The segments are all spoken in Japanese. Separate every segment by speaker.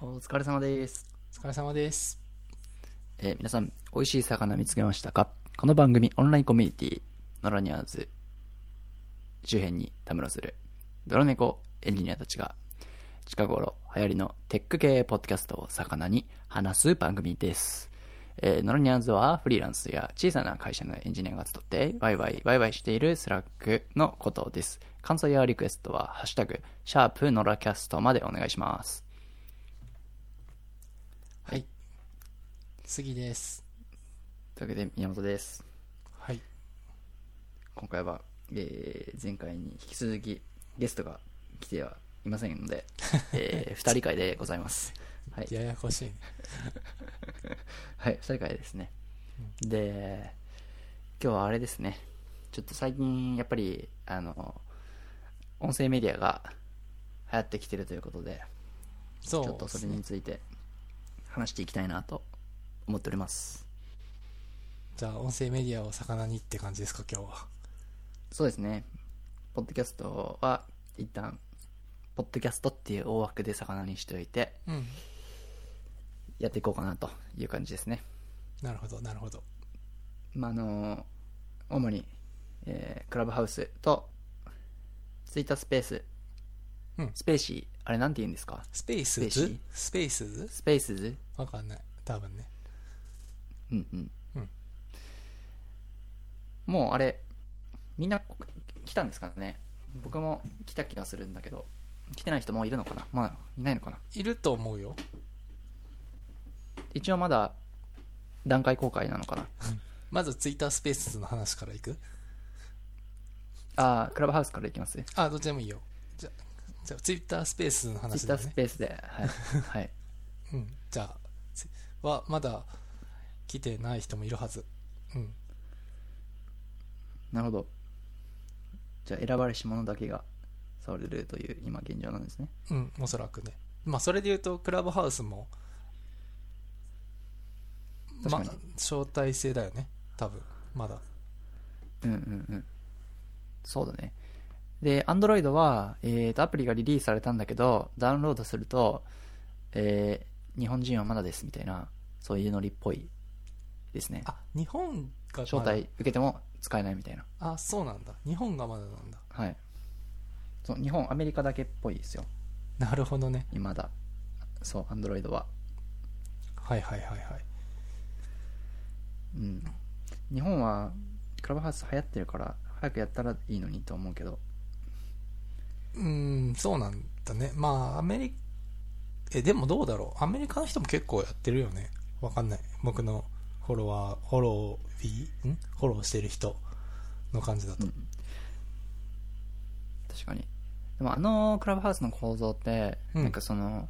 Speaker 1: お疲れ様です。
Speaker 2: お疲れ様です。
Speaker 1: えー皆さん、美味しい魚見つけましたかこの番組、オンラインコミュニティ、ノラニアーズ周辺にたむろする、ドラネコエンジニアたちが、近頃流行りのテック系ポッドキャストを魚に話す番組です。えーノラニアーズはフリーランスや小さな会社のエンジニアが集って、ワイワイ、ワイワイしているスラックのことです。感想やリクエストは、ハッシュタグ、シャープノラキャストまでお願いします。
Speaker 2: はい。杉です。
Speaker 1: というわけで、宮本です。
Speaker 2: はい。
Speaker 1: 今回は、えー前回に引き続きゲストが来てはいませんの で、え2人会でございます。はい、
Speaker 2: ややこしい ね。
Speaker 1: はい、2人会ですね。で、今日はあれですね、ちょっと最近やっぱり、あの、音声メディアが流行ってきてるということで、
Speaker 2: そ
Speaker 1: ちょっ
Speaker 2: う
Speaker 1: と
Speaker 2: で
Speaker 1: そ
Speaker 2: す
Speaker 1: れ
Speaker 2: ね。
Speaker 1: について話していきたいなと思っております。
Speaker 2: じゃあ、音声メディアを魚にって感じですか、今日は。
Speaker 1: そうですね、ポッドキャストは一旦、ポッドキャストっていう大枠で魚にしておいて、
Speaker 2: うん。
Speaker 1: やっていこうかなという感じですね。
Speaker 2: なるほど、なるほど。
Speaker 1: まあ、あの、主に、えークラブハウスと、ツイッタースペース、
Speaker 2: うん
Speaker 1: スペーシー、あれなんて言うんですか
Speaker 2: スペース
Speaker 1: スペーシ
Speaker 2: ズ
Speaker 1: ー
Speaker 2: スペースズ
Speaker 1: スペースズ
Speaker 2: わかんない。多分ね。
Speaker 1: うんうん。
Speaker 2: うん
Speaker 1: もうあれ、みんなこ来たんですかね僕も来た気がするんだけど、来てない人もういるのかなまあ、いないのかない
Speaker 2: ると思うよ。
Speaker 1: 一応まだ、段階公開なのかな
Speaker 2: まず、ツイッタースペースズの話からいく
Speaker 1: ああ、クラブハウスからいきます
Speaker 2: あ、どっちでもいいよ。じゃあ、じゃあツイッタースペースズの
Speaker 1: ツイッ
Speaker 2: 話
Speaker 1: タ
Speaker 2: だ
Speaker 1: ー
Speaker 2: よ
Speaker 1: ス
Speaker 2: ね。
Speaker 1: ペースで、はい。 はい。
Speaker 2: うん。じゃあ、つは、まだ来てない人もいるはず。うん。
Speaker 1: なるほど。じゃあ、選ばれし者だけが触れるという今現状なんですね。
Speaker 2: うん、おそらくね。まあ、それで言うと、クラブハウスも、まあ
Speaker 1: 確かに、
Speaker 2: 招待制だよね。多分、まだ。
Speaker 1: うんうんうん。そうだね。で、Android は、えーと、アプリがリリースされたんだけど、ダウンロードすると、えー日本人はまだですみたいな、そういうノリっぽいですね。
Speaker 2: あ、日本がまだ
Speaker 1: 招待受けても使えないみたいな。
Speaker 2: あ、そうなんだ。日本がまだなんだ。
Speaker 1: はい。そう、日本、アメリカだけっぽいですよ。
Speaker 2: なるほどね。
Speaker 1: 未だ。そう、Android は。
Speaker 2: はいはいはいはい。
Speaker 1: うん、日本はクラブハウス流行ってるから早くやったらいいのにと思うけど
Speaker 2: うーん、そうなんだね。まあ、アメリえ、でもどうだろう。アメリカの人も結構やってるよね。わかんない。僕のフォロワー、フォロー、ィーんフォローしてる人の感じだと。
Speaker 1: 確かにでもあのクラブハウスの構造って、
Speaker 2: うん
Speaker 1: なんかその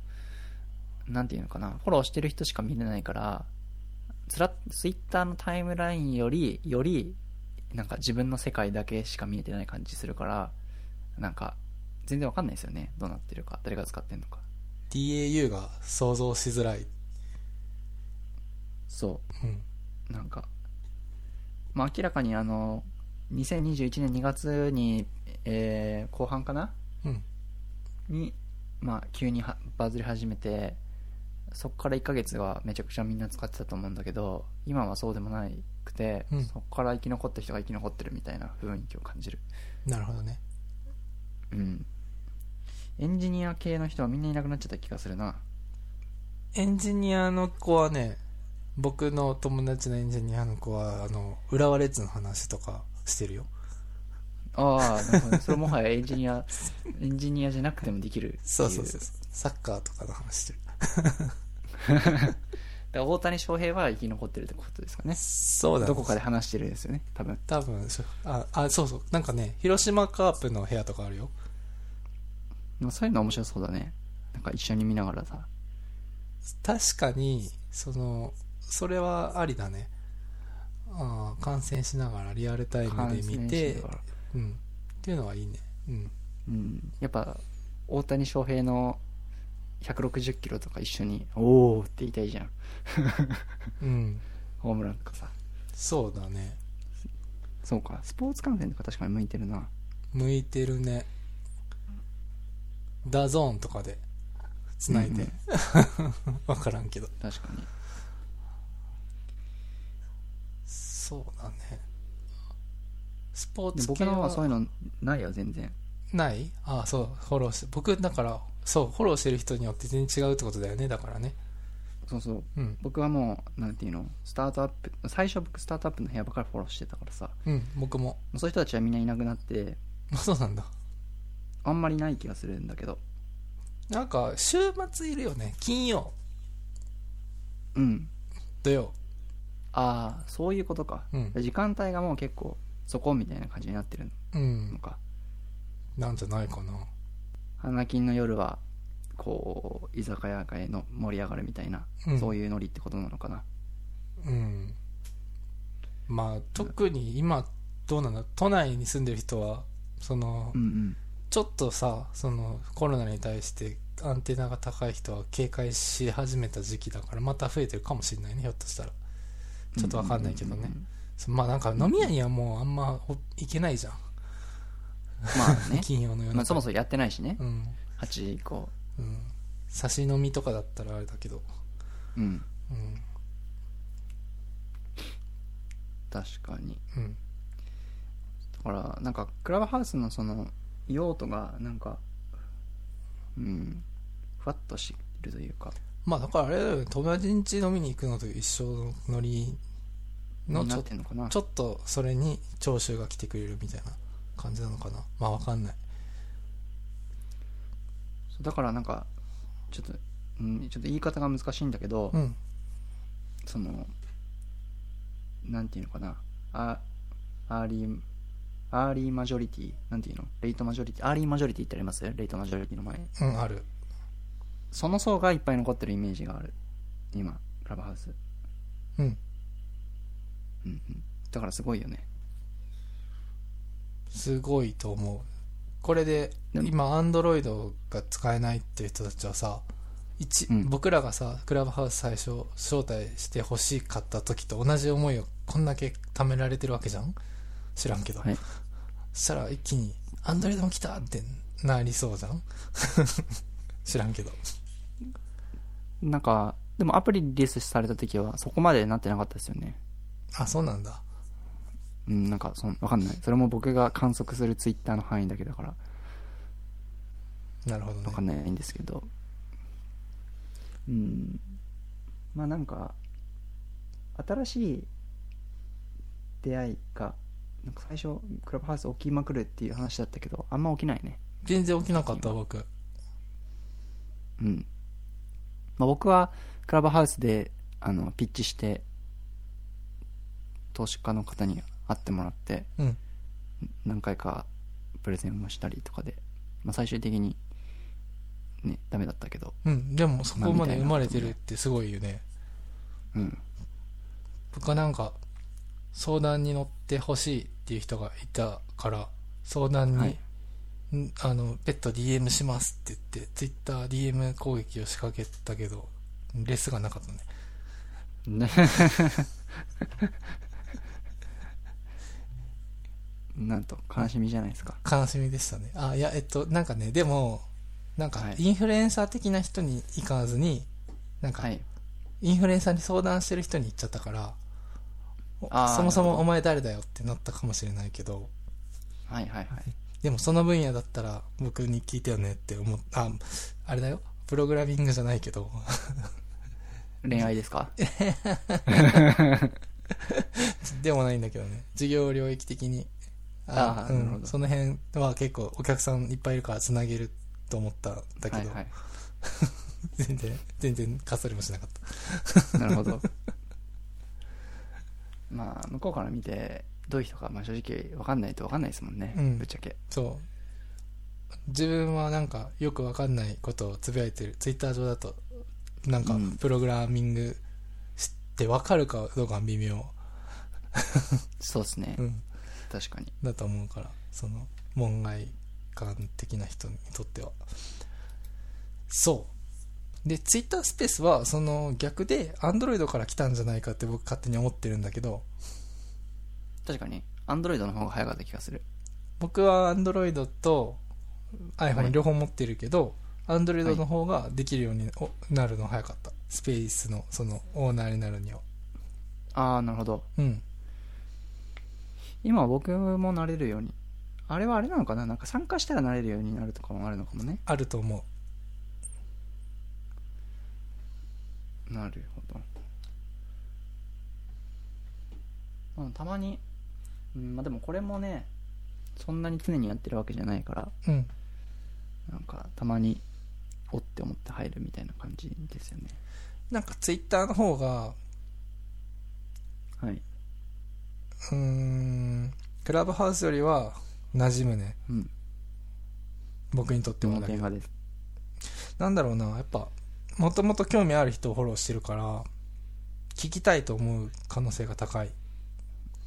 Speaker 1: なんていうのかなフォローしてる人しか見れないからつらツイッターのタイムラインよりよりなんか自分の世界だけしか見えてない感じするからなんか全然わかんないですよねどうなってるか誰が使ってんのか
Speaker 2: DAU が想像しづらい。
Speaker 1: そう
Speaker 2: うん。
Speaker 1: なんか、まあ、明らかにあの2021年2月に、えー後半かな
Speaker 2: うん。
Speaker 1: に、まあ、急にはバズり始めてそこから1ヶ月はめちゃくちゃみんな使ってたと思うんだけど今はそうでもなくて、
Speaker 2: うん
Speaker 1: そこから生き残った人が生き残ってるみたいな雰囲気を感じる
Speaker 2: なるほどね。
Speaker 1: うんエンジニア系の人はみんないなくなっちゃった気がするな
Speaker 2: エンジニアの子はね、僕の友達のエンジニアの子は、あの、浦和レッズの話とかしてるよ。
Speaker 1: ああなるほどそれもはやエンジニ アエンジニアじゃなくてもできるっていう
Speaker 2: そうそうそうそう。サッカーとかの話してる。
Speaker 1: だから大谷翔平は生き残ってるってことですかね
Speaker 2: そうだね
Speaker 1: どこかで話してるんですよね多分
Speaker 2: 多分、そうあ、あ、そうそう。なんかね、広島カープの部屋とかあるよ。
Speaker 1: でもそういうの面白そうだねなんか一緒に見ながらさ
Speaker 2: 確かに、その、それはありだね。ああ、観戦しながらリアルタイムで見
Speaker 1: 観戦してなが、ら
Speaker 2: うん。っていうのはいいね。うん。
Speaker 1: うんやっぱ大谷翔平の160キロとか一緒におおって言いたいじゃん
Speaker 2: うん。
Speaker 1: ホームランとかさ
Speaker 2: そうだね。
Speaker 1: そうかスポーツ観戦とか確かに向いてるな
Speaker 2: 向いてるねダゾーンとかで普繋いで
Speaker 1: うん
Speaker 2: わからんけど
Speaker 1: 確かに。
Speaker 2: そうだねスポー
Speaker 1: で
Speaker 2: ツ
Speaker 1: 僕
Speaker 2: 系
Speaker 1: のはそうい
Speaker 2: は
Speaker 1: うのないよ、全然。
Speaker 2: ないああそうフォローして僕だからそうフォローしてる人によって全然違うってことだよねだからね
Speaker 1: そうそう。
Speaker 2: うん
Speaker 1: 僕はもう、なんていうの、スタートアップ、最初僕スタートアップの部屋ばっかりフォローしてたからさ、も
Speaker 2: うん僕も
Speaker 1: うそういう人たちはみんないなくなって、
Speaker 2: あそうなんだ
Speaker 1: あんまりない気がするんだけど。
Speaker 2: なんか週末いるよね金曜
Speaker 1: うん。
Speaker 2: 土曜
Speaker 1: ああ、そういうことか。
Speaker 2: うん
Speaker 1: 時間帯がもう結構、そこみたいな感じになってる
Speaker 2: う
Speaker 1: の
Speaker 2: ん
Speaker 1: か。
Speaker 2: なんじゃないかな
Speaker 1: 花金の夜は、こう、居酒屋街の盛り上がるみたいな、
Speaker 2: うん
Speaker 1: そういうノリってことなのかな。
Speaker 2: うんまあ特に今どうなんだ都内に住んでる人はその、
Speaker 1: うんうん。
Speaker 2: ちょっとさそのコロナに対してアンテナが高い人は警戒し始めた時期だからまた増えてるかもしれないねひょっとしたらちょっとわかんないけどね、
Speaker 1: うんうんうんうん
Speaker 2: そまあなんか飲み屋にはもうあんまお行けないじゃん、。
Speaker 1: まあね
Speaker 2: 金曜の夜
Speaker 1: まあ、そも
Speaker 2: そ
Speaker 1: そもやってないしね。
Speaker 2: もうん、
Speaker 1: 8時以降。
Speaker 2: うん、差し飲みとかだったらあれだけど
Speaker 1: うん。
Speaker 2: うん
Speaker 1: 確かに。
Speaker 2: うん
Speaker 1: だから、なんか、クラブハウスのその、用途が、なんか、うん、ふわっとしてるというか、
Speaker 2: まあだからあれだよね友達ん家飲みに行くのと一緒のノリの
Speaker 1: に
Speaker 2: ち
Speaker 1: なっ
Speaker 2: ょ
Speaker 1: てんのかな。
Speaker 2: ちょっとそれに聴衆が来てくれるみたいな感じなのかなまあわかんない
Speaker 1: そうだからなんかちょっと、うん、ちょっと言い方が難しいんだけど、
Speaker 2: うん
Speaker 1: そのなんていうのかなあアーリーアーリーマジョリティなんていうのレイトマジョリティアーリーマジョリティってありますレイトマジョリティの前
Speaker 2: うんある
Speaker 1: その層がいっぱい残ってるイメージがある今クラブハウス
Speaker 2: うん
Speaker 1: うんうんだからすごいよね
Speaker 2: すごいと思うこれで
Speaker 1: でも
Speaker 2: 今アンドロイドが使えないっていう人たちはさ一、
Speaker 1: うん
Speaker 2: 僕らがさクラブハウス最初招待してほしかった時と同じ思いをこんだけ貯められてるわけじゃん知らんけど、
Speaker 1: はい
Speaker 2: そしたら一気に「アンドロイドも来た!」ってなりそうじゃん 知らんけど
Speaker 1: なんかでもアプリリリースされた時はそこまでなってなかったですよね
Speaker 2: あそうなんだ
Speaker 1: うんなんかそのわかんないそれも僕が観測するツイッターの範囲だけだから
Speaker 2: なるほどね
Speaker 1: わかんないんですけどうんまあなんか新しい出会いがなんか最初クラブハウス起きまくるっていう話だったけどあんま起きないね
Speaker 2: 全然起きなかった僕
Speaker 1: うん、まあ、僕はクラブハウスであのピッチして投資家の方に会ってもらって
Speaker 2: うん
Speaker 1: 何回かプレゼンをしたりとかで、まあ、最終的にねダメだったけど
Speaker 2: うんでもそこまで生まれ
Speaker 1: まあみ
Speaker 2: て
Speaker 1: たいなこと
Speaker 2: るっ
Speaker 1: ね
Speaker 2: てすごいよね
Speaker 1: うん
Speaker 2: 僕はなんか相談に乗ってほしいっていう人がいたから相談に、
Speaker 1: はい
Speaker 2: んあの別途 DM しますって言って TwitterDM 攻撃を仕掛けたけどレスがなかったね
Speaker 1: ね なんと悲しみじゃないですか
Speaker 2: 悲しみでしたねあいやえっとなんかねでもなんか
Speaker 1: はい
Speaker 2: インフルエンサー的な人に行かずになんか
Speaker 1: はい
Speaker 2: インフルエンサーに相談してる人に行っちゃったからお
Speaker 1: あー
Speaker 2: そもそ
Speaker 1: なるほど
Speaker 2: もお前誰だよってなったかもしれないけど
Speaker 1: はいはいはい
Speaker 2: でもその分野だったら僕に聞いてよねって思っあ、あれだよ。プログラミングじゃないけど、
Speaker 1: 恋愛ですか
Speaker 2: でもないんだけどね。授業領域的に。
Speaker 1: あーなるほど
Speaker 2: その辺は結構お客さんいっぱいいるからつなげると思ったんだけ
Speaker 1: はい
Speaker 2: ど、
Speaker 1: はい
Speaker 2: 全然、全然かっさりもしなかった。
Speaker 1: なるほど まあ向こうから見てどういう人か、まあ、正直分かんないと分かんないですもんね、
Speaker 2: うん
Speaker 1: ぶっちゃけ
Speaker 2: そう。自分はなんかよくわかんないことをつぶやいてる。ツイッター上だと、なんか
Speaker 1: うん
Speaker 2: プログラミングしてわかるかどうかは微妙。
Speaker 1: そうですね、
Speaker 2: うん。
Speaker 1: 確かに
Speaker 2: だと思うからその門外観的な人にとってはそうで Twitter スペースはその逆で Android から来たんじゃないかって僕勝手に思ってるんだけど
Speaker 1: 確かにアンドロイドの方が早かった気がする
Speaker 2: 僕は Android と
Speaker 1: は
Speaker 2: iPhone
Speaker 1: い
Speaker 2: 両方持ってるけど、アンドロイドの方ができるようにおなるの早かった。スペースの、その、オーナーになるには。
Speaker 1: ああ、なるほど。
Speaker 2: うん。
Speaker 1: 今僕もなれるように。あれはあれなのかななんか参加したらなれるようになるとかもあるのかもね。
Speaker 2: あると思う。
Speaker 1: なるほど。まあ、たまに、うん、まあでもこれもね、そんなに常にやってるわけじゃないから、
Speaker 2: うん。
Speaker 1: なんかたまに、おって思って入るみたいな感じですよね。
Speaker 2: なんかツイッターの方が、
Speaker 1: はい。
Speaker 2: うーん、クラブハウスよりは馴染むね。
Speaker 1: うん。
Speaker 2: 僕にとって
Speaker 1: で
Speaker 2: は
Speaker 1: も
Speaker 2: だけ
Speaker 1: 電
Speaker 2: ど。
Speaker 1: 話です。
Speaker 2: なんだろうな、やっぱ、もともと興味ある人をフォローしてるから、聞きたいと思う可能性が高い。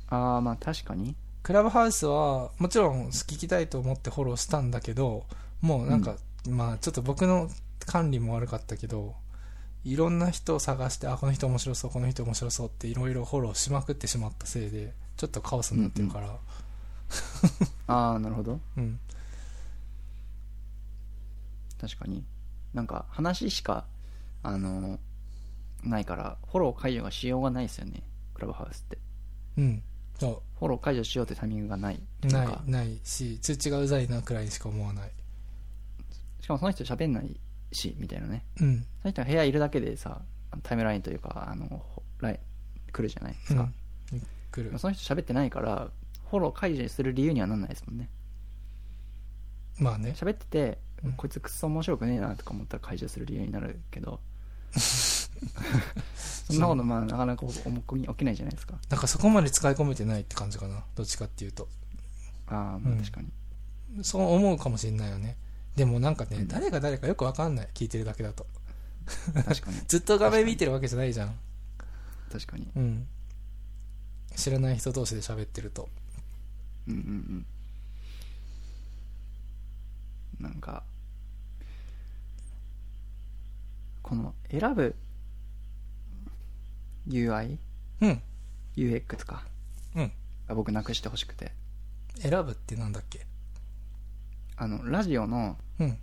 Speaker 1: ああ、まあ確かに。
Speaker 2: クラブハウスは、もちろん聞きたいと思ってフォローしたんだけど、もうなんか、まあちょっと僕の管理も悪かったけど、いろんな人を探して、あ、この人面白そう、この人面白そうっていろいろフォローしまくってしまったせいで、ちょっとカオスになってるから、
Speaker 1: ああ、なるほど。
Speaker 2: うん。
Speaker 1: 確かになんか話しかあのないからフォロー解除がしようがないですよねクラブハウスって
Speaker 2: うん。そ
Speaker 1: フォロー解除しようってタイミングがないと
Speaker 2: う。
Speaker 1: いう
Speaker 2: な
Speaker 1: か
Speaker 2: い、ないし、通知がうざいなくらいにしか思わない。
Speaker 1: しかもその人喋んないしみたいなね
Speaker 2: うん。
Speaker 1: その人が部屋いるだけでさタイムラインというかあのほライン来るじゃないです
Speaker 2: う
Speaker 1: か
Speaker 2: ん、。来
Speaker 1: で
Speaker 2: る
Speaker 1: も。その人喋ってないからフォロー解除する理由にはなんないですもんね
Speaker 2: まあね。
Speaker 1: 喋ってて、
Speaker 2: うん
Speaker 1: こいつくっそ面白くねえなとか思ったら解除する理由になるけ どそんなことまあなかなか重くに起きないじゃないですか
Speaker 2: なんかそこまで使い込めてないって感じかな。どっちかっていうと。
Speaker 1: ああま
Speaker 2: う
Speaker 1: あ
Speaker 2: ん
Speaker 1: 確かに、
Speaker 2: そう思うかもしれないよね。でもなんかね、
Speaker 1: うん
Speaker 2: 誰が誰かよくわかんない。聞いてるだけだと。
Speaker 1: 確かに
Speaker 2: ずっと画面見てるわけじゃないじゃん。
Speaker 1: 確かに
Speaker 2: うん。知らない人同士で喋ってると。
Speaker 1: うんうんうんなんかこの選ぶ UIUX
Speaker 2: うん。
Speaker 1: か
Speaker 2: うん。
Speaker 1: が僕なくしてほしくて
Speaker 2: 選ぶってなんだっけ
Speaker 1: あのラジオの
Speaker 2: うん。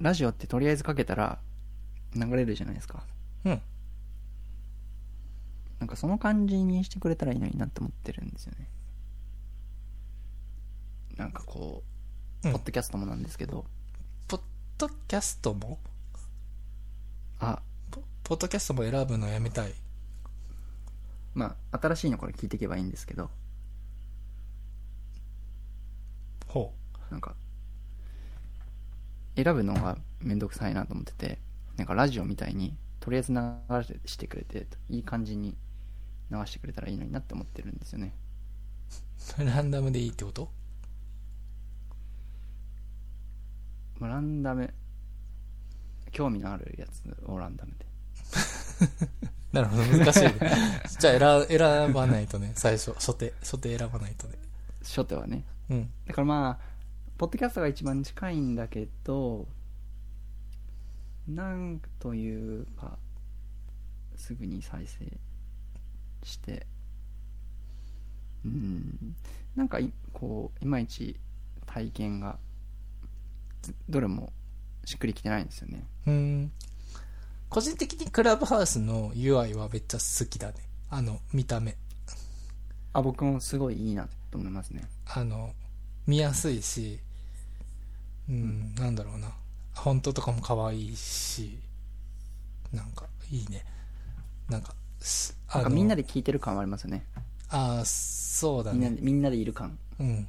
Speaker 1: ラジオってとりあえずかけたら流れるじゃないですか
Speaker 2: うん。
Speaker 1: なんかその感じにしてくれたらいいのになって思ってるんですよねなんかこう、
Speaker 2: うん
Speaker 1: ポッドキャストもなんですけど
Speaker 2: ポッドキャストも
Speaker 1: あ
Speaker 2: ポポッドキャストも選ぶのやめたい。
Speaker 1: まあ新しいのこれ聞いていけばいいんですけど
Speaker 2: ほ
Speaker 1: なんか選ぶのがめんどくさいなと思っててなんかラジオみたいにとりあえず流してくれていい感じに流してくれたらいいのになって思ってるんですよね
Speaker 2: う。ランダムでいいってこと
Speaker 1: まあランダム興味のあるやつをランダムで
Speaker 2: なるほど、難しいね。 じゃあ選、選ばないとね、最初、初手、初手選ばないとね。
Speaker 1: 初手はね
Speaker 2: うん。
Speaker 1: だからまあポッドキャストが一番近いんだけどなんというかすぐに再生してうんなんかいこういまいち体験がずどれもしっくりきてないんですよね
Speaker 2: うん。個人的にクラブハウスの UI はめっちゃ好きだね。あの、見た目。
Speaker 1: あ僕もすごいいいなと思いますね
Speaker 2: あの、見やすいし、うん、なんだろうな。フォントとかも可愛いし、なんか、いいね。なんか、す
Speaker 1: な
Speaker 2: あ
Speaker 1: んかみんなで聞いてる感はありますよね
Speaker 2: あーそうだ
Speaker 1: みんな
Speaker 2: ね
Speaker 1: で。みんなでいる感
Speaker 2: うん。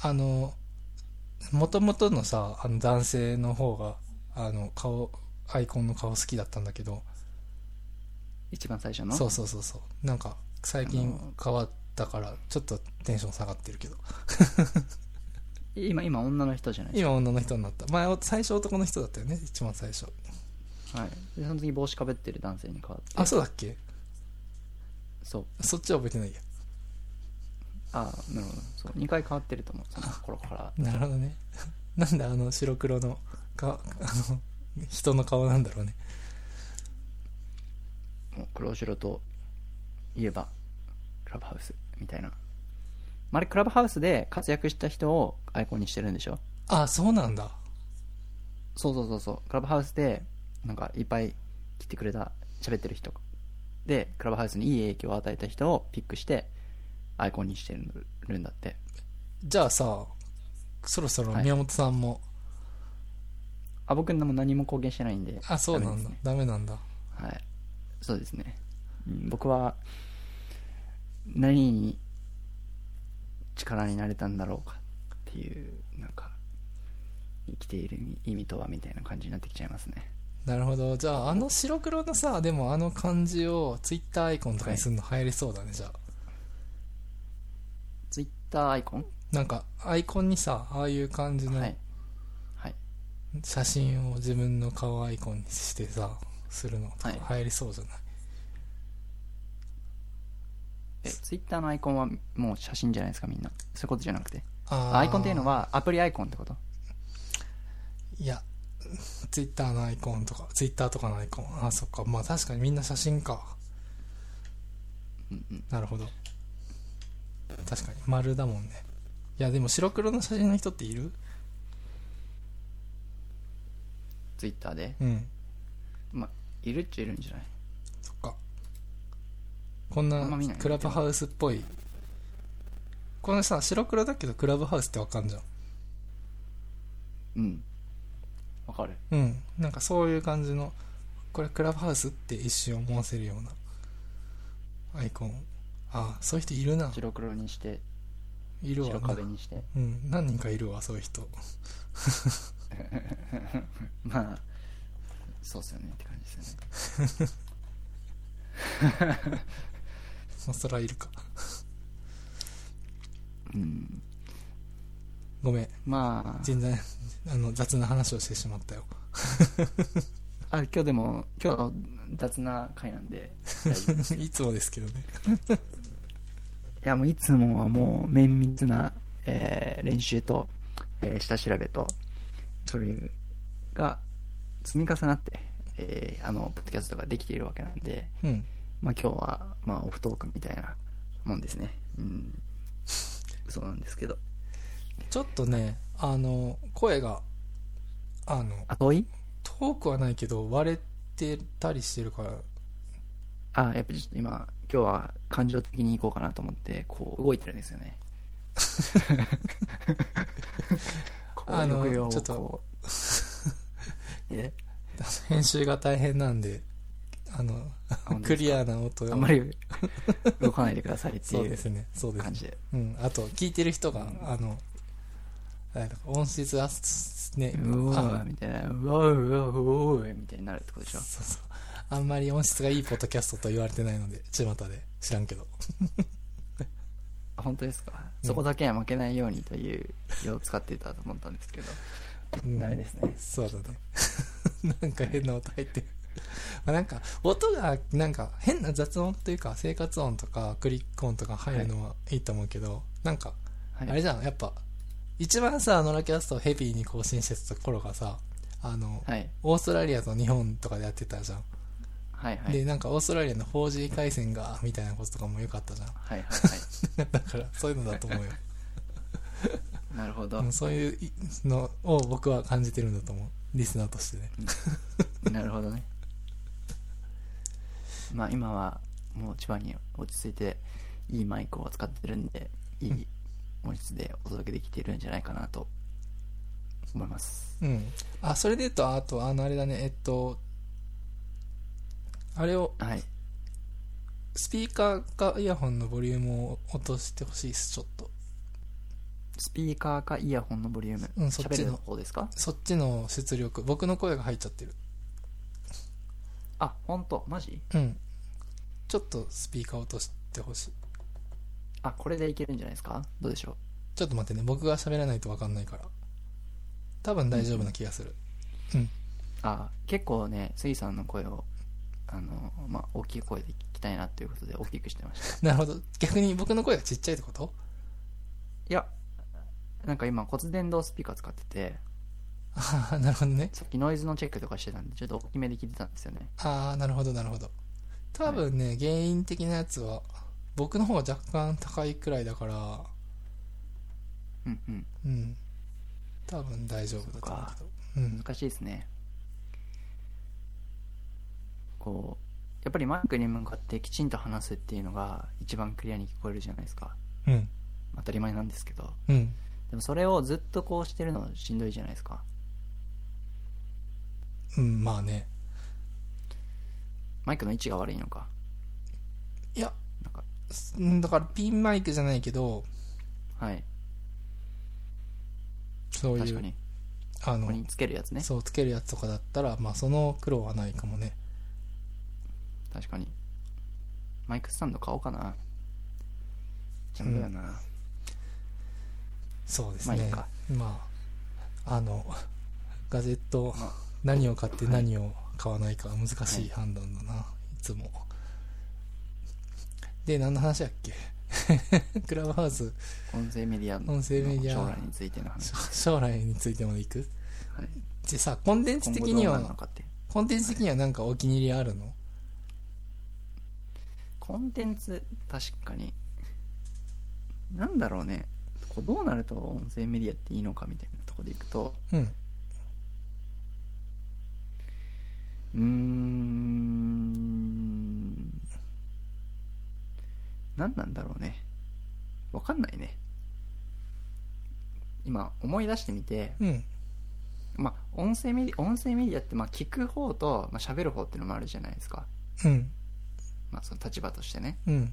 Speaker 2: あの、もともとのさ、あの男性の方が、あの、顔、アイコンの顔好きだったんだけど、
Speaker 1: 一番最初の
Speaker 2: そうそうそうそう。なんか、最
Speaker 1: あ
Speaker 2: 近
Speaker 1: の
Speaker 2: 変わったから、ちょっとテンション下がってるけど。
Speaker 1: 今今女の人じゃないです
Speaker 2: 今女の人になった。前、最初男の人だったよね、一番最初。
Speaker 1: か、はい、でその次帽子かぶってる男性に変わって
Speaker 2: あ、そうだっけ
Speaker 1: そう
Speaker 2: そっちは覚えてないや。
Speaker 1: ああなるほどそう2回変わってると思うその頃から
Speaker 2: なるほどね。 なんであの白黒の、か、あの、人の顔なんだろうね。
Speaker 1: もう黒白といえばクラブハウスみたいなまあ、あれクラブハウスで活躍した人をアイコンにしてるんでしょ
Speaker 2: あ、そうなんだ。
Speaker 1: そうそうそうそうクラブハウスでなんかいっぱい来てくれた喋ってる人でクラブハウスにいい影響を与えた人をピックしてアイコンにしてるんだって
Speaker 2: じゃあさ、そろそろ
Speaker 1: はい
Speaker 2: 宮本さんも、
Speaker 1: あ僕も何も貢献してないんで
Speaker 2: あ、そうな
Speaker 1: ダメ
Speaker 2: ん
Speaker 1: です
Speaker 2: だ
Speaker 1: ね。
Speaker 2: ダメなんだ。
Speaker 1: はい。そうですね。うん僕は、何に力になれたんだろうかっていう、なんか、生きている意味とはみたいな感じになってきちゃいますね。
Speaker 2: なるほど。じゃあ、あの白黒のさ、でもあの感じをツイッターアイコンとかにするの流行りそうだね、じゃあ。
Speaker 1: ツイッターアイコン
Speaker 2: なんか、アイコンにさ、ああいう感じの
Speaker 1: はい。はい。
Speaker 2: 写真を自分の顔アイコンにしてさ、するのとか
Speaker 1: はい
Speaker 2: 流行りそうじゃない、
Speaker 1: え、ツイッターのアイコンはもう写真じゃないですか、みんな。そういうことじゃなくて。
Speaker 2: あー
Speaker 1: アイコンっていうのはアプリアイコンってこと
Speaker 2: いや、ツイッターのアイコンとか、ツイッターとかのアイコン。あ、そっか。まあ確かにみんな写真か。なるほど。確かに、丸だもんね。いや、でも白黒の写真の人っている
Speaker 1: ツイッターで。
Speaker 2: うん。
Speaker 1: まあ、いるっちゃいるんじゃない
Speaker 2: そっか。こん
Speaker 1: あ
Speaker 2: なん
Speaker 1: ま見ないね
Speaker 2: クラブハウスっぽい。このさ、白黒だけどクラブハウスってわかんじゃん。
Speaker 1: うん。わかる。
Speaker 2: うん。なんかそういう感じの、これクラブハウスって一瞬思わせるようなアイコン。ああ、そういう人いるな。
Speaker 1: 白黒にして、
Speaker 2: いるわ
Speaker 1: 白壁にして。
Speaker 2: うん、何人かいるわ、そういう人。
Speaker 1: まあそうっすよねって感じですよね
Speaker 2: まあ、そらいるか。
Speaker 1: うん
Speaker 2: ごめん、
Speaker 1: ま
Speaker 2: 全然、 あの、雑な話をしてしまったよ。
Speaker 1: ああ今日でも今日雑な回なんで大丈夫です
Speaker 2: いつもですけどね。
Speaker 1: いやもういつもはもう綿密な、えー練習と、えー下調べとそれが積み重なって、えーあのポッドキャストができているわけなんで、
Speaker 2: うん。
Speaker 1: まあ、今日は、まあ、オフトークみたいなもんですねうんそうなんですけど
Speaker 2: ちょっとね、あの、声が、あの、
Speaker 1: あ遠い
Speaker 2: 遠くはないけど、割れてたりしてるから、
Speaker 1: あやっぱりちょっと今今日は感情的にいこうかなと思ってこう動いてるんです よね こう
Speaker 2: あの
Speaker 1: 抑揚を
Speaker 2: ちょっ と
Speaker 1: こうえ
Speaker 2: 編集が大変なんで、あの
Speaker 1: 本当です、か
Speaker 2: クリアな音を
Speaker 1: あんまり 動かないでくださいって
Speaker 2: そう
Speaker 1: い
Speaker 2: で
Speaker 1: う
Speaker 2: すね、そうです
Speaker 1: 感
Speaker 2: ね。
Speaker 1: じで
Speaker 2: うん、あと、聞いてる人が、あの、あれだ音質あ、ね、
Speaker 1: うおー
Speaker 2: あ
Speaker 1: みたいなうおーうおーうおーみたいになるってことでしょ
Speaker 2: そうそう。あんまり音質がいいポッドキャストと言われてないので、ちまたで。知らんけど。
Speaker 1: あ本当ですか、そこだけは負けないようにという気を使ってたと思ったんですけど
Speaker 2: うん
Speaker 1: ダメですね
Speaker 2: そうだね。 なんか変な音入ってる。 まあなんか、音が、なんか変な雑音というか、生活音とか、クリック音とか入るのはいいと思うけど、なんか、
Speaker 1: はい
Speaker 2: あれじゃん、やっぱ、一番さ、ノラキャストをヘビーに更新してた頃がさ、あの、
Speaker 1: はい
Speaker 2: オーストラリアと日本とかでやってたじゃん。
Speaker 1: はいはいはい
Speaker 2: で、なんかオーストラリアの 4G 回線が、みたいなこととかもよかったじゃん。
Speaker 1: はいは
Speaker 2: だから、そういうのだと思うよ。
Speaker 1: いなるほ ど
Speaker 2: うんそういういのを僕は感じてるんだと思うリスナーとしてね
Speaker 1: なるほどね。まあ今はもう千葉に落ち着いていいマイクを使ってるんで、いい音質でお届けできているんじゃないかなと思います。
Speaker 2: うんあそれで言うとあとあのあれだねえっとあれを
Speaker 1: はい。
Speaker 2: スピーカーかイヤホンのボリュームを落としてほしいですちょっと
Speaker 1: スピーカーかイヤホンのボリューム。
Speaker 2: うんそっち
Speaker 1: 喋る
Speaker 2: の
Speaker 1: 方ですか
Speaker 2: そっちの出力僕の声が入っちゃってる
Speaker 1: あ、ほんとマジ
Speaker 2: うんちょっとスピーカー落としてほしい
Speaker 1: あ、これでいけるんじゃないですかどうでしょ
Speaker 2: ちょっと待ってね僕が喋らないと分かんないから多分大丈夫な気がする
Speaker 1: うあ、結構ね、杉さんの声を、あの、まあ大きい声で聞きたいなということで大きくしてました。い
Speaker 2: なるほど逆に僕の声がちっちゃいってこと
Speaker 1: や、なんか今骨伝導スピーカー使ってて、
Speaker 2: ああなるほどね
Speaker 1: さっきノイズのチェックとかしてたんで、ちょっと大きめで聞いてたんですよね。
Speaker 2: ああなるほどなるほど多分ね、原因的なやつは僕の方が若干高いくらいだから
Speaker 1: うんうん。
Speaker 2: うん多分大丈夫だと思うけどうん
Speaker 1: 難しいですね。こう、やっぱりマイクに向かってきちんと話すっていうのが一番クリアに聞こえるじゃないですか。
Speaker 2: うん
Speaker 1: 当たり前なんですけど。
Speaker 2: うん
Speaker 1: でもそれをずっとこうしてるのしんどいじゃないですか。
Speaker 2: うんまあね
Speaker 1: マイクの位置が悪いのか。
Speaker 2: いや
Speaker 1: なんか、
Speaker 2: うんだからピンマイクじゃないけど
Speaker 1: はい。
Speaker 2: そうい
Speaker 1: 確かに
Speaker 2: う。あ
Speaker 1: ここ
Speaker 2: の
Speaker 1: につけるやつね。
Speaker 2: そうつけるやつとかだったらまあその苦労はないかもね
Speaker 1: 確かに。マイクスタンド買おうかな。ちゃんとやな。
Speaker 2: そうです
Speaker 1: まあ
Speaker 2: ね
Speaker 1: いいか。
Speaker 2: まああの ガジェット
Speaker 1: まあ
Speaker 2: 何を買って何を買わないかは難しい判断だな、い、つもで何の話だっけ クラブハウス
Speaker 1: 音声メディアの
Speaker 2: 音声メディア
Speaker 1: 将来についての話。は
Speaker 2: 将来についてまでいく
Speaker 1: い、
Speaker 2: でさコンテンツ
Speaker 1: 今後
Speaker 2: 的
Speaker 1: どう
Speaker 2: に
Speaker 1: なるの
Speaker 2: は
Speaker 1: かって。
Speaker 2: コンテンツ的にはなんかお気に入りあるの
Speaker 1: コンテンツ確かになんだろうねこうどうなると音声メディアっていいのかみたいなとこでいくと
Speaker 2: うん
Speaker 1: うーん何なんだろうねわかんないね今思い出してみて、
Speaker 2: うん
Speaker 1: まあ、音声メディ音声メディアってまあ聞く方とまあ喋る方っていうのもあるじゃないですか、
Speaker 2: うん
Speaker 1: まあ、その立場としてね
Speaker 2: うん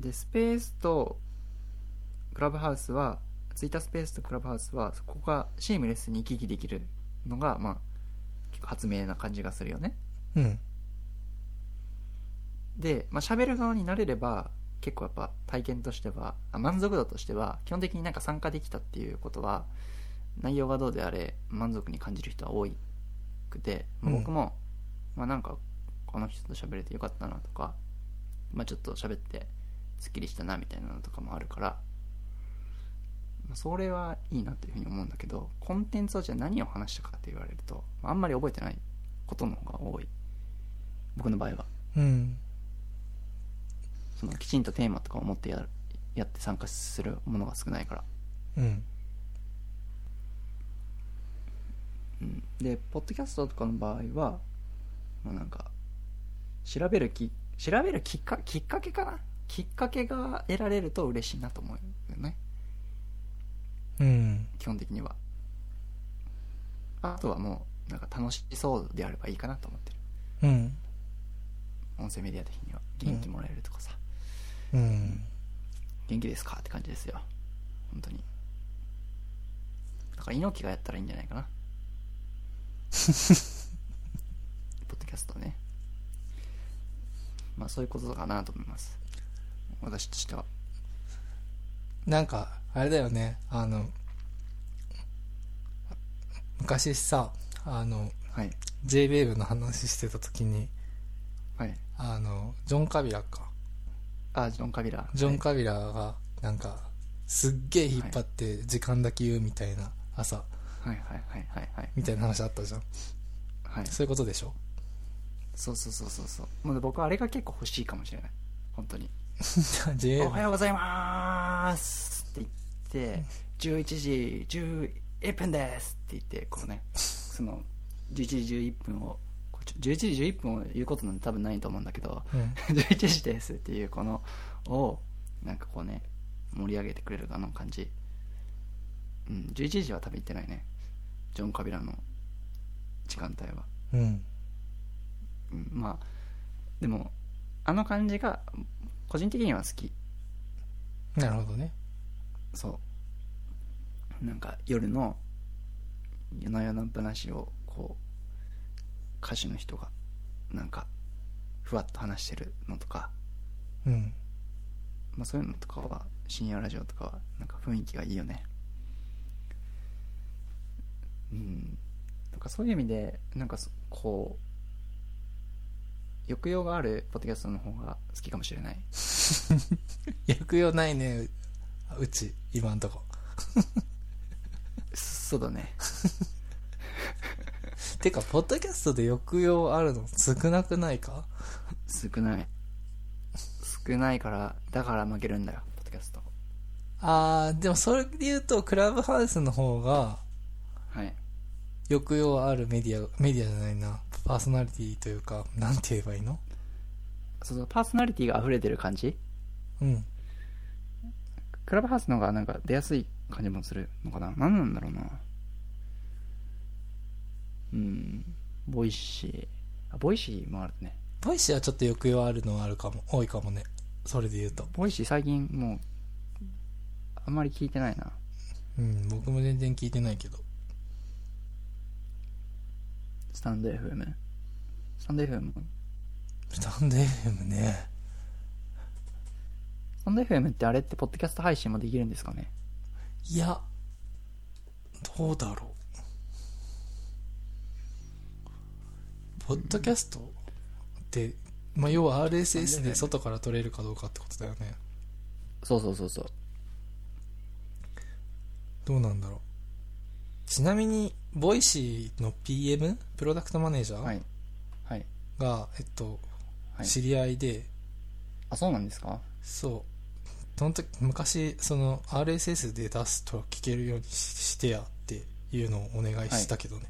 Speaker 1: でスペースとクラブハウスはツイッタースペースとクラブハウスはそこがシームレスに行き来できるのがまあ結構発明な感じがするよね
Speaker 2: うん
Speaker 1: でまあ喋る側になれれば結構やっぱ体験としてはあ満足度としては基本的になんか参加できたっていうことは内容がどうであれ満足に感じる人は多くて、まあ
Speaker 2: うん
Speaker 1: 僕も、まあなんかこの人と喋れてよかったなとか、まあ、ちょっと喋ってすっきりしたなみたいなのとかもあるから、まあそれはいいなというふうに思うんだけどコンテンツはじゃあ何を話したかって言われるとまああんまり覚えてないことの方が多い僕の場合は
Speaker 2: うん
Speaker 1: そのきちんとテーマとかを持ってやるやって参加するものが少ないから、
Speaker 2: うん
Speaker 1: うん、でポッドキャストとかの場合はまあなんか調べるき調べるきっかきっかけかなきっかけが得られると嬉しいなと思うよね
Speaker 2: うん
Speaker 1: 基本的にはあとはもうなんか楽しそうであればいいかなと思ってる
Speaker 2: うん
Speaker 1: 音声メディア的には元気もらえるとかさ、
Speaker 2: うん
Speaker 1: 元気ですかって感じですよ本当にだから猪木がやったらいいんじゃ ないかなポッドキャストねまあそういうことかなと思います私としては
Speaker 2: なんか、あれだよね、あの、昔さ、あの、
Speaker 1: はい
Speaker 2: JWAVE の話してた時に、
Speaker 1: はい
Speaker 2: あの、ジョン・カビラか。
Speaker 1: あジョン・カビラ
Speaker 2: ジョン・
Speaker 1: カ
Speaker 2: カビラが、なんか、すっげえ引っ張って時間だけ言うみたいな、朝、
Speaker 1: はいはいはいはいはい
Speaker 2: みたいな話あったじゃん。
Speaker 1: はい
Speaker 2: そういうことでしょ
Speaker 1: そうそうそうそうそうもう僕あれが結構欲しいかもしれない本当に「おは
Speaker 2: ?JWAVE。
Speaker 1: ようございます」って言って11時11分ですって言ってこうねその11時11分をこうちょ11時11分を言うことなんて多分ないと思うんだけど
Speaker 2: うん。
Speaker 1: 11時ですっていうこのをなんかこうね盛り上げてくれるあの感じうん11時は多分行ってないねジョン・カビラの時間帯は
Speaker 2: うん。
Speaker 1: うんまあでもあの感じが個人的には好き
Speaker 2: なるほどね。
Speaker 1: そうなんか夜の夜な夜な話をこう歌手の人がなんかふわっと話してるのとか、
Speaker 2: うん。
Speaker 1: まあ、そういうのとかは深夜ラジオとかはなんか雰囲気がいいよねうんとかそういう意味でなんかそこう抑揚があるポッドキャストの方が好きかもしれない
Speaker 2: 抑揚ないね、ううち、今んとこ。
Speaker 1: そうだね
Speaker 2: てか、ポッドキャストで抑揚あるの少なくないか
Speaker 1: 少ない少ないからだから負けるんだよポッドキャスト
Speaker 2: あーでもそれで言うとクラブハウスの方が
Speaker 1: はい。
Speaker 2: 抑揚あるメディアメディアじゃないなパーソナリティというかなんて言えばいいの
Speaker 1: そのパーソナリティが溢れてる感じ
Speaker 2: うん
Speaker 1: クラブハウスの方がなんか出やすい感じもするのかな何なんだろうなうんボイシーあボイシーもあるね
Speaker 2: ボイシーはちょっと抑揚あるのはあるかも多いかもねそれで言うと
Speaker 1: ボイシー最近もうあんまり聞いてないな
Speaker 2: うん僕も全然聞いてないけど
Speaker 1: スタンド FM スタンド FM
Speaker 2: スタンド FM ね
Speaker 1: スタンド FM ってあれってポッドキャスト配信もできるんですかね
Speaker 2: いやどうだろうポッドキャストって、まあ、要は RSS で外から取れるかどうかってことだよね
Speaker 1: そうそうそうそう
Speaker 2: どうなんだろうちなみにボイシーの PM プロダクトマネージャ
Speaker 1: は
Speaker 2: ー
Speaker 1: いはい
Speaker 2: が、えっと
Speaker 1: はい
Speaker 2: 知り合いで、
Speaker 1: あそうなんですか
Speaker 2: そうその時昔その RSS で出すと聞けるようにししてやっていうのをお願いしたけどね、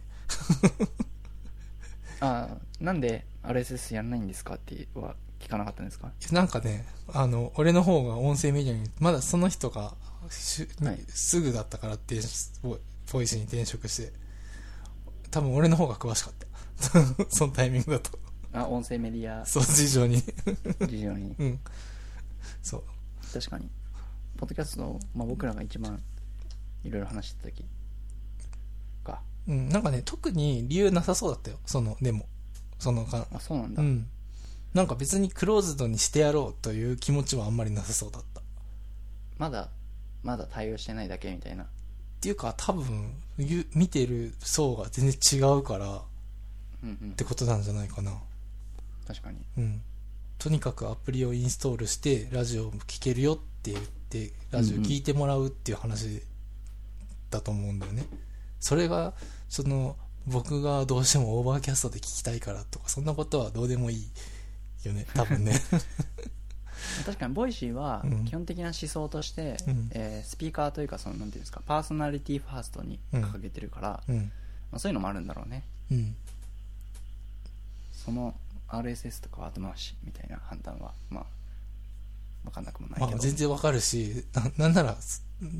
Speaker 1: あなんで RSS やらないんですかっては聞かなかったんですか
Speaker 2: いやなんかねあの俺の方が音声メディアにまだその人がしゅ
Speaker 1: はい
Speaker 2: すぐだったからってボイボイシーに転職して多分俺の方が詳しかった そのタイミングだと
Speaker 1: あ音声メディア
Speaker 2: そう事情に
Speaker 1: 事情 に
Speaker 2: うんそう
Speaker 1: 確かにポッドキャストの、まあ、僕らが一番いろいろ話してた時か
Speaker 2: うん、なんかね、特に理由なさそうだったよ。その、でも。そのか、
Speaker 1: あそうなん
Speaker 2: う
Speaker 1: だ、
Speaker 2: ん。なんか別にクローズドにしてやろうという気持ちはあんまりなさそうだった。っ
Speaker 1: まだまだ対応してないだけみたいな
Speaker 2: ていうか、多分、ゆ見てる層が全然違うからっ
Speaker 1: うんうん
Speaker 2: てことなんじゃないかな。
Speaker 1: 確かに
Speaker 2: うん。とにかくアプリをインストールして、ラジオも聴けるよって言って、ラジオ聴いてもらうっていう話だと思うんだよね。それが、その、僕がどうしてもオーバーキャストで聞きたいからとか、そんなことはどうでもいいよね、多分ね。
Speaker 1: 確かにボイシーは
Speaker 2: うん
Speaker 1: 基本的な思想として、
Speaker 2: うん
Speaker 1: えースピーカーというかそのなんていうんですかパーソナリティファーストに掲げてるから、
Speaker 2: うん。
Speaker 1: まあ、そういうのもあるんだろうね
Speaker 2: うん。
Speaker 1: その RSS とか後回しみたいな判断はまあ分かんなくもない
Speaker 2: ま
Speaker 1: け
Speaker 2: あ、
Speaker 1: ど
Speaker 2: 全然わかるしななんなら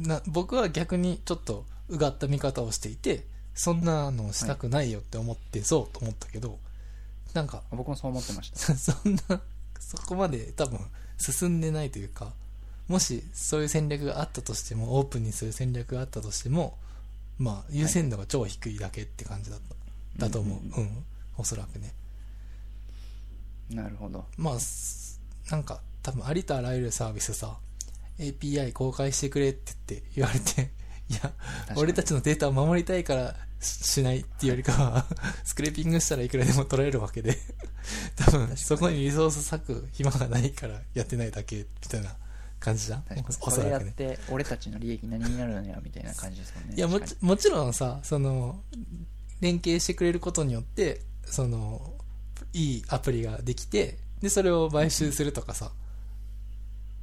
Speaker 2: な僕は逆にちょっとうがった見方をしていてそんなのしたくないよって思ってそうと思ったけど、なんか
Speaker 1: 僕もそう思ってました
Speaker 2: そんなそこまで多分進んでないというかもしそういう戦略があったとしてもオープンにする戦略があったとしてもまあ優先度が超低いだけって感じだった、だと思う、
Speaker 1: うん
Speaker 2: うんおそらくね
Speaker 1: なるほど
Speaker 2: まあ、すなんか多分ありとあらゆるサービスさ、API 公開してくれって言って言われて、 いや、
Speaker 1: かに
Speaker 2: 俺たちのデータを守りたいからししないっていうよりかは、 スクレーピングしたらいくらでも取られるわけで、
Speaker 1: か
Speaker 2: 多分
Speaker 1: に
Speaker 2: そこにリソース割く暇がないからやってないだけみたいな感じじゃん
Speaker 1: 確かに。そ
Speaker 2: おそ
Speaker 1: れや
Speaker 2: ら
Speaker 1: っ
Speaker 2: くね。
Speaker 1: て俺たちの利益何になるのよみたいな感じですもんね
Speaker 2: いやもち
Speaker 1: 確か
Speaker 2: もちろんさその連携してくれることによってそのいいアプリができてでそれを買収するとかさ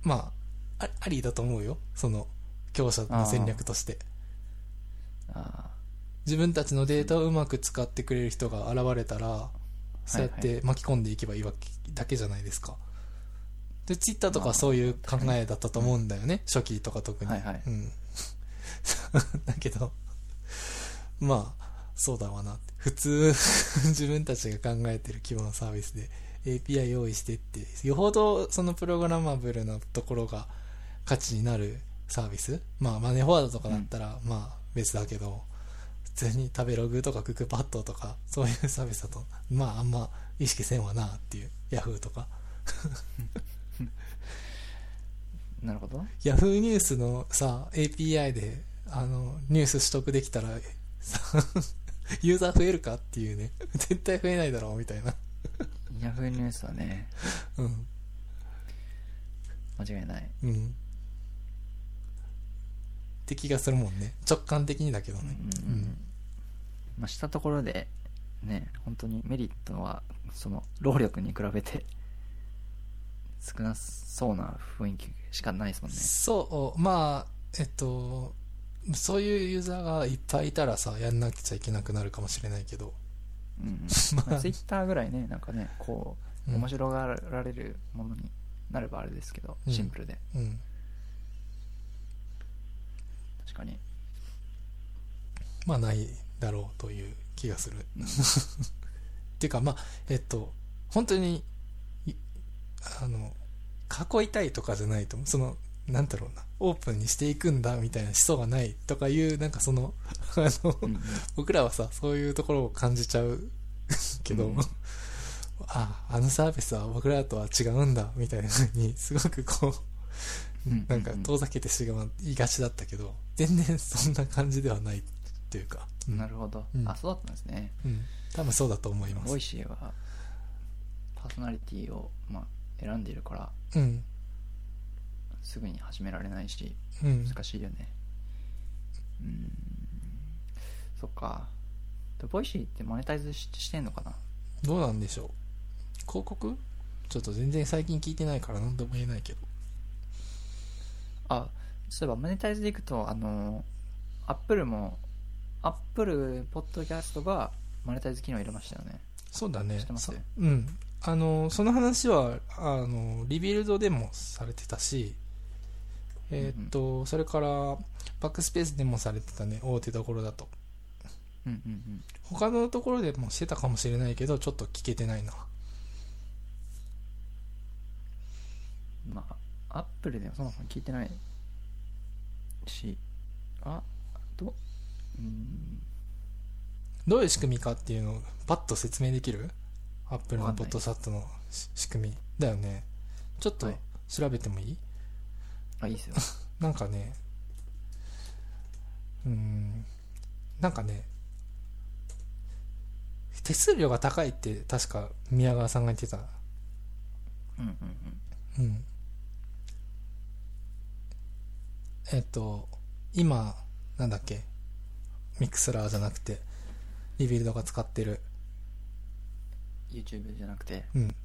Speaker 2: まああありだと思うよその強者の戦略として
Speaker 1: にあ
Speaker 2: 自分たちのデータをうまく使ってくれる人が現れたらそうやっ
Speaker 1: はい
Speaker 2: て巻き込んでいけばいいわけだけじゃないですかでツイッターとかそういう考えだったと思うんだよね初期とか特
Speaker 1: ー
Speaker 2: に
Speaker 1: はいはい、
Speaker 2: うん だけど、まあ、そうだわなって。普通、 自分たちが考えてる規模のサービスで API 用意してって、よほどそのプログラマブルなところが価値になるサービスまあ、マネーフォワードとかだったら、まあ、別だけど、普通に食べログとかクックパッドとか、そういうサービスだと、まあ、あんま意識せんわなっていう、ヤフーとか。
Speaker 1: なるほど
Speaker 2: ヤフーニュースのさ、API で、あの、ニュース取得できたら、 さ、ユーザー増えるかっていうね。 絶対増えないだろう、みたいな。
Speaker 1: ヤフーニュースはね
Speaker 2: うん。
Speaker 1: 間違いない
Speaker 2: うん。って気がするもんね。直感的にだけどね。
Speaker 1: うんうんうんまあしたところでね本当にメリットはその労力に比べて少なそうな雰囲気しかないですもんね
Speaker 2: そう、まあ、えっと、そういうユーザーがいっぱいいたらさ、やんなくちゃいけなくなるかもしれないけど。
Speaker 1: うんうん
Speaker 2: ま あ
Speaker 1: まあ、ツイッターぐらいね、なんかね、こう、
Speaker 2: うん
Speaker 1: 面白がられるものになればあれですけど、
Speaker 2: うん
Speaker 1: シンプルで、
Speaker 2: うん。
Speaker 1: 確かに。
Speaker 2: まあ、ないだろうという気が する。
Speaker 1: うん
Speaker 2: っていうか、まあ、えっと、本当に、いあの、囲いたいとかじゃないと思う、その、なんだろうな、オープンにしていくんだみたいな思想がないとかいう、なんかその、あの、
Speaker 1: うんうん
Speaker 2: 僕らはさ、そういうところを感じちゃう けど、
Speaker 1: うん
Speaker 2: あ、あのサービスは僕らとは違うんだみたいな風に、すごくこう、
Speaker 1: うん
Speaker 2: なんか遠ざけてしまいがちだったけど、全然そんな感じではないっていうか、うん
Speaker 1: なるほど、
Speaker 2: うん
Speaker 1: あ、そうだったんですね。
Speaker 2: うん、多分そうだと思いま
Speaker 1: ボ
Speaker 2: す
Speaker 1: イ。シーは、パーソナリティを、まあ、選んでいるから、
Speaker 2: うん、
Speaker 1: すぐに始められないし、
Speaker 2: うん、
Speaker 1: 難しいよね。うん。そっか。でボイシーってマネタイズししてんのかな
Speaker 2: どうなんでしょう広告ちょっと全然最近聞いてないから何とも言えないけど
Speaker 1: あそういえばマネタイズでいくとあのアップルもアップルポッドキャストがマネタイズ機能入れましたよね
Speaker 2: そうだね
Speaker 1: 知ってます
Speaker 2: そうんあのその話はあのリビルドでもされてたしえーっと、それからバックスペースでもされてたね大手どころだと
Speaker 1: うんうんうん
Speaker 2: 他のところでもしてたかもしれないけどちょっと聞けてないな
Speaker 1: まあアップルではそもそも聞いてないしあとうん
Speaker 2: どういう仕組みかっていうのをパッと説明できるアップル
Speaker 1: わかんな
Speaker 2: のポ
Speaker 1: い
Speaker 2: ッドサットのし仕組みだよねちょっと
Speaker 1: はい
Speaker 2: 調べてもいい
Speaker 1: あいいです よ
Speaker 2: なんかね、うーん、なんかね、手数料が高いって確か宮川さんが言ってた。
Speaker 1: うんうんうん
Speaker 2: うん。えっと、今、なんだっけ、ミクスラーじゃなくて、リビルドが使ってる、
Speaker 1: YouTube じゃなくて
Speaker 2: うん。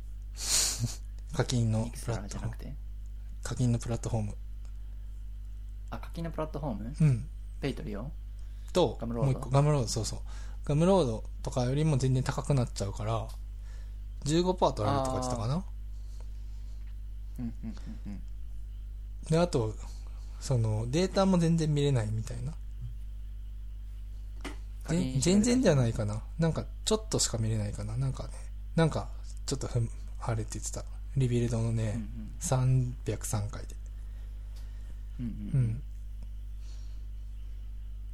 Speaker 2: 課金の
Speaker 1: ミクス
Speaker 2: プ
Speaker 1: ラ
Speaker 2: ラ
Speaker 1: ー
Speaker 2: ッ
Speaker 1: じ
Speaker 2: ト
Speaker 1: ゃ
Speaker 2: フォ
Speaker 1: な
Speaker 2: ーム
Speaker 1: く。て
Speaker 2: 課金のプラットフォーム。
Speaker 1: あ課金のプラットフォーム
Speaker 2: うん。
Speaker 1: ペイトリオン
Speaker 2: と、
Speaker 1: ガムロード
Speaker 2: もう一個、ガムロード、そうそう。ガムロードとかよりも全然高くなっちゃうから、15%取られるとか言ってたかな。
Speaker 1: うんうんうんうん
Speaker 2: で、あと、その、データも全然見れないみたいな。
Speaker 1: 課金してくれ
Speaker 2: ぜ全
Speaker 1: た
Speaker 2: 然じゃないかな。なんか、ちょっとしか見れないかな。なんかね、なんか、ちょっとふん、晴れって言ってた。リビルドの
Speaker 1: うんう
Speaker 2: ね、
Speaker 1: ん
Speaker 2: 303回で。
Speaker 1: う
Speaker 2: うんん。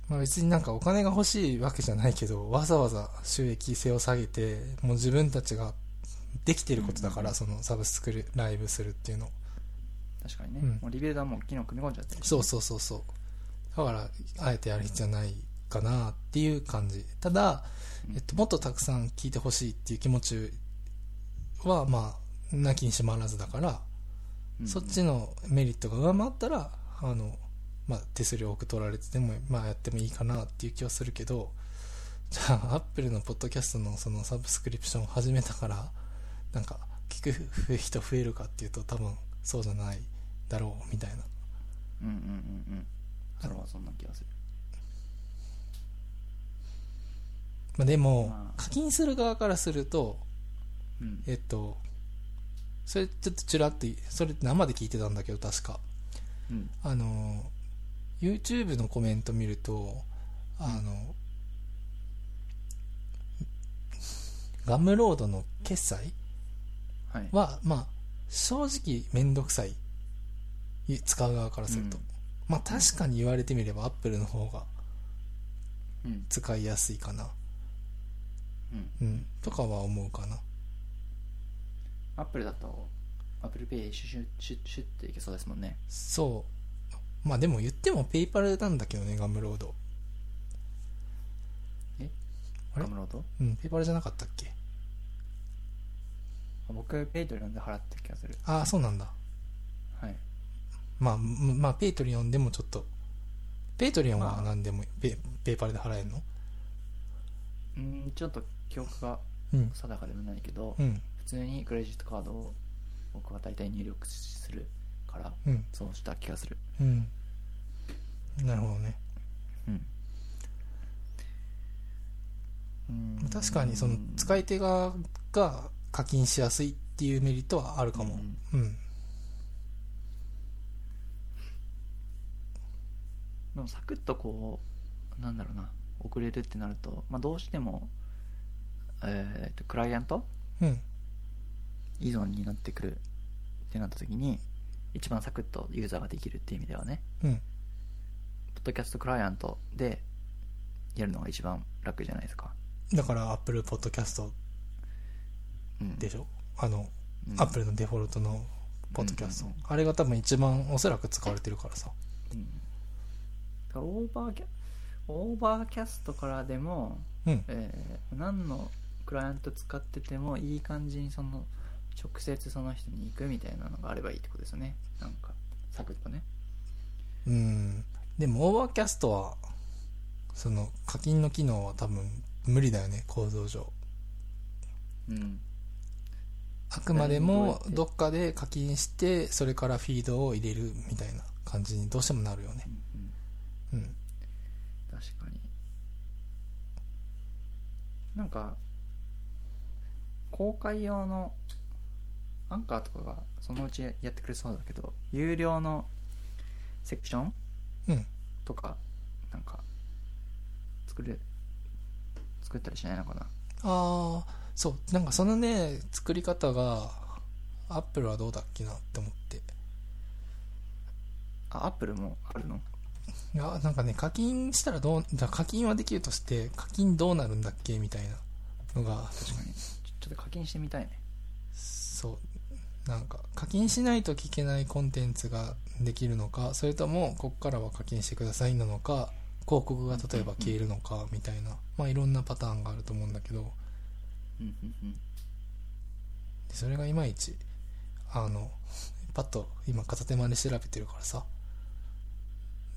Speaker 2: まあ別になんかお金が欲しいわけじゃないけど、わざわざ収益性を下げて、もう自分たちができてることだか
Speaker 1: うん
Speaker 2: ら、そのサブスクリライブするっていうの。
Speaker 1: 確かにね、
Speaker 2: うん
Speaker 1: もうリビルドはもう機能組み込んじゃってるし
Speaker 2: そうそうそうそう。だから、あえてやる必要ないかなっていう感じ。ただ
Speaker 1: う、ん
Speaker 2: えっと、もっとたくさん聞いてほしいっていう気持ちは、まあ、なきにしもあらずだから、
Speaker 1: うんうん
Speaker 2: そっちのメリットが上回ったら、あの、まあ、手数料多く取られてても、まあ、やってもいいかなっていう気はするけど、じゃあ、アップルのポッドキャストのそのサブスクリプションを始めたから、なんか、聞く人増えるかっていうと、多分、そうじゃないだろう、みたいな。
Speaker 1: うんうんうんうんそれはそんな気がする
Speaker 2: まあ、でも
Speaker 1: まあ、
Speaker 2: 課金する側からすると、
Speaker 1: うん
Speaker 2: えっと、それちょっとちらっと、それ生で聞いてたんだけど、確か。
Speaker 1: うん
Speaker 2: あの YouTube のコメント見るとあの、ガムロードの決済
Speaker 1: はい
Speaker 2: はまあ正直めんどくさいい使う側からすると、
Speaker 1: うん
Speaker 2: まあ確かに言われてみれば Apple の方が
Speaker 1: うん
Speaker 2: 使いやすいかな、
Speaker 1: うん
Speaker 2: うん、とかは思うかな
Speaker 1: アップルだとアップルペイシュシュシュシュっていけそうですもんね
Speaker 2: そうまあでも言っても PayPal なんだけどねガムロードあれ
Speaker 1: ガムロード
Speaker 2: うん PayPal じゃなかったっけ
Speaker 1: 僕ペイトリオンで払ってる気がする
Speaker 2: ああそうなんだ
Speaker 1: はい
Speaker 2: まあ、むまあ、ペイトリオンでもちょっと、ペイトリオン
Speaker 1: ま
Speaker 2: は
Speaker 1: あ
Speaker 2: 何でも、ペペイパルで払えるの
Speaker 1: うんちょっと記憶が
Speaker 2: うん。
Speaker 1: 定かでもないけど、
Speaker 2: うん。
Speaker 1: 普通にクレジットカードを僕は大体入力するから
Speaker 2: うん。
Speaker 1: そうした気がする
Speaker 2: うん。なるほどね。
Speaker 1: うん。うん
Speaker 2: 確かにその使い手側が課金しやすいっていうメリットはあるかも。うん。
Speaker 1: でもサクッとこうなんだろうな遅れるってなると、まあ、どうしても、えーとクライアント
Speaker 2: うん。
Speaker 1: 依存になってくるってなった時に一番サクッとユーザーができるっていう意味ではね
Speaker 2: うん。
Speaker 1: ポッドキャストクライアントでやるのが一番楽じゃないですか、
Speaker 2: だから、Apple Podcast
Speaker 1: うん、
Speaker 2: でしょあの、
Speaker 1: うん、
Speaker 2: Apple のデフォルトのポッドキャスト
Speaker 1: うんうん。
Speaker 2: あれが多分一番おそらく使われてるからさ。
Speaker 1: うんだからオーバーキャオーバーキャストからでも、
Speaker 2: うん。
Speaker 1: えー何のクライアント使っててもいい感じにその直接その人に行くみたいなのがあればいいってことですよねなんかサクッとね
Speaker 2: うん。でも、オーバーキャストは、その課金の機能は多分無理だよね、構造上。
Speaker 1: うん
Speaker 2: あくまでもどっかで課金してそれからフィードを入れるみたいな感じにどうしてもなるよね
Speaker 1: うんうん
Speaker 2: うん
Speaker 1: 確かになんか公開用のアンカーとかがそのうちやってくれそうだけど有料のセクション
Speaker 2: うん
Speaker 1: とかなんか作れ作ったりしないのかな
Speaker 2: ああそうなんかそのね作り方がアップルはどうだっけなって思って
Speaker 1: あアップルもあるの
Speaker 2: いやなんかね課金したらどうだ課金はできるとして課金どうなるんだっけみたいなのが
Speaker 1: 確かにちょちょっと課金してみたいね
Speaker 2: そうなんか課金しないと聞けないコンテンツができるのかそれともここからは課金してくださいなのか広告が例えば消えるのかみたいな、まあ、いろんなパターンがあると思うんだけど
Speaker 1: うんうんうん
Speaker 2: でそれがいまいちあのパッと今片手間で調べてるからさ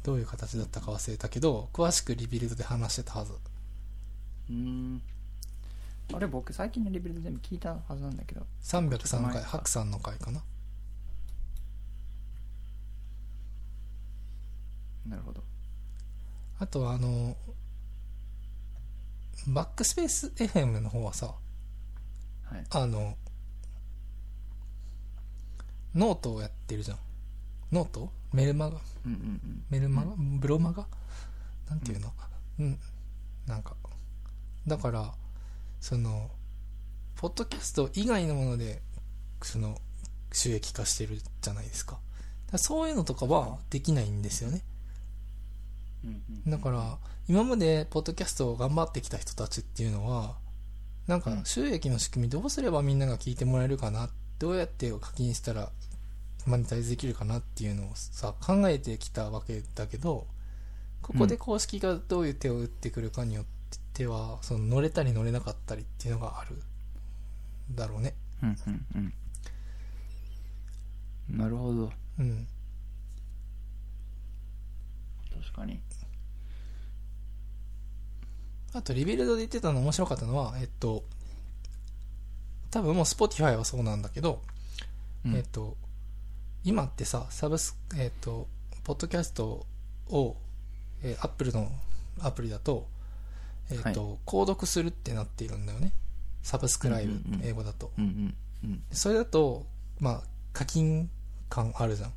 Speaker 2: どういう形だったか忘れたけど詳しくリビルドで話してたはず
Speaker 1: うーんあれ僕最近のレベルで全部聞いたはずなんだけど
Speaker 2: 303回白さんの回かな
Speaker 1: なるほど
Speaker 2: あとはあのバックスペース FM の方はさ
Speaker 1: はい
Speaker 2: あの、ノートをやってるじゃん。ノートメルマガ
Speaker 1: うんうんうん
Speaker 2: メルマガ、ブロマガなんていうのうん。なんか。だから、その、ポッドキャスト以外のもので、その、収益化してるじゃないですか。だからそういうのとかはできないんですよね。
Speaker 1: うんうん
Speaker 2: だから、今までポッドキャストを頑張ってきた人たちっていうのは、なんか収益の仕組みどうすればみんなが聞いてもらえるかな、どうやって課金したらマネタイズできるかなっていうのをさ、考えてきたわけだけど、ここで公式がどういう手を打ってくるかによっては、その乗れたり乗れなかったりっていうのがあるだろうね。
Speaker 1: うんうんうんなるほど
Speaker 2: うん。
Speaker 1: 確かに
Speaker 2: あと、リビルドで言ってたの面白かったのは、えっと、多分もう Spotify はそうなんだけど、
Speaker 1: うん
Speaker 2: えっと、今ってさ、サブス、えっと、ポッドキャストを、えー、Apple のアプリだと、えっと、購読するってなっているんだよね。サブスクライブ、
Speaker 1: うんうんうん
Speaker 2: 英語だと。
Speaker 1: うんうんうん
Speaker 2: それだと、まあ、課金感あるじゃん。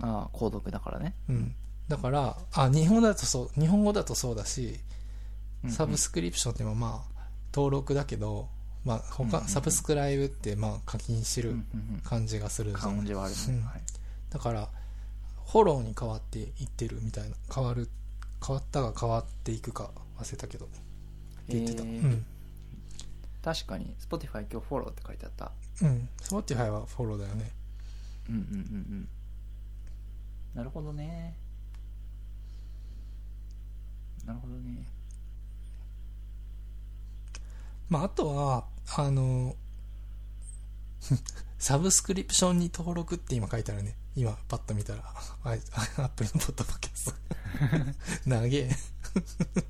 Speaker 1: ああ購読だからね
Speaker 2: うん。だから、あ、日本だとそう、日本語だとそうだし、サブ
Speaker 1: ス
Speaker 2: スクリプションってまあまあ登録だけど、まあ、
Speaker 1: うんうん
Speaker 2: 他
Speaker 1: うん
Speaker 2: サブスクライブってまあ課金して
Speaker 1: ク
Speaker 2: る感じがするじゃん
Speaker 1: 感じはある
Speaker 2: う
Speaker 1: ね
Speaker 2: ん
Speaker 1: はい
Speaker 2: だからフォローに変わっていってるみたいな変わる変わったが変わっていくか忘れたけどって言ってた、
Speaker 1: えー
Speaker 2: うん
Speaker 1: 確かに Spotify 今日フォローって書いてあった
Speaker 2: うんスポティファイはフォローだよね
Speaker 1: うんうんうんうんなるほどねなるほどね
Speaker 2: まああとはあの サブスクリプションに登録って今書いてあるね今パッと見たらあいあアップルのポッドキャス ト長え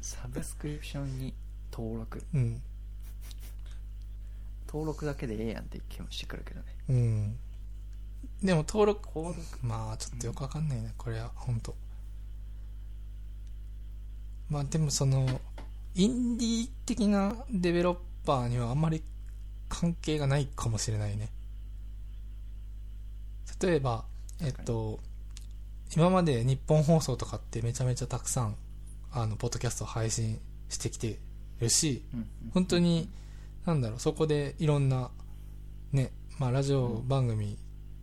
Speaker 1: サブスクリプションに登録
Speaker 2: うん
Speaker 1: 登録だけでええやんって気もしてくるけどね
Speaker 2: うん。でも登録、
Speaker 1: 登録
Speaker 2: まあちょっとよくわかんないね、これは、ほんと。まあでもその、インディー的なデベロッパーにはあんまり関係がないかもしれないね。例えば、えっと、今まで日本放送とかってめちゃめちゃたくさん、あの、ポッドキャストを配信してきてるし、
Speaker 1: うん
Speaker 2: 本当に、なんだろう、そこでいろんな、ね、まあ、ラジオ番組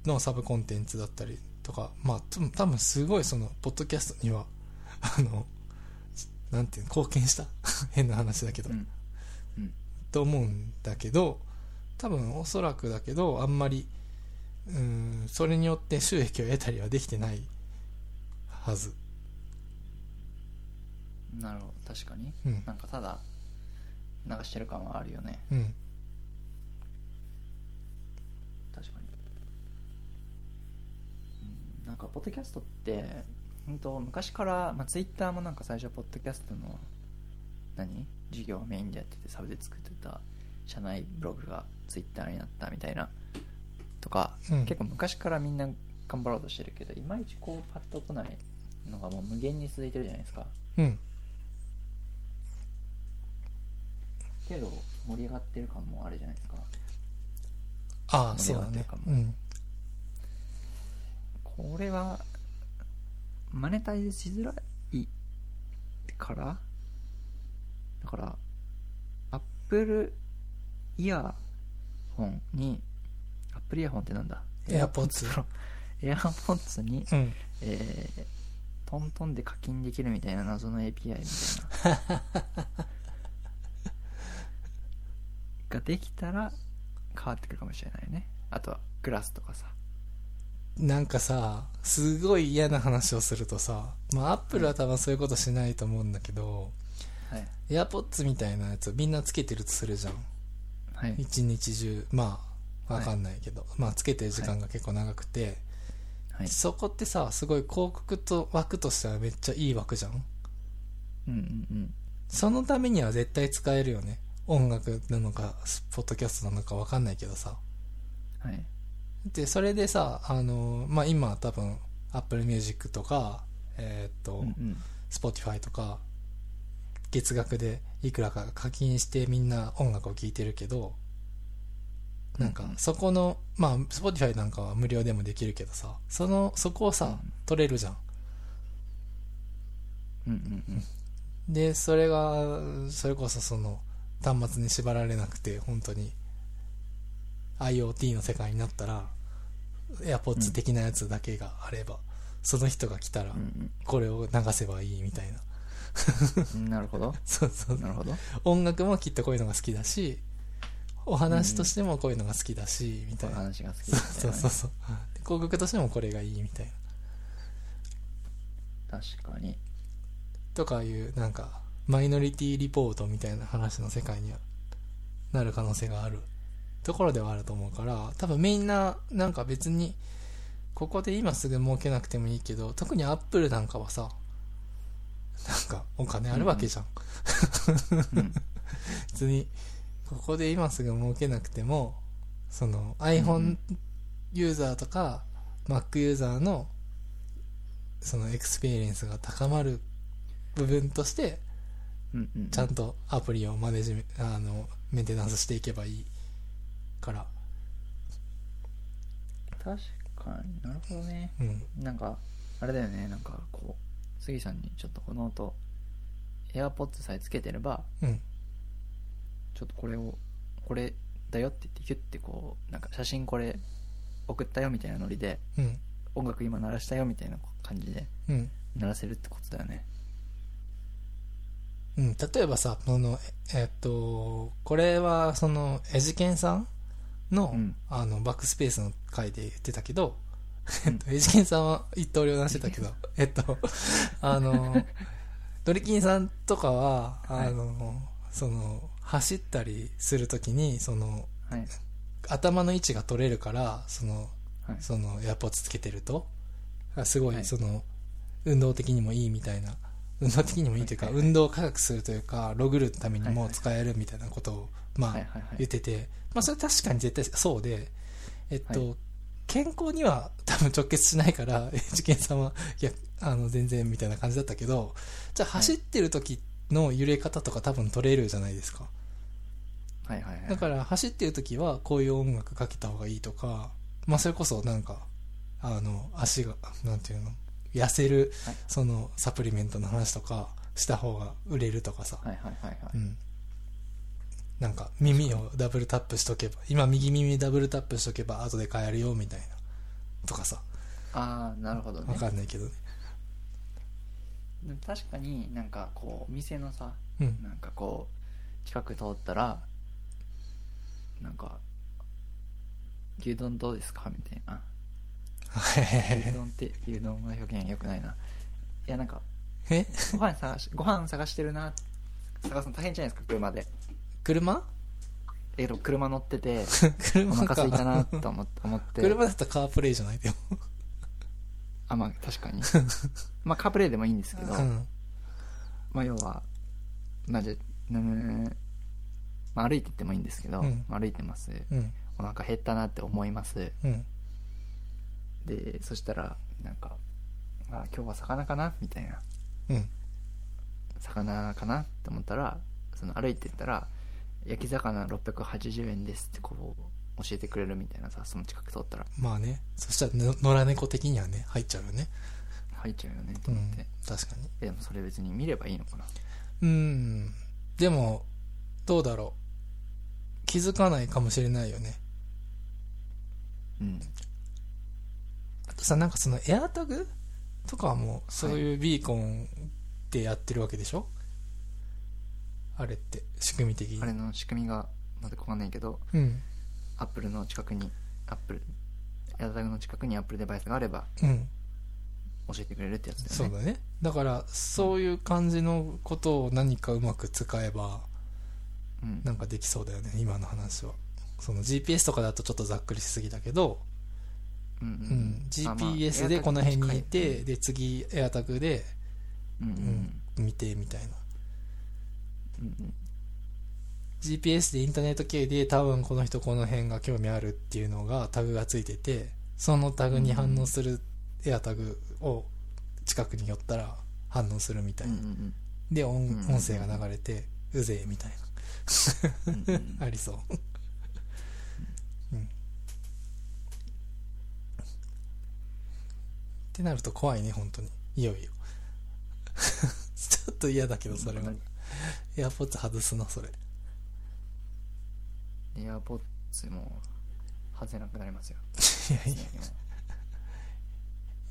Speaker 2: のサブコンテンツだったりとか、まあ、多分多分すごい、その、ポッドキャストには、 あの、なんていうの、貢献した 変な話だけど、
Speaker 1: うん
Speaker 2: と思うんだけど、多分おそらくだけど、あんまり、うーん、それによって収益を得たりはできてないはず。
Speaker 1: うんなるほど確かに
Speaker 2: うん
Speaker 1: な。んかただ流してる感はあるよね
Speaker 2: うん。
Speaker 1: 確かに、うん、なんかポッドキャストって本当昔から、まあ、ツイッターもなんか最初ポッドキャストの何授業をメインでやっててサブで作ってた社内ブログがツイッターになったみたいなとか、
Speaker 2: うん
Speaker 1: 結構昔からみんな頑張ろうとしてるけどいまいちこうパッと来ないのがもう無限に続いてるじゃないですか
Speaker 2: うん。
Speaker 1: けど盛り上がってる感もあるじゃないですか
Speaker 2: ああ、そうだ
Speaker 1: 盛り上がってる
Speaker 2: ね
Speaker 1: かも。
Speaker 2: うん。
Speaker 1: これはマネタイズしづらいからだからアップルイヤホンにアップルイヤホンって なんだ
Speaker 2: AirPods
Speaker 1: エアポッツに、
Speaker 2: うん。
Speaker 1: えートントンで課金できるみたいな謎の API みたいなができたら変わってくるかもしれないねあとはグラスとかさ
Speaker 2: なんかさ、すごい嫌な話をするとさ、まあ、アップルは多分そういうことしないと思うんだけど、
Speaker 1: はい
Speaker 2: エアポッツみたいなやつをみんなつけてるとするじゃん。
Speaker 1: はい
Speaker 2: 一日中、まあ、わかんないけど、まあ、つけてる時間が結構長くて、
Speaker 1: はい
Speaker 2: そこってさ、すごい広告と枠としてはめっちゃいい枠じゃん。
Speaker 1: うんうんうん
Speaker 2: そのためには絶対使えるよね。音楽なのか、ポッドキャストなのかわかんないけどさ。
Speaker 1: はい
Speaker 2: でそれでさあの、まあ、今多分 Apple Music とか、えーっと
Speaker 1: うんうん、
Speaker 2: Spotify とか月額でいくらか課金してみんな音楽を聴いてるけどなんか
Speaker 1: うんうん
Speaker 2: そこの、まあ Spotify なんかは無料でもできるけどさそのそこをさ、
Speaker 1: うん
Speaker 2: 取れるじゃん
Speaker 1: うんうんうん
Speaker 2: でそれがそれこそその端末に縛られなくて本当に IoT の世界になったら AirPods 的なやつだけがあれば、その人が来たら
Speaker 1: うん
Speaker 2: これを流せばいいみたいな、
Speaker 1: うんなるほど
Speaker 2: そうそう
Speaker 1: なるほど
Speaker 2: 音楽もきっとこういうのが好きだしお話としてもこういうのが好きだし、みたいな、
Speaker 1: 話が好き
Speaker 2: そう
Speaker 1: だ
Speaker 2: そうそうそうで広告としてもこれがいいみたいな
Speaker 1: 確か に
Speaker 2: とかいうなんかマイノリティリポートみたいな話の世界にはなる可能性があるところではあると思うから多分みんななんか別にここで今すぐ儲けなくてもいいけど特にアップルなんかはさなんかお金あるわけじゃん、
Speaker 1: うん
Speaker 2: 別にここで今すぐ儲けなくてもその iPhone ユーザーとか Mac ユーザーのそのエクスペリエンスが高まる部分として
Speaker 1: うんうん
Speaker 2: ちゃんとアプリをマネジメあのメンテナンスしていけばいいから、
Speaker 1: 確かになるほどね
Speaker 2: うん、
Speaker 1: なんかあれだよねなんかこう杉さんにちょっとこの音 AirPods さえつけてれば
Speaker 2: うん、
Speaker 1: ちょっとこれをこれだよって言ってヒュッてこうなんか写真これ送ったよみたいなノリで
Speaker 2: うん、
Speaker 1: 音楽今鳴らしたよみたいな感じで
Speaker 2: うん、
Speaker 1: 鳴らせるってことだよね
Speaker 2: うん。例えばさ、その、ええっと、これは、その、エジケンさんの、
Speaker 1: うん
Speaker 2: あの、バックスペースの回で言ってたけど、えっと、 エジケンさんは一刀両断してたけど、 えっと、あの、ドリキンさんとかは、あの、その、走ったりするときに、その、
Speaker 1: はい
Speaker 2: 頭の位置が取れるから、その、
Speaker 1: はい
Speaker 2: そのエアポッツつけてるとあすご
Speaker 1: はいい
Speaker 2: その運動的にもいいみたいな運動的にもいいというか
Speaker 1: はいはいは
Speaker 2: 運動を科学するというかログるために
Speaker 1: はい
Speaker 2: も
Speaker 1: はい
Speaker 2: 使えるみたいなことをま
Speaker 1: はい
Speaker 2: あ
Speaker 1: はいは
Speaker 2: 言
Speaker 1: い
Speaker 2: っててまあそれ確かに絶対そうでえっ
Speaker 1: は
Speaker 2: と健康には 多分直結しないから、 エンジケンさんは、いや、あの、全然みたいな感じだったけど、じゃあ走ってる時の揺れ方とか多分取れるじゃないですか。
Speaker 1: はいはいはい。
Speaker 2: だから走ってる時はこういう音楽かけた方がいいとか、まあそれこそなんか、あの、足が、なんていうの、痩せる
Speaker 1: はい、
Speaker 2: そのサプリメントの話とかした方が売れるとかさ。
Speaker 1: はいはいはいは
Speaker 2: う
Speaker 1: い。
Speaker 2: ん。なんか耳をダブルタップしとけば、今右耳ダブルタップしとけば後で変えるよみたいな。とかさ、
Speaker 1: ああ、なるほどね
Speaker 2: わ。かんないけどね。
Speaker 1: でも確かになんかこう、店のさ、
Speaker 2: うん。
Speaker 1: なんかこう、近く通ったら、なんか、牛丼どうですかみたいな。
Speaker 2: はいはいは
Speaker 1: 牛
Speaker 2: い
Speaker 1: 丼って、牛丼の表現良くないな。いやなんか、
Speaker 2: え
Speaker 1: ご飯探し、ご飯探してるな。探すの大変じゃないですか、車で。
Speaker 2: 車
Speaker 1: えけど車乗って て、お
Speaker 2: 車
Speaker 1: 腹
Speaker 2: か。
Speaker 1: 空いたなと思っ思って。
Speaker 2: 車だったらカープレイじゃないでも。
Speaker 1: あ、まあ確かに。まあカープレイでもいいんですけど、
Speaker 2: うん。
Speaker 1: まあ要は、まあじゃ、うん、まあ歩いてってもいいんですけど、
Speaker 2: うん
Speaker 1: まあ歩いてます。
Speaker 2: うん。
Speaker 1: お腹減ったなって思います。
Speaker 2: うん。
Speaker 1: で、そしたら、なんか、あ今日は魚かなみたいな。
Speaker 2: うん。
Speaker 1: 魚かなって思ったら、その歩いてったら、焼き魚680円ですってこう、教えてくれるみたいなさ、その近く通ったら、
Speaker 2: まあね。そしたらの、野良猫的にはね、入っちゃうよね。
Speaker 1: 入っちゃうよねと
Speaker 2: う
Speaker 1: 思っ
Speaker 2: ん
Speaker 1: て。。
Speaker 2: 確かに。
Speaker 1: えでもそれ別に見ればいいのかな。
Speaker 2: うん。でも、どうだろう。気づかないかもしれないよね。
Speaker 1: うん。
Speaker 2: あとさ、なんかそのエアタグとかはもう、そういうビーコンでやってるわけでしょ、あれって、仕組み的に。
Speaker 1: あれの仕組みがまだわかんないけど、
Speaker 2: うん。
Speaker 1: アップルの近くに、アップル、エアタグの近くにアップルデバイスがあれば
Speaker 2: うん。
Speaker 1: 教えてくれるってやつだよね。
Speaker 2: そうだね。だから、そういう感じのことを何かうまく使えば、
Speaker 1: うん。
Speaker 2: なんかできそうだよね、今の話は。その GPS とかだとちょっとざっくりしすぎだけど、
Speaker 1: うん
Speaker 2: う
Speaker 1: うん
Speaker 2: ん、
Speaker 1: まあまあ
Speaker 2: GPS でこの辺に
Speaker 1: エアタ
Speaker 2: い
Speaker 1: グ
Speaker 2: て、で、次、エアタグで、
Speaker 1: うんう
Speaker 2: うんん、見て、みたいな。
Speaker 1: うんうん。
Speaker 2: GPS でインターネット経由で、多分この人この辺が興味あるっていうのがタグがついてて、そのタグに反応するエアタグを近くに寄ったら反応するみたい
Speaker 1: うんう
Speaker 2: な。
Speaker 1: ん
Speaker 2: で、音
Speaker 1: うん
Speaker 2: 音声が流れて、うぜえ、みたい
Speaker 1: うんうんうん
Speaker 2: な。ありそう。うん。ってなると怖いね、本当に。いよい よ。ちょっと嫌だけど、それは。エアポッツ外すな、それ。
Speaker 1: エアポッツも外せなくなりますよ。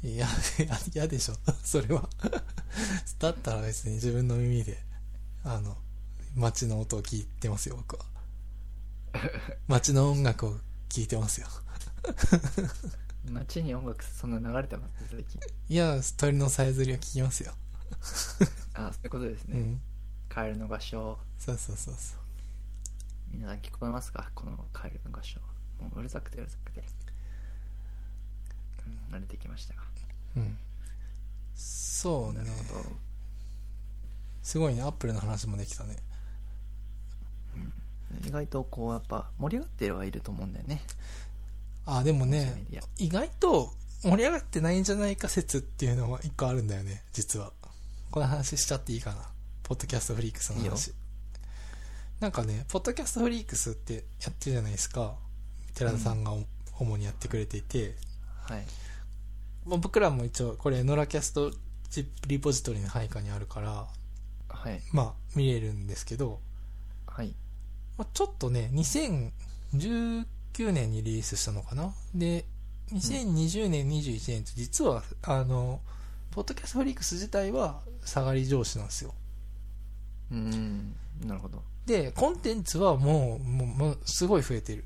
Speaker 2: いやいや。いや、いや嫌でしょ。 それは。だったら別に自分の耳で、あの、街の音を聞いてますよ、僕は。街の音楽を聞いてますよ。
Speaker 1: 街に音楽そんな流れてます最近。
Speaker 2: いや、鳥のさえずりを聞きますよ。
Speaker 1: あ、そういうことです
Speaker 2: う
Speaker 1: ね。
Speaker 2: ん。
Speaker 1: カエルの合唱。
Speaker 2: そうそうそうそう。
Speaker 1: 皆さん聞こえますかこのカエルの合唱。もううるさくてうるさくて。うん、慣れてきましたが。
Speaker 2: うん。そう
Speaker 1: な
Speaker 2: ね
Speaker 1: る。ほど。
Speaker 2: すごいね、アップルの話もできたね。
Speaker 1: 意外とこうやっぱ盛り上がってはいると思うんだよね。
Speaker 2: あ、でも
Speaker 1: ソーシャル
Speaker 2: ね
Speaker 1: メディ、
Speaker 2: 意外と盛り上がってないんじゃないか説っていうのは一個あるんだよね、実は。この話しちゃっていいかな。ポッドキャストフリークスの
Speaker 1: いいよ
Speaker 2: 話。なんかね、ポッドキャストフリークスってやってるじゃないですか。寺田さんがお、主にやってくれていて、
Speaker 1: はい。
Speaker 2: まあ、僕らも一応これノラキャストリポジトリの配下にあるから、
Speaker 1: はい。
Speaker 2: まあ見れるんですけど、
Speaker 1: はい。
Speaker 2: まあ、ちょっとね、2019年にリリースしたのかな。で、2020年、21年って実は、あの、ポッドキャストフリックス自体は下がり上司なんですよ。
Speaker 1: うーん。なるほど。
Speaker 2: で、コンテンツはもう、もう、もうすごい増えてる。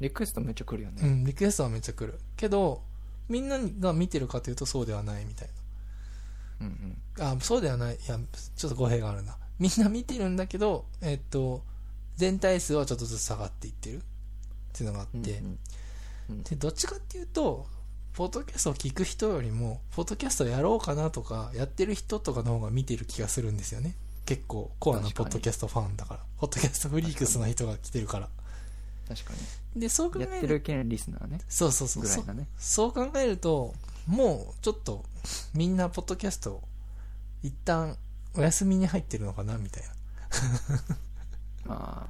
Speaker 1: リクエストめっちゃ来るよ
Speaker 2: う
Speaker 1: ね。
Speaker 2: ん、リクエストはめっちゃ来る。けど、みんなが見てるかというとそうではないみたい
Speaker 1: うんうん。
Speaker 2: な。あ、そうではない。いや、ちょっと語弊があるな。みんな見てるんだけど、えっと、全体数はちょっとずつ下がっていってるっていうのがあって、
Speaker 1: うんうん
Speaker 2: でどっちかっていうとポッドキャストを聞く人よりもポッドキャストやろうかなとかやってる人とかの方が見てる気がするんですよね結構コアな
Speaker 1: 確か
Speaker 2: ポ
Speaker 1: に
Speaker 2: ッドキャストファンだからポッドキャストフリークスの人が来てるから
Speaker 1: 確か
Speaker 2: で、そう考
Speaker 1: に。やっ
Speaker 2: え
Speaker 1: て
Speaker 2: る
Speaker 1: る権リスナーね。
Speaker 2: そうそうそう
Speaker 1: ぐら
Speaker 2: そ
Speaker 1: いうだね。
Speaker 2: そう考えるともうちょっとみんなポッドキャスト一旦お休みに入ってるのかなみたい
Speaker 1: ま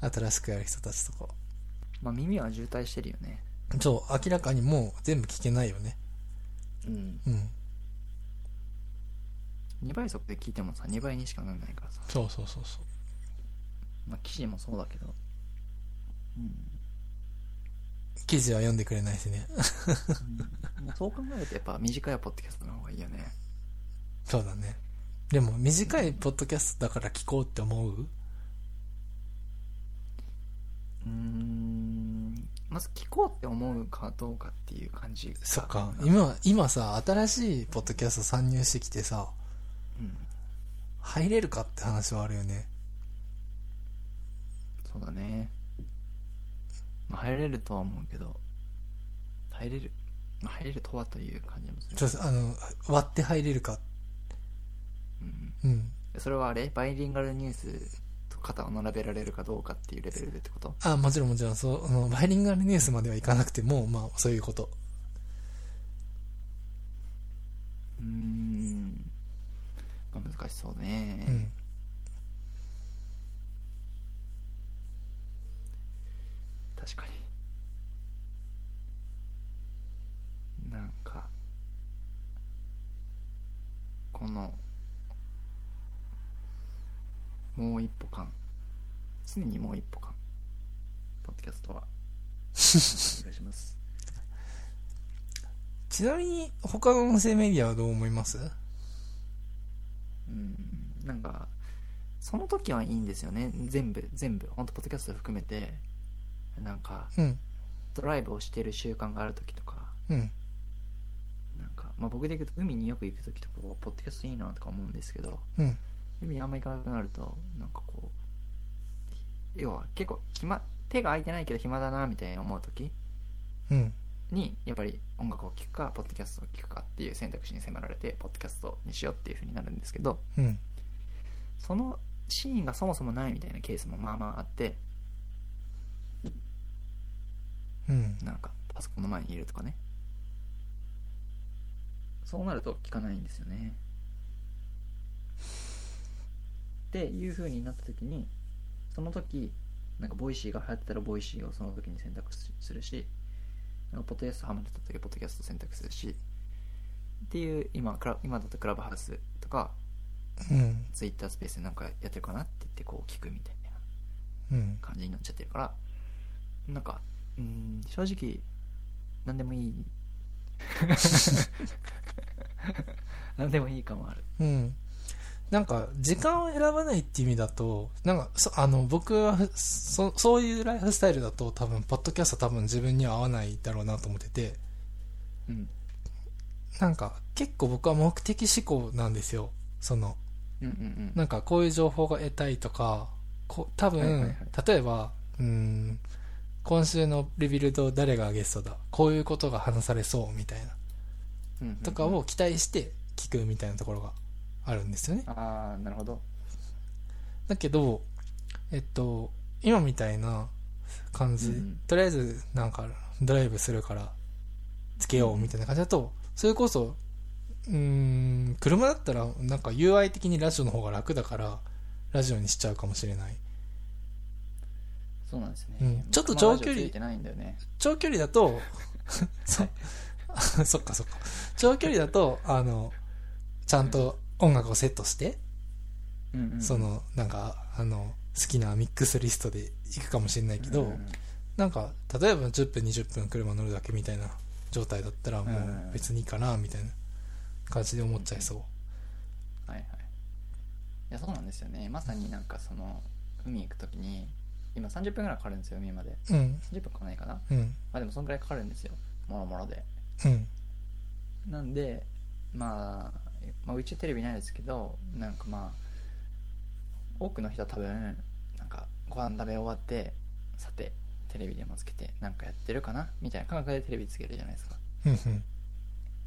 Speaker 1: あ、
Speaker 2: な新しくやる人たちとか
Speaker 1: まあ耳は渋滞してるよね。
Speaker 2: そう明らかにもう全部聞けないよね
Speaker 1: うん。
Speaker 2: うん
Speaker 1: 2倍速で聞いてもさ、2倍にしかならないからさ。
Speaker 2: そうそうそうそう
Speaker 1: まあ記事もそうだけど。うん。
Speaker 2: 記事は読んでくれないしね
Speaker 1: まあそう考えるとやっぱ短いポッドキャストの方がいいよね。
Speaker 2: そうだねでも短いポッドキャストだから聞こうって思う
Speaker 1: うーん。まず聞こうって思うかどうかっていう感じ。
Speaker 2: そっか
Speaker 1: うん
Speaker 2: 今今さ新しいポッドキャスト参入してきてさ
Speaker 1: うん。
Speaker 2: 入れるかって話はあるよね
Speaker 1: そうだね。まあ、入れるとは思うけど、入れる、まあ、入れるとはという感じもする。
Speaker 2: ちょっとあの割って入れるか
Speaker 1: うん、
Speaker 2: うん
Speaker 1: それはあれバイリンガルニュースと肩を並べられるかどうかっていうレベルでってこと
Speaker 2: あ、もちろんもちろん、そう、あの、バイリンガルニュースまではいかなくても、まあ、そういうこと。
Speaker 1: うーん。まあ、難しそうね。
Speaker 2: うん。
Speaker 1: 確かになんかこのもう一歩間常にもう一歩間ポッドキャストはお願いします
Speaker 2: ちなみに、他の音声メディアはどう思います
Speaker 1: うんなんかその時はいいんですよね全部全部本当ポッドキャスト含めてなんか
Speaker 2: うん、
Speaker 1: ドライブをしてる習慣がある時とか
Speaker 2: うん、
Speaker 1: なんか、まあ、僕で行くと海によく行く時とかはポッドキャストいいなとか思うんですけど
Speaker 2: うん、
Speaker 1: 海にあんま行かなくなるとなんかこう要は結構暇手が空いてないけど暇だなみたいに思う時
Speaker 2: うん。
Speaker 1: にやっぱり音楽を聴くかポッドキャストを聴くかっていう選択肢に迫られてポッドキャストにしようっていう風になるんですけど
Speaker 2: うん、
Speaker 1: そのシーンがそもそもないみたいなケースもまあまああって
Speaker 2: うん。
Speaker 1: なんかパソコンの前にいるとかねそうなると聞かないんですよねっていう風になった時にその時なんかボイシーが流行ってたらボイシーをその時に選択するしなんかポッドキャストハマってた時はポッドキャスト選択するしっていう今クラ今だとクラブハウスとか
Speaker 2: うん、
Speaker 1: ツイッタースペースでなんかやってるかなって言ってこう聞くみたいな
Speaker 2: うん。
Speaker 1: 感じになっちゃってるからなんかうん正直何でもい い何でもいい感はある
Speaker 2: うん。なんか、時間を選ばないって意味だと、なんか、そあの、僕はふそ、そういうライフスタイルだと、多分、ポッドキャスト多分自分には合わないだろうなと思ってて、
Speaker 1: うん
Speaker 2: なんか、結構僕は目的思考なんですよ。その、
Speaker 1: うんうんうん
Speaker 2: なんかこういう情報が得たいとか、こ多分、
Speaker 1: はいはいはい
Speaker 2: 例えば、うーん、今週のリビルド誰がゲストだ、こういうことが話されそうみたいな、
Speaker 1: うんうん
Speaker 2: とかを期待して聞くみたいなところがあるんですよね。
Speaker 1: ああなるほど
Speaker 2: だけど、えっと、今みたいな感じ、
Speaker 1: うんうん
Speaker 2: とりあえずなんかドライブするからつけようみたいな感じだと、それこそ、うーん、車だったらなんか UI 的にラジオの方が楽だから、ラジオにしちゃうかもしれない。
Speaker 1: そうなんですね、
Speaker 2: うんちょっと
Speaker 1: 僕も
Speaker 2: 長距離
Speaker 1: ラジオついてないんだよね
Speaker 2: 長距離 だと、そ、 そっかそっか。長距離だと、あの、ちゃんと音楽をセットして、
Speaker 1: うんうん
Speaker 2: その、なんか、あの、好きなミックスリストで行くかもしれないけど、
Speaker 1: うんうん
Speaker 2: なんか、例えば10分20分車乗るだけみたいな状態だったら、も
Speaker 1: うんう
Speaker 2: うん別にいいかな、みたいな感じで思っちゃいそう。
Speaker 1: はいはいいやそうなんですよねまさになんかその海行く時に今30分ぐらいかかるんですよ海まで
Speaker 2: うん、
Speaker 1: 30分かかんないかな
Speaker 2: うん、
Speaker 1: あでもそんくらいかかるんですよもろもろで
Speaker 2: うん、
Speaker 1: なんで、まあ、まあうちテレビないですけどなんかまあ多くの人は多分なんかご飯食べ終わってさてテレビでもつけてなんかやってるかなみたいな感覚でテレビつけるじゃないですか
Speaker 2: うん、うん、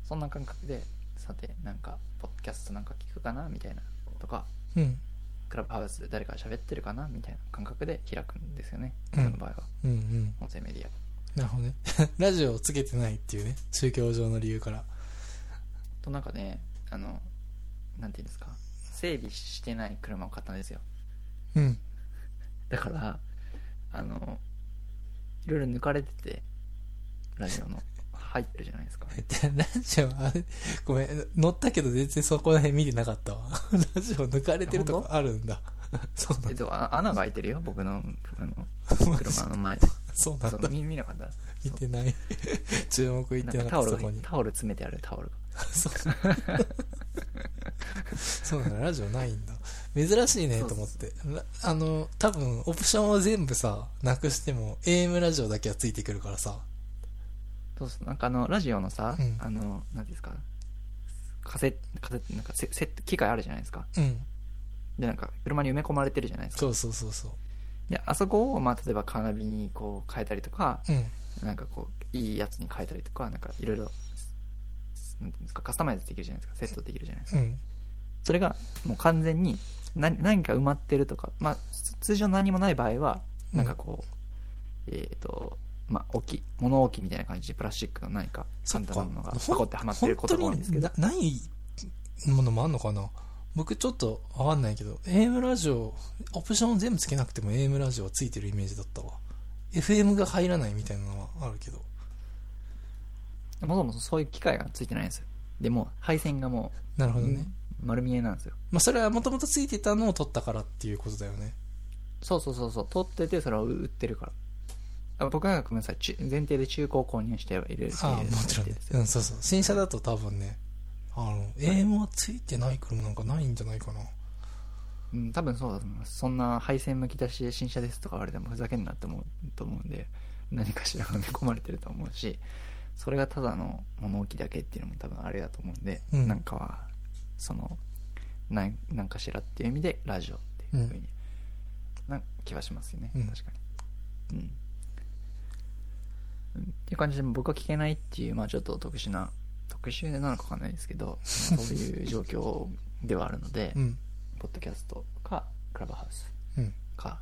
Speaker 1: そんな感覚でさてなんかポッドキャストなんか聞くかなみたいなとか
Speaker 2: うん、
Speaker 1: クラブハウスで誰かが喋ってるかなみたいな感覚で開くんですよね。
Speaker 2: うん
Speaker 1: その場合は、
Speaker 2: うんうん。
Speaker 1: 音声メディア。
Speaker 2: なるほどね。 ラジオをつけてないっていうね、宗教上の理由から。
Speaker 1: と、なんかね、あの、なんていうんですか、整備してない車を買ったんですよ。
Speaker 2: うん。
Speaker 1: だから、あの、いろいろ抜かれてて、ラジオの、入ってるじゃないですか。
Speaker 2: ラジオ、あれ、ごめん、乗ったけど全然そこら辺見てなかったわ。 ラジオ抜かれてるとこあるんだ。 そうな
Speaker 1: えっ
Speaker 2: んだ。
Speaker 1: と、あ穴が開いてるよ、僕の、あの、車の前。
Speaker 2: そうなん
Speaker 1: そう
Speaker 2: だ。
Speaker 1: 見見なかった。
Speaker 2: 見てない。 注目いって
Speaker 1: なん
Speaker 2: な
Speaker 1: か
Speaker 2: か
Speaker 1: タオ
Speaker 2: った、
Speaker 1: ル
Speaker 2: そ
Speaker 1: が
Speaker 2: こに、。
Speaker 1: タオル詰めてあるタオルが。
Speaker 2: そう そうなんだ、ラジオないんだ。珍しいね、と思って。らあの、多分、オプションを全部さ、なくしても、AM ラジオだけはついてくるからさ。
Speaker 1: そうそう、なんかあの、ラジオのさ、
Speaker 2: うん
Speaker 1: あの、なんていうんですか、カセット、カセット、なんかセ、セット、機械あるじゃないですか。
Speaker 2: うん。
Speaker 1: で、なんか、車に埋め込まれてるじゃないですか。
Speaker 2: そうそうそうそ
Speaker 1: で、あそこを、まあ、例えばカーナビにこう変えたりとか、
Speaker 2: う。うん。
Speaker 1: なんかこう、いいやつに変えたりとか、なんかいろいろ、なんていうんですか、カスタマイズできるじゃないですか、セットできるじゃないですか。
Speaker 2: うん。
Speaker 1: それが、もう完全に、な何か埋まってるとか、まあ、通常何もない場合は、なんかこう、えっ、と、まあ、置き、物置きみたいな感じで、プラスチックの何か、
Speaker 2: そ
Speaker 1: 簡
Speaker 2: っか
Speaker 1: 単なものが、
Speaker 2: ほん
Speaker 1: パコってはまってることが多いんですけど
Speaker 2: 本、当になないものもあんのかな僕ちょっとわかんないけど AM ラジオオプションを全部つけなくても AM ラジオはついてるイメージだったわ FM が入らないみたいなのはあるけど
Speaker 1: そもそもそういう機械がついてないんですよ。で、もう配線がも
Speaker 2: なるほ
Speaker 1: う、
Speaker 2: どね、
Speaker 1: 丸見えなんですよ。
Speaker 2: まあ、それはもともとついてたのを取ったからっていうことだよね
Speaker 1: そうそうそうそう、取ってて、それを売ってるから。あ僕なんかごめんなさい、中前提で中古を購入して入れる
Speaker 2: あ
Speaker 1: 入
Speaker 2: あ
Speaker 1: れる
Speaker 2: もちろん
Speaker 1: 前
Speaker 2: ね
Speaker 1: 提です、よ
Speaker 2: うん、そうそう新車だと多分ねあの AM はついてない車なんかないんじゃないかな
Speaker 1: うん、多分そうだと思います。そんな配線むき出しで新車ですとか言われてもふざけんなって思うと思うんで、何かしら埋め込まれてると思うし、それがただの物置だけっていうのも多分あれだと思うんで、
Speaker 2: うん
Speaker 1: なんかは、その、なんなんかしらっていう意味でラジオっていうふうに、な気はしますよね、
Speaker 2: うん
Speaker 1: 確かに。うん。うんっていう感じで僕は聞けないっていう、まあちょっと特殊な、特殊なのかわかんないですけど、そういう状況ではあるので、
Speaker 2: うん
Speaker 1: ポッドキャストか、クラブハウス
Speaker 2: うん
Speaker 1: か、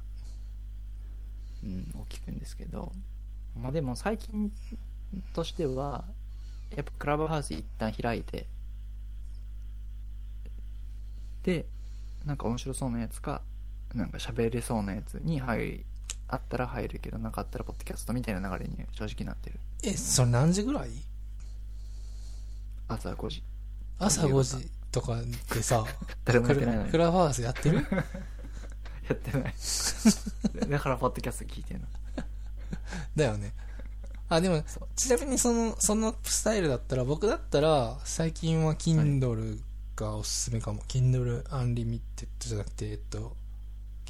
Speaker 1: うん、を聞くんですけど、まあでも最近としては、やっぱクラブハウス一旦開いて、で、なんか面白そうなやつか、なんか喋れそうなやつに入り、あったら入るけど、なかったらポッドキャストみたいな流れに正直なってる。
Speaker 2: えそれ何時ぐらい
Speaker 1: 朝5時。
Speaker 2: 朝5時とか でさ
Speaker 1: 誰も
Speaker 2: ク
Speaker 1: やってないの
Speaker 2: ラ
Speaker 1: に
Speaker 2: ク。ラブハウスやってる
Speaker 1: やって ない。だからポッドキャスト聞いてるの。
Speaker 2: だよね。あ、でも
Speaker 1: そう、
Speaker 2: ちなみにその、そのスタイルだったら、僕だったら、最近は Kindle がおすすめかも。Kindle Unlimited じゃなくて、えっと、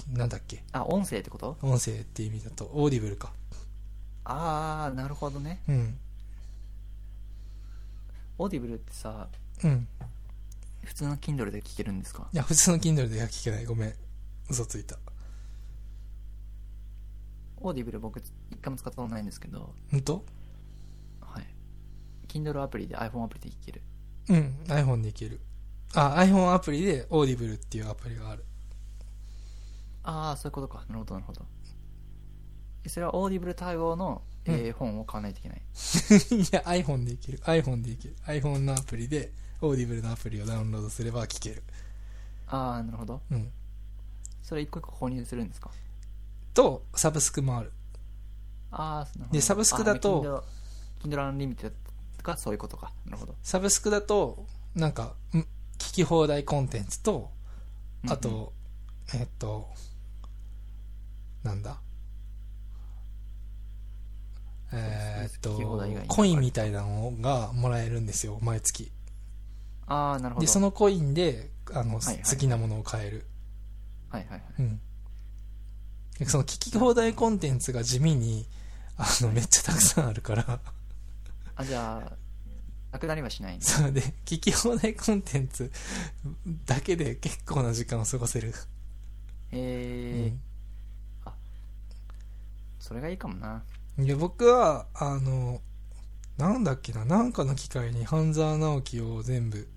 Speaker 2: なんだっけ、
Speaker 1: あ、音声ってこと
Speaker 2: 音声って意味だと、Audible か。
Speaker 1: あー、なるほどね。
Speaker 2: うん。
Speaker 1: オーディブルってさ、
Speaker 2: うん。
Speaker 1: 普通の Kindle で聞けるんですか
Speaker 2: いや、普通の Kindle では聞けない。ごめん。嘘ついた。
Speaker 1: オーディブル僕一回も使ったことないんですけど、
Speaker 2: ほんと
Speaker 1: はい。Kindle アプリで iPhone アプリで聞ける。
Speaker 2: うん。iPhone でいける。あ、iPhone アプリで Audible っていうアプリがある。
Speaker 1: ああ、そういうことか。なるほど、なるほど。えそれはオーディブル対応の、えー本を買わないといけない。
Speaker 2: いや、iPhone でいける。iPhone でいける。iPhone のアプリで Audible のアプリをダウンロードすれば聞ける。
Speaker 1: ああ、なるほど。
Speaker 2: うん。
Speaker 1: それ一個一個購入するんですか
Speaker 2: と、サブスクもある。
Speaker 1: ああ、なるほど。
Speaker 2: でサブスクだと
Speaker 1: あー、Kindle Kindle Unlimited がそういうことか。なるほど。
Speaker 2: サブスクだと、なんか、ん聞き放題コンテンツと、
Speaker 1: う
Speaker 2: あ
Speaker 1: んうん、
Speaker 2: と、えっと、なんだえーっ
Speaker 1: 聞き放題以外
Speaker 2: と
Speaker 1: に、
Speaker 2: コインみたいなのがもらえるんですよ、毎月。
Speaker 1: ああ、なるほど。
Speaker 2: で、そのコインで、あの、
Speaker 1: はいはい
Speaker 2: 好きなものを買える。
Speaker 1: はいはいはい。
Speaker 2: うん。でその聞き放題コンテンツが地味に、あの、めっちゃたくさんあるから、
Speaker 1: あ、じゃあ、なくなりはしないんです。
Speaker 2: そうで、聞き放題コンテンツだけで結構な時間を過ごせる。
Speaker 1: え
Speaker 2: う
Speaker 1: ー
Speaker 2: ん
Speaker 1: それがいいかもな。
Speaker 2: で僕はあのなんだっけななんかの機会に半沢直樹を全部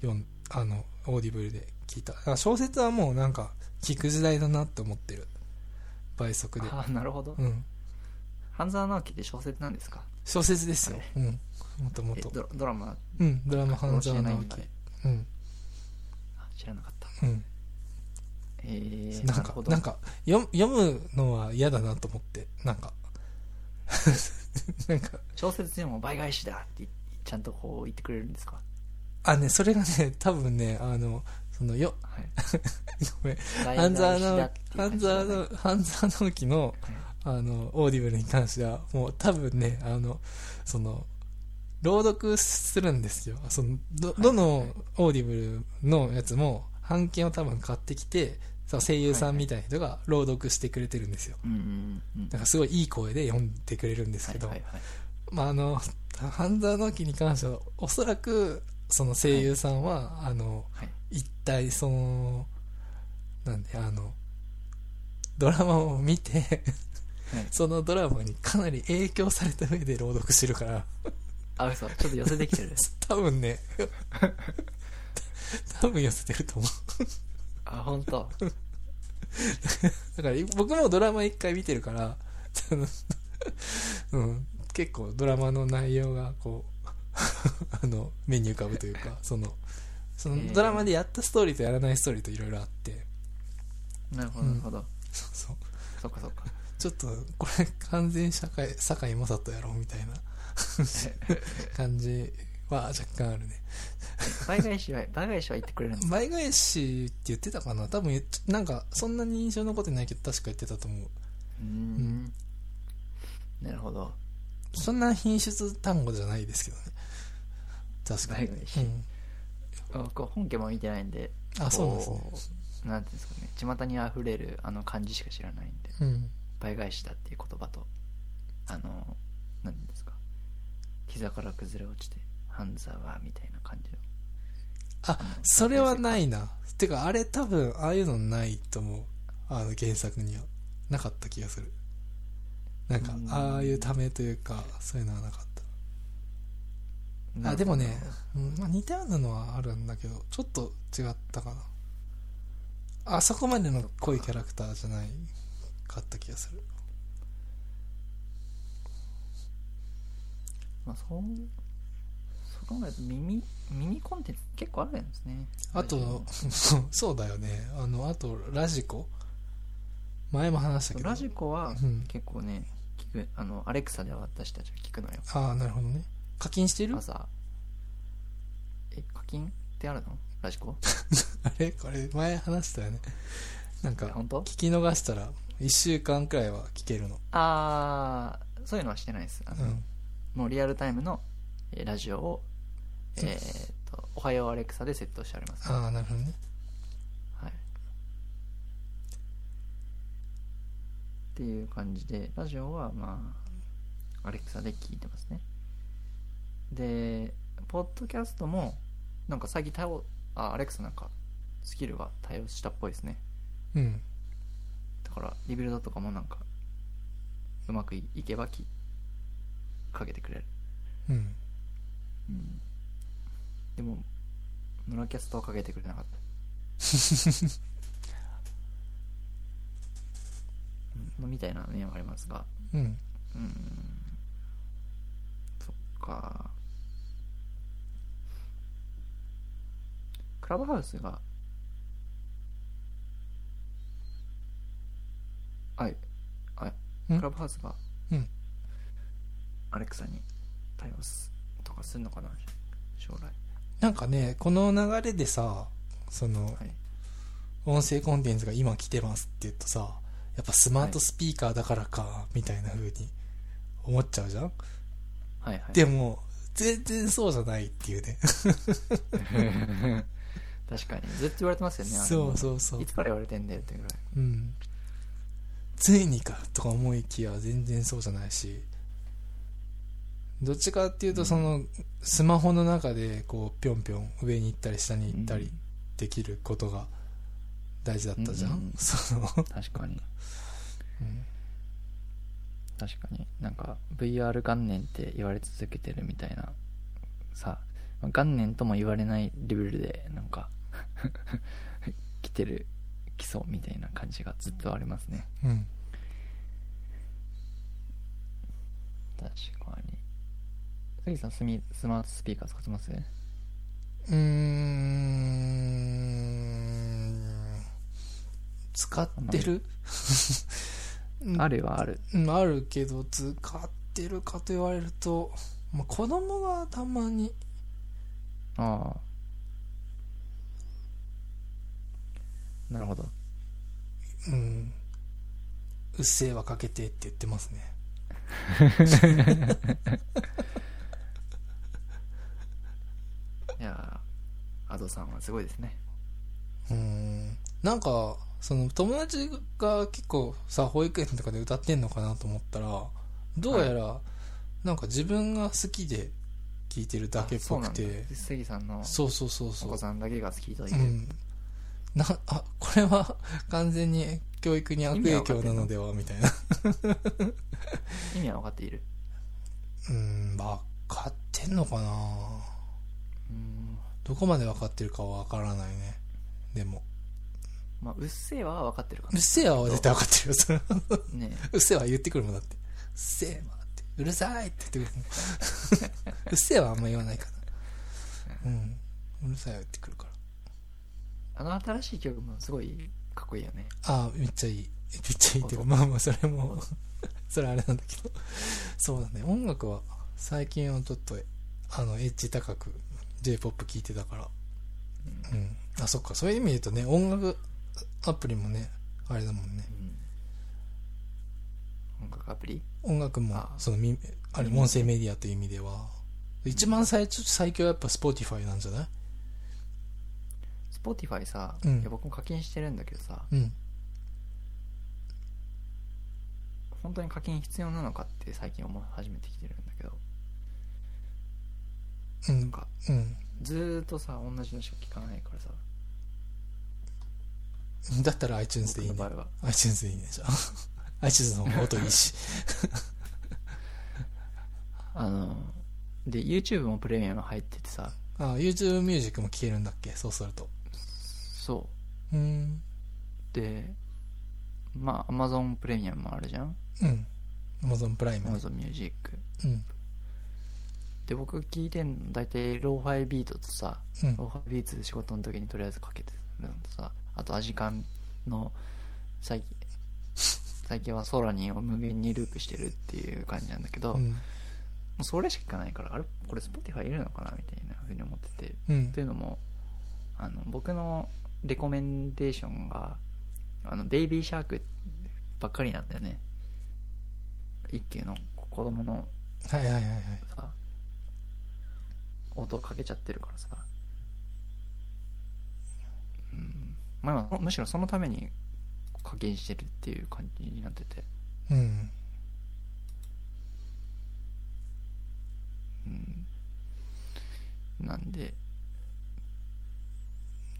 Speaker 2: 読んあのオーディブルで聞いたあ小説はもうなんか聞く時代だなって思ってる倍速で
Speaker 1: ああなるほど、
Speaker 2: うん
Speaker 1: 半沢直樹って小説なんですか
Speaker 2: 小説ですようんもとも
Speaker 1: え
Speaker 2: と
Speaker 1: ドラドラマ
Speaker 2: うんドラマ半沢直
Speaker 1: 知ら
Speaker 2: 樹
Speaker 1: ないんだ
Speaker 2: うん
Speaker 1: あ知らなかった
Speaker 2: うん
Speaker 1: えー、
Speaker 2: なん
Speaker 1: る
Speaker 2: か
Speaker 1: ほど
Speaker 2: なんか読む読むのは嫌だなと思ってなんか なんか
Speaker 1: 小説でも倍返しだってちゃんとこう言ってくれるんですか
Speaker 2: あねそれがね多分ねあのそのよ
Speaker 1: はい
Speaker 2: ごめん
Speaker 1: 倍
Speaker 2: 半
Speaker 1: 返
Speaker 2: 沢
Speaker 1: しだ
Speaker 2: 直
Speaker 1: っていう
Speaker 2: 樹
Speaker 1: 感
Speaker 2: 半
Speaker 1: じじゃない
Speaker 2: 沢直半沢直樹のあのオーディブルに関してはもう多分ねあのその朗読するんですよそのどどのオーディブルのやつも版権を多分買ってきてその声優さんみたいな人が朗読してくれてるんですよ
Speaker 1: うんうんうん
Speaker 2: なんかすごいいい声で読んでくれるんです
Speaker 1: は
Speaker 2: け
Speaker 1: い
Speaker 2: ど、
Speaker 1: はいはい
Speaker 2: まあ、あの半沢直樹に関してはおそらくその声優さんは、あの
Speaker 1: はい
Speaker 2: 一体そのなんであのドラマを見て
Speaker 1: はい
Speaker 2: そのドラマにかなり影響された上で朗読してるから
Speaker 1: あ嘘ちょっと寄せてきて る
Speaker 2: 多分 ね多分寄せてると思
Speaker 1: あ本当
Speaker 2: うだから僕もドラマ一回見てるから、 あのうん、結構ドラマの内容がこう あの目に浮かぶという かそのそ
Speaker 1: えー
Speaker 2: のドラマでやったストーリーとやらないストーリーといろいろあって
Speaker 1: なるほどなるほど、
Speaker 2: そうそう
Speaker 1: そっかそっか
Speaker 2: ちょっとこれ完全社会堺井雅人やろみたいな感じは若干あるね
Speaker 1: 倍返しは倍返しは言ってくれるんです
Speaker 2: 前返しって言ってたかな多分言っなんかそんなに印象残ってないけど確か言ってたと思う
Speaker 1: うーんなるほど
Speaker 2: そんな品質単語じゃないですけどね確かに、
Speaker 1: 倍返し
Speaker 2: うん、
Speaker 1: 僕は本家も見てないんで
Speaker 2: あそうなんですね
Speaker 1: こうなんていうんですかね巷にあふれるあの漢字しか知らないんで
Speaker 2: うん
Speaker 1: 倍返しだっていう言葉とあの何ですか膝から崩れ落ちて半沢みたいな感じの
Speaker 2: あそれはないなてかあれ多分ああいうのないと思うあの原作にはなかった気がするなんか
Speaker 1: うん
Speaker 2: ああいうためというかそういうのはなかったあでもね、うんまあ、似たようなのはあるんだけどちょっと違ったかなあそこまでの濃いキャラクターじゃないかった気がする
Speaker 1: まあ、そうそう考えると耳耳コンテンツ結構あるんですね
Speaker 2: あと そうだよねあのあとラジコ前も話したけど
Speaker 1: ラジコは
Speaker 2: うん
Speaker 1: 結構ね、聞くあのアレクサで私たちは聞くのよ
Speaker 2: ああなるほどね課金してるあ
Speaker 1: 朝え課金ってあるのラジコ
Speaker 2: れこれ前話したよねなんか
Speaker 1: え本当
Speaker 2: 聞き逃したら1週間くらいは聞けるの
Speaker 1: ああそういうのはしてないですあ
Speaker 2: う
Speaker 1: の、
Speaker 2: ん
Speaker 1: もうリアルタイムのえーラジオをえーっと「おはようアレクサ」でセットしてあります、
Speaker 2: ああなるほどね
Speaker 1: はい、っていう感じでラジオはまあアレクサで聞いてますねでポッドキャストもなんか最近対応あアレクサなんかスキルが対応したっぽいですね
Speaker 2: うん
Speaker 1: だからリビルドとかもなんかうまくいいけばきかけてくれる
Speaker 2: うん
Speaker 1: うんでもノラキャストはかけてくれなかったうんみたいな面はありますが
Speaker 2: うん
Speaker 1: うんそっかクラブハウスがはいはい
Speaker 2: ん
Speaker 1: クラブハウスが
Speaker 2: うん
Speaker 1: アレクサに対応すとかするのかな将来
Speaker 2: なんかねこの流れでさその、
Speaker 1: はい
Speaker 2: 音声コンテンツが今来てますって言うとさやっぱスマートスピーカーだからかみたいな風に思っちゃうじゃん、
Speaker 1: はいはい
Speaker 2: でも全然そうじゃないっていうね
Speaker 1: 確かにずっと言われてますよねあの
Speaker 2: そうそうそう
Speaker 1: いつから言われてんだよってぐらい
Speaker 2: うんついにかとか思いきや全然そうじゃないしどっちかっていうとそのスマホの中でこうぴょんぴょん上に行ったり下に行ったりできることが大事だったじゃん、
Speaker 1: うんうんうん
Speaker 2: その、
Speaker 1: 確かに
Speaker 2: うん
Speaker 1: 確かになんか VR 元年って言われ続けてるみたいなさまあ元年とも言われないレベルでなんか 来てるきそうみたいな感じがずっとありますね。
Speaker 2: うん。
Speaker 1: 確かに。杉さんスミ、スマートスピーカー使ってます
Speaker 2: うーん。使ってる
Speaker 1: あるはある。
Speaker 2: うんあるけど使ってるかと言われると、まあ、子供がたまに
Speaker 1: ああ。なるほど。
Speaker 2: うん「うっせぇわかけて」って言ってますね
Speaker 1: いやー、アドさんはすごいですね。
Speaker 2: うんなんかその友達が結構さ保育園とかで歌ってんのかなと思ったらどうやら、なんか自分が好きで聴いてるだけっぽく
Speaker 1: そうなん
Speaker 2: て
Speaker 1: だ杉さんの
Speaker 2: そうそうそう
Speaker 1: お
Speaker 2: そう
Speaker 1: 子さんだけが好きというう。
Speaker 2: んなあこれは完全に教育に悪影響なのではみたいな
Speaker 1: 意味は分かっている。
Speaker 2: うーん、分かってんのかな
Speaker 1: うん。
Speaker 2: どこまで分かってるかは分からないね。でも。
Speaker 1: まあ、うっせぇわは分かってるか
Speaker 2: うっせぇわは絶対分かってるよ、 それは。
Speaker 1: ら。ね
Speaker 2: うっせぇわ言ってくるもんだって。うっせぇわって。うるさいって言ってくるもん。うっせぇわはあん ま言わないかな。うん。うるさいは言ってくるから。
Speaker 1: あの新しい曲もすごいかっこいいよね。
Speaker 2: ああ、めっちゃいい。めっちゃいいっていうか、まあまあ、それも、 それあれなんだけど。そうだね。音楽は、最近はちょっと、あの、エッジ高く J-POP 聴いてたから。うん。あ、そっか。そういう意味で言うとね、音楽アプリもね、あれだもんね
Speaker 1: う。ん。音楽アプリ
Speaker 2: 音楽も
Speaker 1: あ、
Speaker 2: その、みあれ、音声メディアという意味では、一番最初最強はやっぱ Spotify なんじゃない
Speaker 1: Spotify さ、
Speaker 2: うん
Speaker 1: いや僕も課金してるんだけどさ、
Speaker 2: うん。
Speaker 1: 本当に課金必要なのかって最近思い始めてきてるんだけど、
Speaker 2: う
Speaker 1: なん
Speaker 2: ん。
Speaker 1: か、
Speaker 2: うん。
Speaker 1: ずーっとさ、同じのしか聞かないからさ、
Speaker 2: だったら iTunes でいい
Speaker 1: 僕
Speaker 2: ね
Speaker 1: の。場合は。
Speaker 2: iTunes でいいね、 じゃあ。iTunes の方が音い いし。
Speaker 1: あの、で、YouTube もプレミアム入っててさ、
Speaker 2: ああ、YouTube ミュージックも聴けるんだっけそうすると。
Speaker 1: そう
Speaker 2: ーん。
Speaker 1: う。で、まあ、Amazon プレミアムもあるじゃん
Speaker 2: うん。Amazon プライム。
Speaker 1: ?Amazon ミュージック。
Speaker 2: うん。
Speaker 1: で、僕聞いてんの、大体、ローファイビートとさ、
Speaker 2: うん
Speaker 1: ロ。ーファイビーツ仕事の時にとりあえずかけてるのとさあとアジカンの最近最近は空にを無限にループしてるっていう感じなんだけど、
Speaker 2: う
Speaker 1: も
Speaker 2: ん。
Speaker 1: うそれしか聞かないからあれこれ Spotify いるのかなみたいな風に思ってて
Speaker 2: うん
Speaker 1: と。いうのもあの僕のレコメンデーションがあのベイビーシャークばっかりなんだよね一休の子供の
Speaker 2: はいはいはいはい。
Speaker 1: さ音かけちゃってるからさ、うんまあ、今むしろそのために課金してるっていう感じになってて、
Speaker 2: うん。
Speaker 1: うん、なんで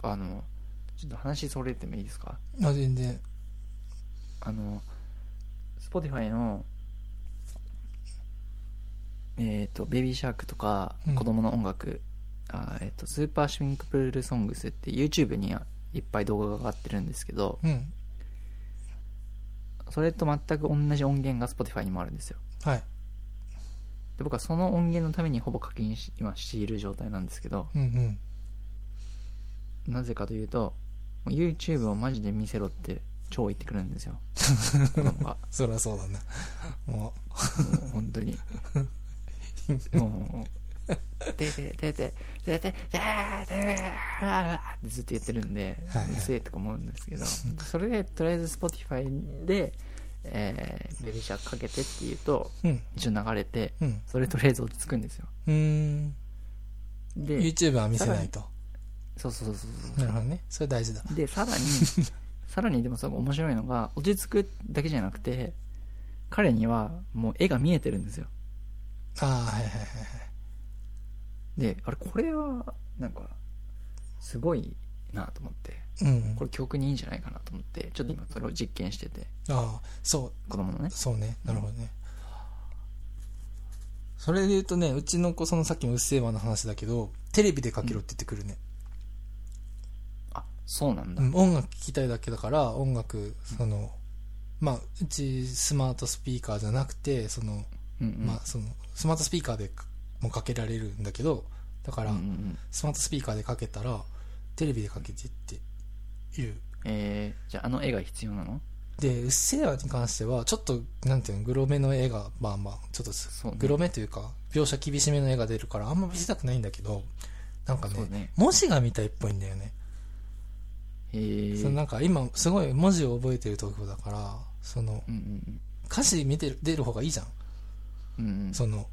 Speaker 1: あのちょっと話それてもいいですか
Speaker 2: あ、全然。
Speaker 1: あの Spotify のえっ、と「ベイビーシャーク」とか
Speaker 2: うん
Speaker 1: 子供の音楽、あえー、とスーパーシンクプルソングスって YouTube にいっぱい動画が上がってるんですけど
Speaker 2: うん。
Speaker 1: それと全く同じ音源が Spotify にもあるんですよ
Speaker 2: はい。
Speaker 1: で僕はその音源のためにほぼ課金し今している状態なんですけど
Speaker 2: うんうん。
Speaker 1: なぜかというともう YouTube をマジで見せろって超言ってくるんです よ子供が
Speaker 2: そりゃそうだな。 も
Speaker 1: もう本当に。もう、てててててててててってずっと言ってるんで、
Speaker 2: はいはいう
Speaker 1: るせえとか思うんですけど、それでとりあえず Spotify で、えー、ベビーシャークかけてって言うと、
Speaker 2: う。うん。
Speaker 1: 一応流れて、
Speaker 2: うん。
Speaker 1: それとりあえず落ち着くんですよ。
Speaker 2: うーん。
Speaker 1: で、
Speaker 2: YouTube は見せないと。
Speaker 1: そうそうそうそうそ
Speaker 2: なるほどね。それ大事だ。
Speaker 1: う。で、さらに、さらにでもすごい面白いのが、落ち着くだけじゃなくて、彼にはもう絵が見えてるんですよ。
Speaker 2: ああ、はいはいはい
Speaker 1: であれこれはなんかすごいなと思って
Speaker 2: はい。うん
Speaker 1: こ。れ曲にいいんじゃないかなと思ってちょっと今それを実験してて
Speaker 2: ああ、そう。
Speaker 1: 子供のね
Speaker 2: そうね。なるほどね。それで言うとね、うちの子、そのさっきのうっせぇわの話だけど、テレビでかけろって言ってくるね。
Speaker 1: あそうなんだ
Speaker 2: う。ん音楽聴きたいだけだから音楽その、まあうちスマートスピーカーじゃなくてその、
Speaker 1: うんうん
Speaker 2: まあそのスマートスピーカーでかもかけられるんだけどだから、
Speaker 1: うんうんうん
Speaker 2: スマートスピーカーでかけたらテレビでかけてっていう
Speaker 1: えー、じゃああの絵が必要なの
Speaker 2: で「うっせぇわ」に関してはちょっとなんていうのグロめの絵がまあまあちょっとす
Speaker 1: そうね
Speaker 2: グロめというか描写厳しめの絵が出るからあんま見せたくないんだけどなんか
Speaker 1: そう
Speaker 2: ね
Speaker 1: ね
Speaker 2: 文字が見たいっぽいんだよね
Speaker 1: えー、
Speaker 2: そのなんか今すごい文字を覚えてる東京だからその
Speaker 1: うんうん
Speaker 2: 歌詞見てる出る方がいいじゃん
Speaker 1: うんうんうん
Speaker 2: その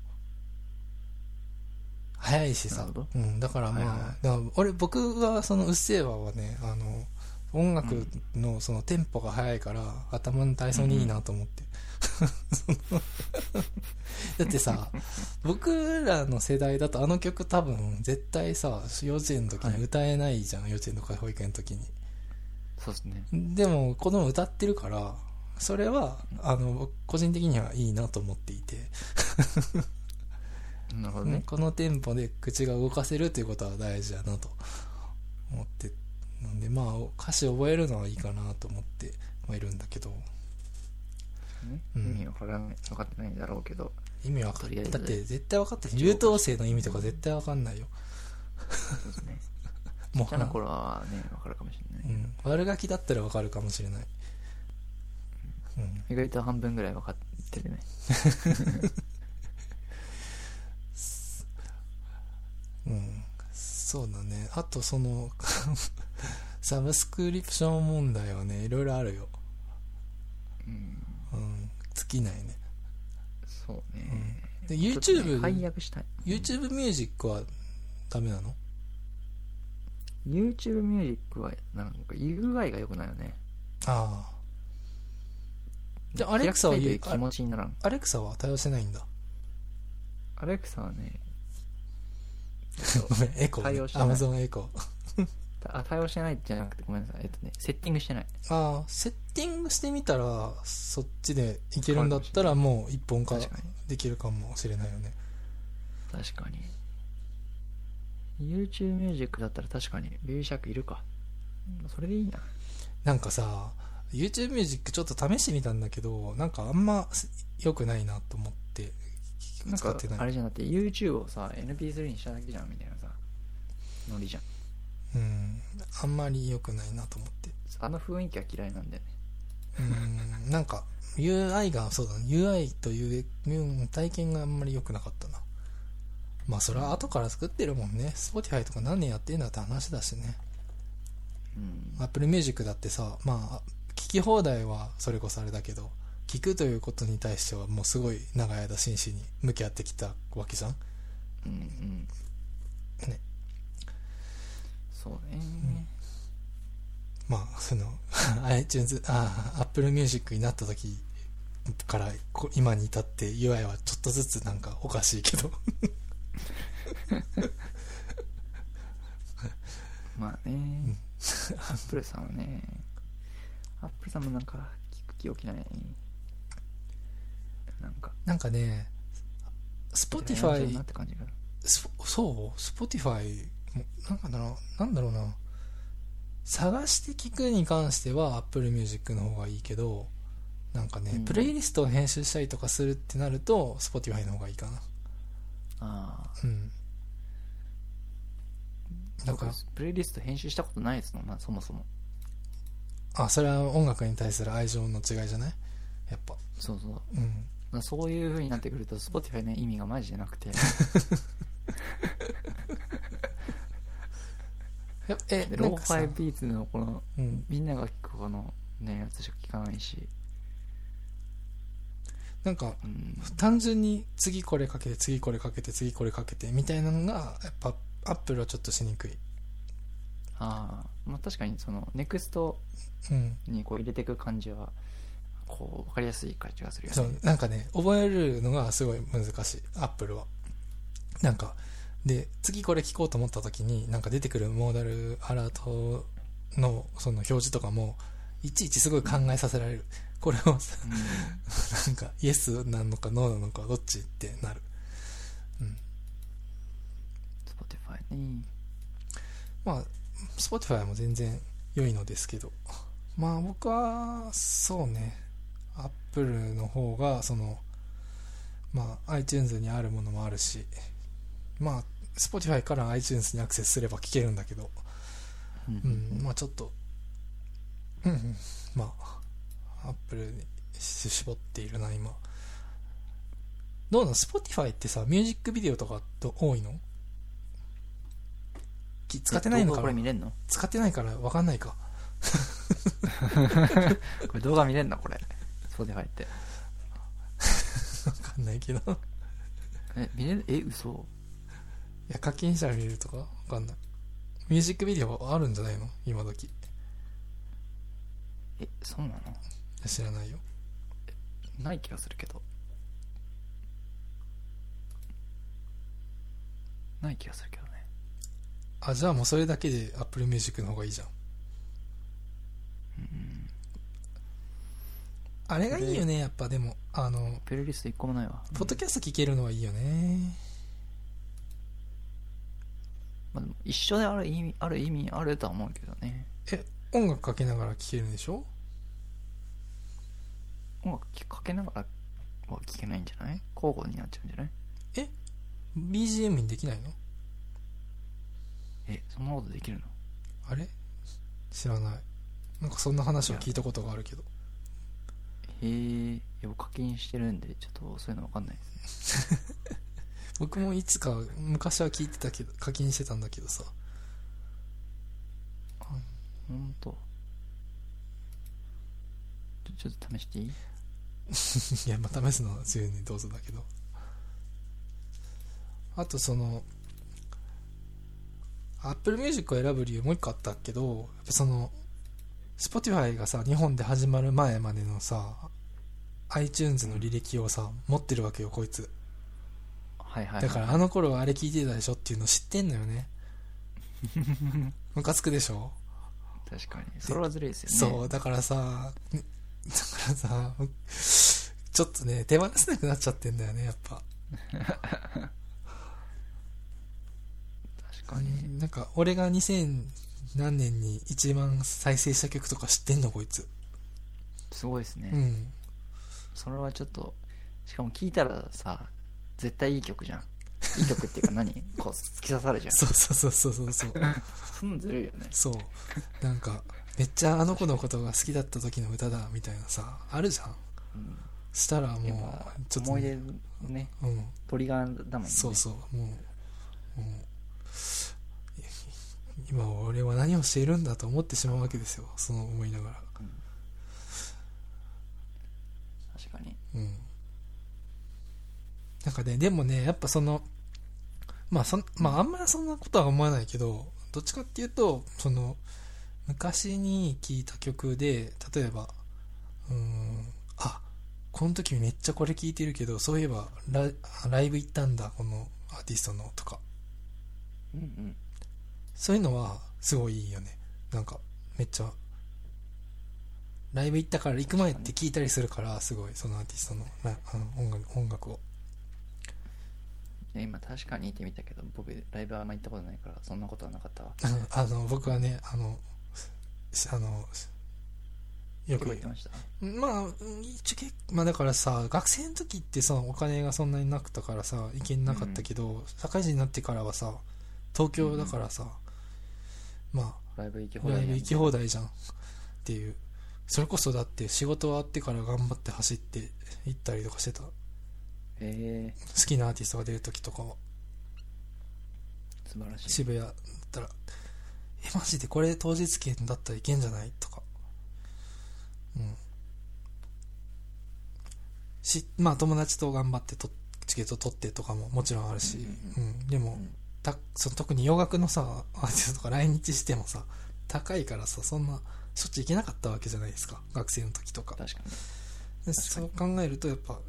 Speaker 2: 早いし
Speaker 1: な
Speaker 2: さ
Speaker 1: るほど、
Speaker 2: うん、だからま
Speaker 1: は
Speaker 2: あ、
Speaker 1: いはいはい
Speaker 2: だから俺僕はその「うっせぇわ」はねあの音楽のそのテンポが速いから、頭の体操にいいなと思って、 そのだってさ僕らの世代だとあの曲多分絶対さ幼稚園の時に歌えないじゃん、幼稚園とか保育園の時に
Speaker 1: そうですね
Speaker 2: でも子供歌ってるからそれはあの僕個人的にはいいなと思っていて、
Speaker 1: なるほど
Speaker 2: ね
Speaker 1: ね、
Speaker 2: このテンポで口が動かせるということは大事だなと思ってなんでまあ歌詞覚えるのはいいかなと思ってはいるんだけど
Speaker 1: ね
Speaker 2: うん
Speaker 1: 意味わからない分かってないだろうけど
Speaker 2: 意味わか
Speaker 1: と
Speaker 2: っ
Speaker 1: りあえず
Speaker 2: だって絶対わかってる優等生の意味とか絶対わかんないよ
Speaker 1: そうです ね
Speaker 2: も
Speaker 1: ちっちゃな頃はね分かるかもしれな
Speaker 2: う
Speaker 1: い、
Speaker 2: ん、悪ガキだったらわかるかもしれない、うん、
Speaker 1: 意外と半分ぐらい分かってるね
Speaker 2: うん、そうだねあとその サブスクリプション問題はねいろいろあるよ、
Speaker 1: うん
Speaker 2: うん、尽きないね
Speaker 1: そうね、
Speaker 2: で
Speaker 1: ちょっとね
Speaker 2: YouTube、
Speaker 1: 解約したい
Speaker 2: YouTube ミュージックはダメなの
Speaker 1: YouTube ミュージックはなんか UI が良くないよね
Speaker 2: ああじゃあアレクサは
Speaker 1: 開きた
Speaker 2: 言
Speaker 1: いうという気持ちにならん
Speaker 2: アレクサは対応してないんだ
Speaker 1: アレクサはね
Speaker 2: ごめん エコー、
Speaker 1: 対
Speaker 2: ね
Speaker 1: 応し、てない
Speaker 2: Amazon エコー
Speaker 1: あ対応してないじゃなくてごめんなさいえっとねセッティングしてない
Speaker 2: ああセッティングしてみたらそっちでいけるんだったらもう一本化
Speaker 1: 確かに
Speaker 2: できるかもしれないよね
Speaker 1: 確かに YouTube ミュージックだったら確かにビュー尺いるかうんそれでいいな
Speaker 2: なんかさ YouTube ミュージックちょっと試してみたんだけどなんかあんま良くないなと思って
Speaker 1: なん
Speaker 2: 使
Speaker 1: か
Speaker 2: って
Speaker 1: あ
Speaker 2: ない
Speaker 1: れじゃなくて YouTube をさ NP3 にしただけじゃんみたいなさノリじゃん
Speaker 2: うんあんまり良くないなと思って
Speaker 1: あの雰囲気は嫌いなんだよね
Speaker 2: うんなんか UI がそうだね UI といううん体験があんまり良くなかったなまあそれは後から作ってるもんね Spotify とか何年やってんだって話だしね
Speaker 1: うん
Speaker 2: Apple Music だってさまあ聞き放題はそれこそあれだけど聞くということに対してはもうすごい長い間真摯に向き合ってきたわけじゃん
Speaker 1: うんうん
Speaker 2: ね
Speaker 1: そうね、
Speaker 2: まあその iTunes あ Apple Music になった時からこ今に至って UI はちょっとずつなんかおかしいけど
Speaker 1: まあね、アップルさんはね、アップルさんもなんか聞く気起きない。なんか、
Speaker 2: なんかね、
Speaker 1: 嫌いなんだな
Speaker 2: Spotify
Speaker 1: っ、て感じが。
Speaker 2: スポそう ?Spotify、なんかだろう、なんだろうな。探して聞くに関しては Apple Music の方がいいけど、なんかね、
Speaker 1: うん
Speaker 2: プレイリストを編集したりとかするってなると、Spotify の方がいいかな。
Speaker 1: あ
Speaker 2: うん。
Speaker 1: あ、
Speaker 2: だから、
Speaker 1: 僕プレイリスト編集したことないですもんな、そもそも。
Speaker 2: あ、それは音楽に対する愛情の違いじゃないやっぱ。
Speaker 1: そうそう。
Speaker 2: うん。
Speaker 1: まあそういう風になってくると、Spotify の意味がマ ジでなくて、
Speaker 2: やえ、
Speaker 1: で
Speaker 2: な
Speaker 1: ロ
Speaker 2: ん
Speaker 1: ー
Speaker 2: か
Speaker 1: フ
Speaker 2: さ
Speaker 1: ァイビーツのこの、
Speaker 2: うん。
Speaker 1: みんなが聞くこの、ね、やつしか聞かないし、
Speaker 2: なんか、
Speaker 1: うん、
Speaker 2: 単純に次これかけて次これかけて次これかけてみたいなのがやっぱアップルはちょっとしにくい
Speaker 1: ああ、まあ確かにその、ネクスト
Speaker 2: うん
Speaker 1: にこう入れていく感じは、こう、わかりやすい感じがするよね。
Speaker 2: そうなんかね覚えるのがすごい難しいアップルはなんかで次これ聞こうと思った時になんか出てくるモーダルアラートのその表示とかもいちいちすごい考えさせられるこれをさ
Speaker 1: うん
Speaker 2: なんかイエスなのかノーなのかどっちってなるうん
Speaker 1: Spotify ね。
Speaker 2: まあ Spotify も全然良いのですけどまあ僕はそうねアップルの方がそのまあ iTunes にあるものもあるしまあ Spotify から iTunes にアクセスすれば聴けるんだけど
Speaker 1: う
Speaker 2: うんんまあちょっとうんうんまあアップルに絞っているな今どうなの Spotify ってさミュージックビデオとかど多いのき使ってないの
Speaker 1: え動画
Speaker 2: か
Speaker 1: これ
Speaker 2: な
Speaker 1: 見れんの
Speaker 2: 使ってないから分かんないか
Speaker 1: これ動画見れんのこれ Spotify って
Speaker 2: 分かんないけど い
Speaker 1: え見れるえ嘘
Speaker 2: や課金したら見れるとか分かんないミュージックビデオあるんじゃないの今時
Speaker 1: えそうなの
Speaker 2: 知らないよ
Speaker 1: ない気がするけどない気がするけどね
Speaker 2: あじゃあもうそれだけで Apple Music の方がいいじゃんあれがいいよねやっぱでもあの
Speaker 1: プレイリスト1個もないわ、
Speaker 2: ポッドキャスト聴けるのはいいよね
Speaker 1: まあ、でも一緒である意味ある意味あるとは思うけどね
Speaker 2: え音楽かけながら聴けるんでしょ
Speaker 1: 音楽かけながらは聴けないんじゃない交互になっちゃうんじゃない
Speaker 2: BGM にできないの
Speaker 1: えそんなことできるの
Speaker 2: あれ知らないなんかそんな話を聞いたことがあるけど
Speaker 1: へえいや僕課金してるんでちょっとそういうの分かんないですね
Speaker 2: 僕もいつか昔は聞いてたけど課金してたんだけどさ
Speaker 1: ほんとちょちょっと試していい
Speaker 2: いや、まあ、試すのは自由にどうぞだけど。あと、その、Apple Music を選ぶ理由もう一個あったけど、やっぱその、Spotify がさ、日本で始まる前までのさ、iTunes の履歴をさ、持ってるわけよ、こいつ。
Speaker 1: はいはいはい、
Speaker 2: だから、あの頃はあれ聞いてたでしょっていうの知ってんのよ ね。ムカつくでしょ
Speaker 1: 確かにそれはずるいですよね
Speaker 2: そう、だからさ、 ねだからさ、 ちょっとね、手放せなくなっちゃってんだよね、やっぱ。
Speaker 1: 確かに
Speaker 2: なんか俺が2000何年に一番再生した曲とか知ってんのこいつ
Speaker 1: すごいですね、
Speaker 2: うん
Speaker 1: それはちょっとしかも聴いたらさ絶対いい曲じゃんいい曲っていう か何こう突き刺さるじゃん
Speaker 2: そうそうそうそ うそうそう
Speaker 1: そんなんずるいよね
Speaker 2: そうなんかめっちゃあの子のことが好きだった時の歌だみたいなさあるじゃん
Speaker 1: うん
Speaker 2: したら
Speaker 1: やっ
Speaker 2: も
Speaker 1: ぱ
Speaker 2: うちょっと
Speaker 1: 思い
Speaker 2: ね、
Speaker 1: 出のね
Speaker 2: うん
Speaker 1: トリガーだもんね
Speaker 2: そうそうもうもう今俺は何をしているんだと思ってしまうわけですよその思いながら
Speaker 1: 確かに
Speaker 2: うんなんかね、でもね、やっぱその、まあそん、まああんまりそんなことは思わないけど、どっちかっていうと、その、昔に聴いた曲で、例えば、うーん、あ、この時めっちゃこれ聴いてるけど、そういえばラライブ行ったんだ、このアーティストのとか。
Speaker 1: うんうん
Speaker 2: そういうのは、すごいいいよね。なんか、めっちゃ、ライブ行ったから行く前って聞いたりするから、すごい、そのアーティストのラあの音楽音楽を。
Speaker 1: いや今確かにいてみたけど僕ライブはあんま行ったことないからそんなことはなかったわ
Speaker 2: あのあの僕はねあのしあの
Speaker 1: 結
Speaker 2: よ
Speaker 1: 構
Speaker 2: く
Speaker 1: 行ってました
Speaker 2: まあ一応結まあだからさ学生の時ってさお金がそんなになかったからさ行けなかったけど、社会人になってからはさ東京だからさ、ま
Speaker 1: ライブ行き
Speaker 2: あ
Speaker 1: 放題
Speaker 2: ラ
Speaker 1: な
Speaker 2: イ
Speaker 1: ん
Speaker 2: ブ
Speaker 1: で
Speaker 2: 行き放題じゃんっていうそれこそだって仕事終わってから頑張って走って行ったりとかしてた好
Speaker 1: え
Speaker 2: きなアーティストが出る時とか
Speaker 1: ー、
Speaker 2: は
Speaker 1: 素晴らしい
Speaker 2: 渋谷だったら「えマジでこれ当日券だったらいけんじゃない?」とかうんしまあ友達と頑張ってとチケット取ってとかももちろんあるし、うんでも、
Speaker 1: うん
Speaker 2: たその特に洋楽のさアーティストとか来日してもさ高いからさそんなしょっちゅう行けなかったわけじゃないですか学生の時とか
Speaker 1: 確かに
Speaker 2: でそう考えるとやっぱ、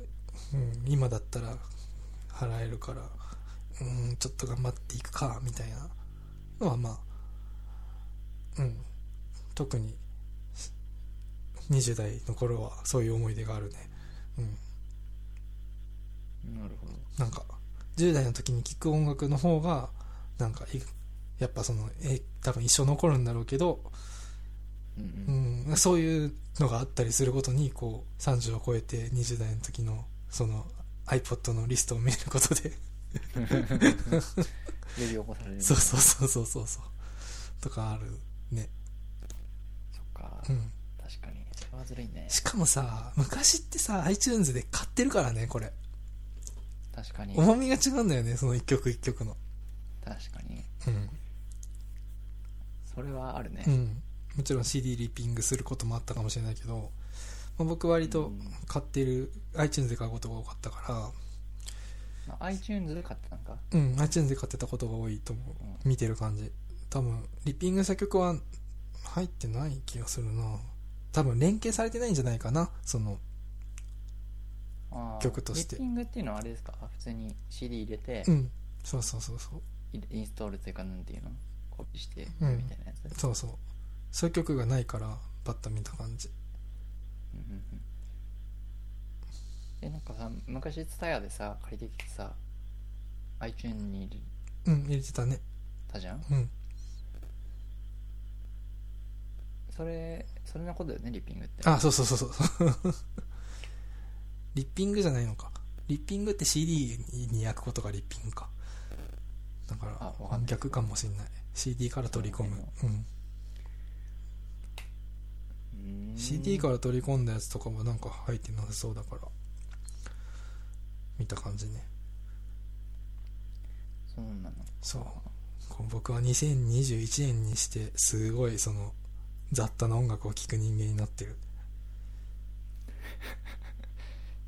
Speaker 2: うん、今だったら払えるから、うん、ちょっと頑張っていくかみたいなのはまあ、うん、特に20代の頃はそういう思い出があるね、うん、
Speaker 1: なるほど
Speaker 2: なんか10代の時に聴く音楽の方がなんかいやっぱそのえ多分一生残るんだろうけど
Speaker 1: うん
Speaker 2: う
Speaker 1: うん
Speaker 2: ん、そういうのがあったりすることにこう30を超えて20代の時のその iPod のリストを見ることで
Speaker 1: 呼び起こされる
Speaker 2: そ
Speaker 1: そう
Speaker 2: そうそうそうそうそうとかあるね、
Speaker 1: っか、
Speaker 2: うん、
Speaker 1: 確かにそれはずるいね
Speaker 2: しかもさ昔ってさ iTunes で買ってるからねこれ
Speaker 1: 確かに確
Speaker 2: 重みが違うんだよねその一曲一曲の
Speaker 1: かに
Speaker 2: うん、
Speaker 1: それはあるね、
Speaker 2: うん、もちろん CD リピングすることもあったかもしれないけど、まあ、僕割と買ってる、iTunes で買うことが多かったから
Speaker 1: まあ iTunes で買ってたのか
Speaker 2: うん、iTunes で買ってたことが多いと思う。見てる感じ。多分、リッピングした曲は入ってない気がするな。多分、連携されてないんじゃないかな。その、
Speaker 1: あー
Speaker 2: 曲として
Speaker 1: リッピングっていうのはあれですか普通に CD 入れて、
Speaker 2: うん。そうそうそうそう。
Speaker 1: イインストールというかなんていうのコピーしてみ
Speaker 2: う
Speaker 1: たい
Speaker 2: ん
Speaker 1: なやつ、うん
Speaker 2: そうそう。そういう曲がないから、バッタ見た感じ。
Speaker 1: うんうん、でなんかさ昔 TSUTAYA でさ借りてきてさ iTunes に入れ
Speaker 2: うん、入れてたね。
Speaker 1: たじゃん
Speaker 2: うん。
Speaker 1: それそれのことだよねリッピングって
Speaker 2: あ、そうそうそう そう。リッピングじゃないのか。リッピングって CD に焼くことがリッピングか。だか
Speaker 1: あわ
Speaker 2: ら
Speaker 1: かんない
Speaker 2: 逆かもしんない。CD から取り込む。うん。
Speaker 1: うーん
Speaker 2: CD から取り込んだやつとかもなんか入ってなさそうだから見た感じね
Speaker 1: そうなの
Speaker 2: そうこう僕は2021年にしてすごいその雑多な音楽を聴く人間になってる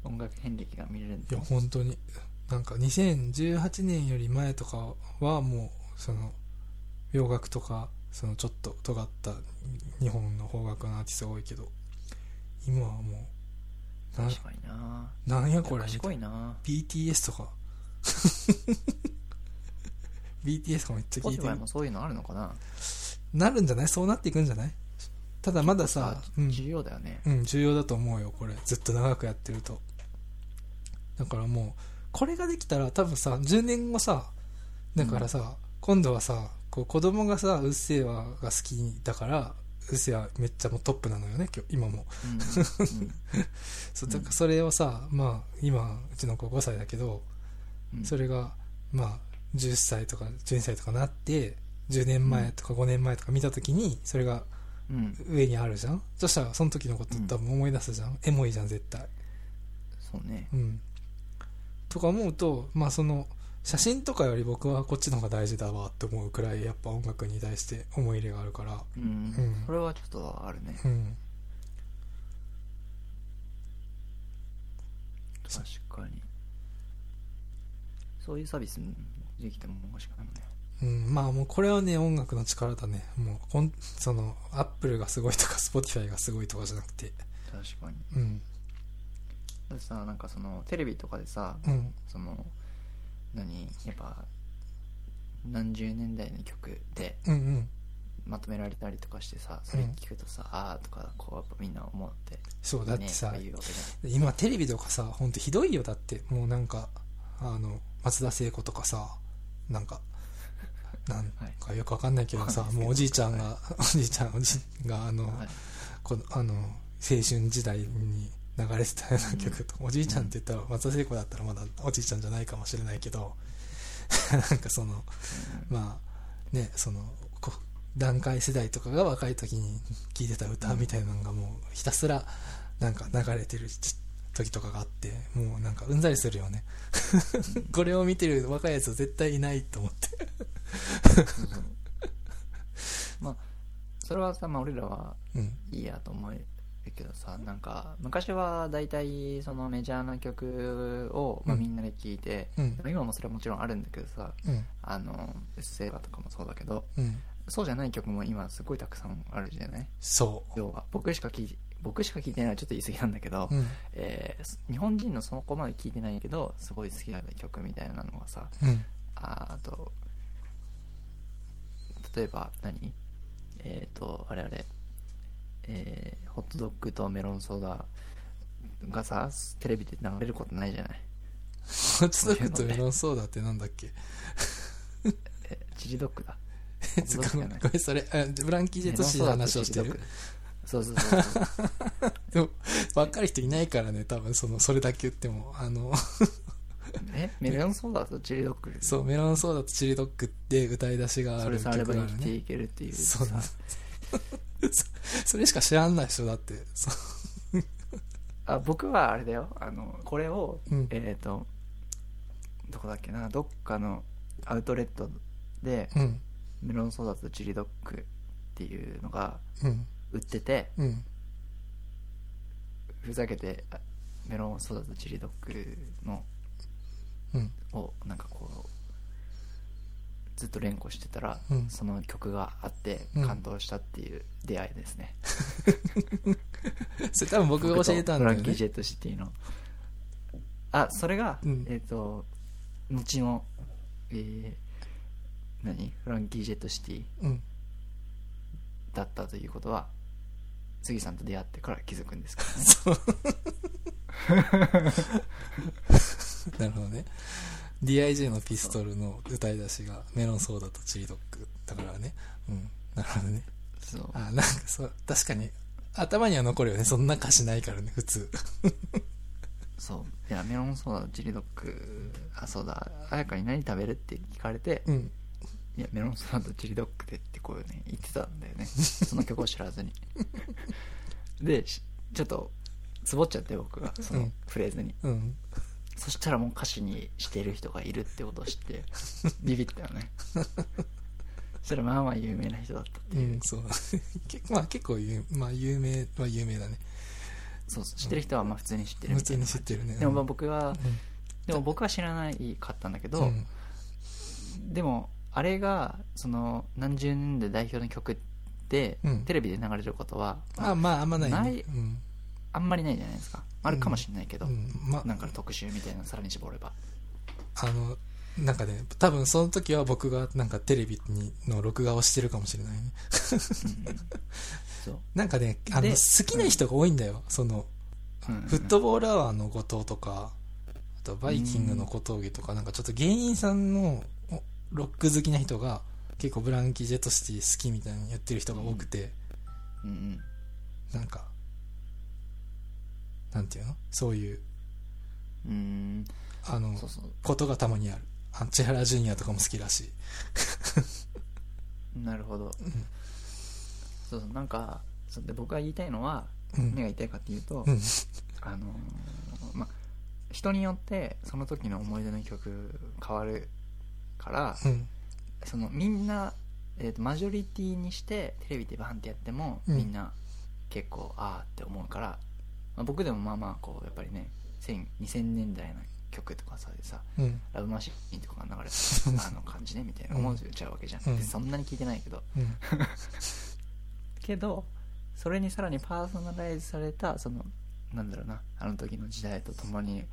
Speaker 1: 音楽遍歴が見れるん
Speaker 2: い
Speaker 1: だ
Speaker 2: や本当になんか2018年より前とかはもうその洋楽とかそのちょっと尖った日本の邦楽のアーティストが多いけど今はもうな
Speaker 1: 確かにな
Speaker 2: なんやこれみたいな
Speaker 1: 賢いな
Speaker 2: BTS とか BTS とかめっちゃ聞いて
Speaker 1: Spotify
Speaker 2: る
Speaker 1: もそういうのあるのかな
Speaker 2: なるんじゃないそうなっていくんじゃないただまださ
Speaker 1: あ、
Speaker 2: うん、
Speaker 1: 重要だよね
Speaker 2: うん、重要だと思うよこれずっと長くやってるとだからもうこれができたら多分さ10年後さだからさ、今度はさこう子供がさ「うっせぇわ」が好きだから「うっせぇわ」めっちゃもうトップなのよね今日今も
Speaker 1: うんうん
Speaker 2: そうだからそれをさ、まあ今うちの子5歳だけど
Speaker 1: うん
Speaker 2: それがまあ10歳とか12歳とかなって10年前とか5年前とか見た時にそれが
Speaker 1: うん
Speaker 2: 上にあるじゃんそしたらその時のこと
Speaker 1: うん
Speaker 2: 多分思い出すじゃん、エモいじゃん絶対
Speaker 1: そうね
Speaker 2: うんとか思うとまあその写真とかより僕はこっちの方が大事だわって思うくらいやっぱ音楽に対して思い入れがあるから
Speaker 1: うん、
Speaker 2: うん
Speaker 1: それはちょっとあるね
Speaker 2: うんそう
Speaker 1: 確かにそういうサービスできてもおかしくないもんね
Speaker 2: うん、まあもうこれはね音楽の力だねもうこんそのアップルがすごいとかスポティファイがすごいとかじゃなくて
Speaker 1: 確かに
Speaker 2: うん
Speaker 1: だってさなんかそのテレビとかでさ
Speaker 2: うん
Speaker 1: その何やっぱ何十年代の曲で
Speaker 2: うんうん
Speaker 1: まとめられたりとかしてさそれ聞くとさ、ああとかこうやっぱみんな思って
Speaker 2: そうだってさ、
Speaker 1: ね、とか言うわけじ
Speaker 2: 今テレビとかさほんとひどいよだってもうなんかあの松田聖子とかさなんかなんかよくわかんないけどさ、
Speaker 1: はい
Speaker 2: もうおじいちゃんが、おじいちゃんおじいがあの、
Speaker 1: ゃん、はい、
Speaker 2: このあの青春時代に流れてたような曲と、おじいちゃんって言ったら松田聖子だったらまだおじいちゃんじゃないかもしれないけど なんかそのまあねそのこ段階世代とかが若い時に聴いてた歌みたいなのがもうひたすらなんか流れてるち時とかがあってもうなんかうんざりするよね これを見てる若いやつは絶対いないと思って
Speaker 1: そうそうまあそれはさ、まあ、俺らは
Speaker 2: うん
Speaker 1: いいやと思えるけどさなんか昔は大体そのメジャーな曲を、まあ、
Speaker 2: うん
Speaker 1: みんなで聴いて、
Speaker 2: うん
Speaker 1: でも今もそれはもちろんあるんだけどさ
Speaker 2: うん
Speaker 1: 「あのうっせぇわ」とかもそうだけど
Speaker 2: うん
Speaker 1: そうじゃない曲も今すごいたくさんあるじゃない
Speaker 2: そ
Speaker 1: 要は僕しか聴い僕しか聴いてないのはちょっと言い過ぎなんだけど、
Speaker 2: ううん
Speaker 1: えー日本人のそこまで聴いてないけどすごい好きな曲みたいなのがさ
Speaker 2: うん
Speaker 1: あーあと例えば何えっ、とあれあれえーホットドッグとメロンソーダがさテレビで流れることないじゃない
Speaker 2: ホットドッグとメロンソーダってなんだっけ
Speaker 1: えチリドッグだ
Speaker 2: ごめん、それ、あブランキー・ジェットシーの話をして
Speaker 1: メ
Speaker 2: る
Speaker 1: ロン。そうそうそうそう。
Speaker 2: でも、わかる人いないからね、多分、その、それだけ言っても。あの、
Speaker 1: えメロンソーダとチリドッグ
Speaker 2: そう、メロンソーダとチリドッグって歌い出しがあ
Speaker 1: そ
Speaker 2: る
Speaker 1: れ
Speaker 2: 曲
Speaker 1: さえあれば
Speaker 2: なの
Speaker 1: 生きていけるっていう
Speaker 2: そう
Speaker 1: さ
Speaker 2: だそ それしか知らんない人だって。そう
Speaker 1: あ僕はあれだよあのこれを、
Speaker 2: うん
Speaker 1: えっ、とどこだっけなどっかのアウトレットで
Speaker 2: うん、
Speaker 1: メロンソーダとチリドッグっていうのが
Speaker 2: うん、
Speaker 1: 売ってて
Speaker 2: うん。
Speaker 1: ふざけてあメロンソーダとチリドッグの
Speaker 2: うん、
Speaker 1: をなんかこうずっと連呼してたら、
Speaker 2: うん
Speaker 1: その曲があって
Speaker 2: うん
Speaker 1: 感動したっていう出会いですね、
Speaker 2: それ多分僕が教えたんだよ
Speaker 1: フランキー・ジ
Speaker 2: ね。
Speaker 1: ェット・シティのあそれが、
Speaker 2: うん
Speaker 1: えっ、と後のえー何フランキー・ジェット・シティ
Speaker 2: うん。
Speaker 1: だったということは杉さんと出会ってから気づくんです けどね
Speaker 2: そう。なるほどね。DIG のピストルの歌い出しがメロンソーダとチリドッグだからね。うん。なるほどね。
Speaker 1: そう
Speaker 2: あ、なんかそう、確かに頭には残るよね。そんな歌詞ないからね、普通。
Speaker 1: そういやメロンソーダチリドッグあそうだ彩香に何食べるって聞かれて、
Speaker 2: うん。
Speaker 1: いやメロンソーダとチリドッグでってこうね言ってたんだ よねその曲を知らずにでしちょっとつぼっちゃって僕がそうの
Speaker 2: ん
Speaker 1: フレーズに、
Speaker 2: うん。
Speaker 1: そしたらもう歌詞にしてる人がいるってことを知って ビビったよねそしたらまあまあ有名な人だったって
Speaker 2: う
Speaker 1: いう、
Speaker 2: ん、そう。 結まあ結構有、まあ有名は有名だね。
Speaker 1: そうそう知ってる人はまあ普通に知ってる
Speaker 2: 普
Speaker 1: みた
Speaker 2: 通
Speaker 1: いな
Speaker 2: に知ってるね。
Speaker 1: でもまあ僕は
Speaker 2: うん
Speaker 1: でも僕は知らないかったんだけど、
Speaker 2: うん
Speaker 1: でもあれがその何十年代代表の曲って、
Speaker 2: うん
Speaker 1: テレビで流れることはまあ
Speaker 2: あ、まああんまないね。
Speaker 1: ない
Speaker 2: うん。
Speaker 1: あんまりないじゃないですかあるかもしれないけど、
Speaker 2: うんまあ
Speaker 1: なんかの特集みたいなのさらに絞れば
Speaker 2: あの、なんかね、多分その時は僕がなんかテレビにの録画をしてるかもしれないね。
Speaker 1: そう、
Speaker 2: なんかね、あの、
Speaker 1: で
Speaker 2: 好きな人が多いんだよ。その、
Speaker 1: うんうん
Speaker 2: フットボールアワーの後藤とか、あとバイキングの小峠とか、なんかちょっと芸人さんのおロック好きな人が、結構ブランキー・ジェットシティ好きみたいに言ってる人が多くて、
Speaker 1: うんうん
Speaker 2: なんか、なんていうのそういう、
Speaker 1: うーん
Speaker 2: あの、
Speaker 1: そうそう
Speaker 2: ことがたまにある。あ千原ジュニアとかも好きらしい。
Speaker 1: なるほど、そうそうなんかそうで僕が言いたいのは
Speaker 2: うん
Speaker 1: 何が言いたいかっていうと、
Speaker 2: うん
Speaker 1: あのーまあ人によってその時の思い出の曲変わるから
Speaker 2: うん。
Speaker 1: そのみんな、えーとマジョリティにしてテレビでバンってやっても、
Speaker 2: うん
Speaker 1: みんな結構ああって思うから、まあ、僕でもまあまあこうやっぱりね1000 2000年代の曲とかさでさ
Speaker 2: うん。
Speaker 1: ラブマシーンとかが流れてあの感じねみたいな思うちゃうわけじゃん、
Speaker 2: うん
Speaker 1: でそんなに聞いてないけど
Speaker 2: うん。
Speaker 1: けどそれにさらにパーソナライズされたそのなんだろうなあの時の時代とともに、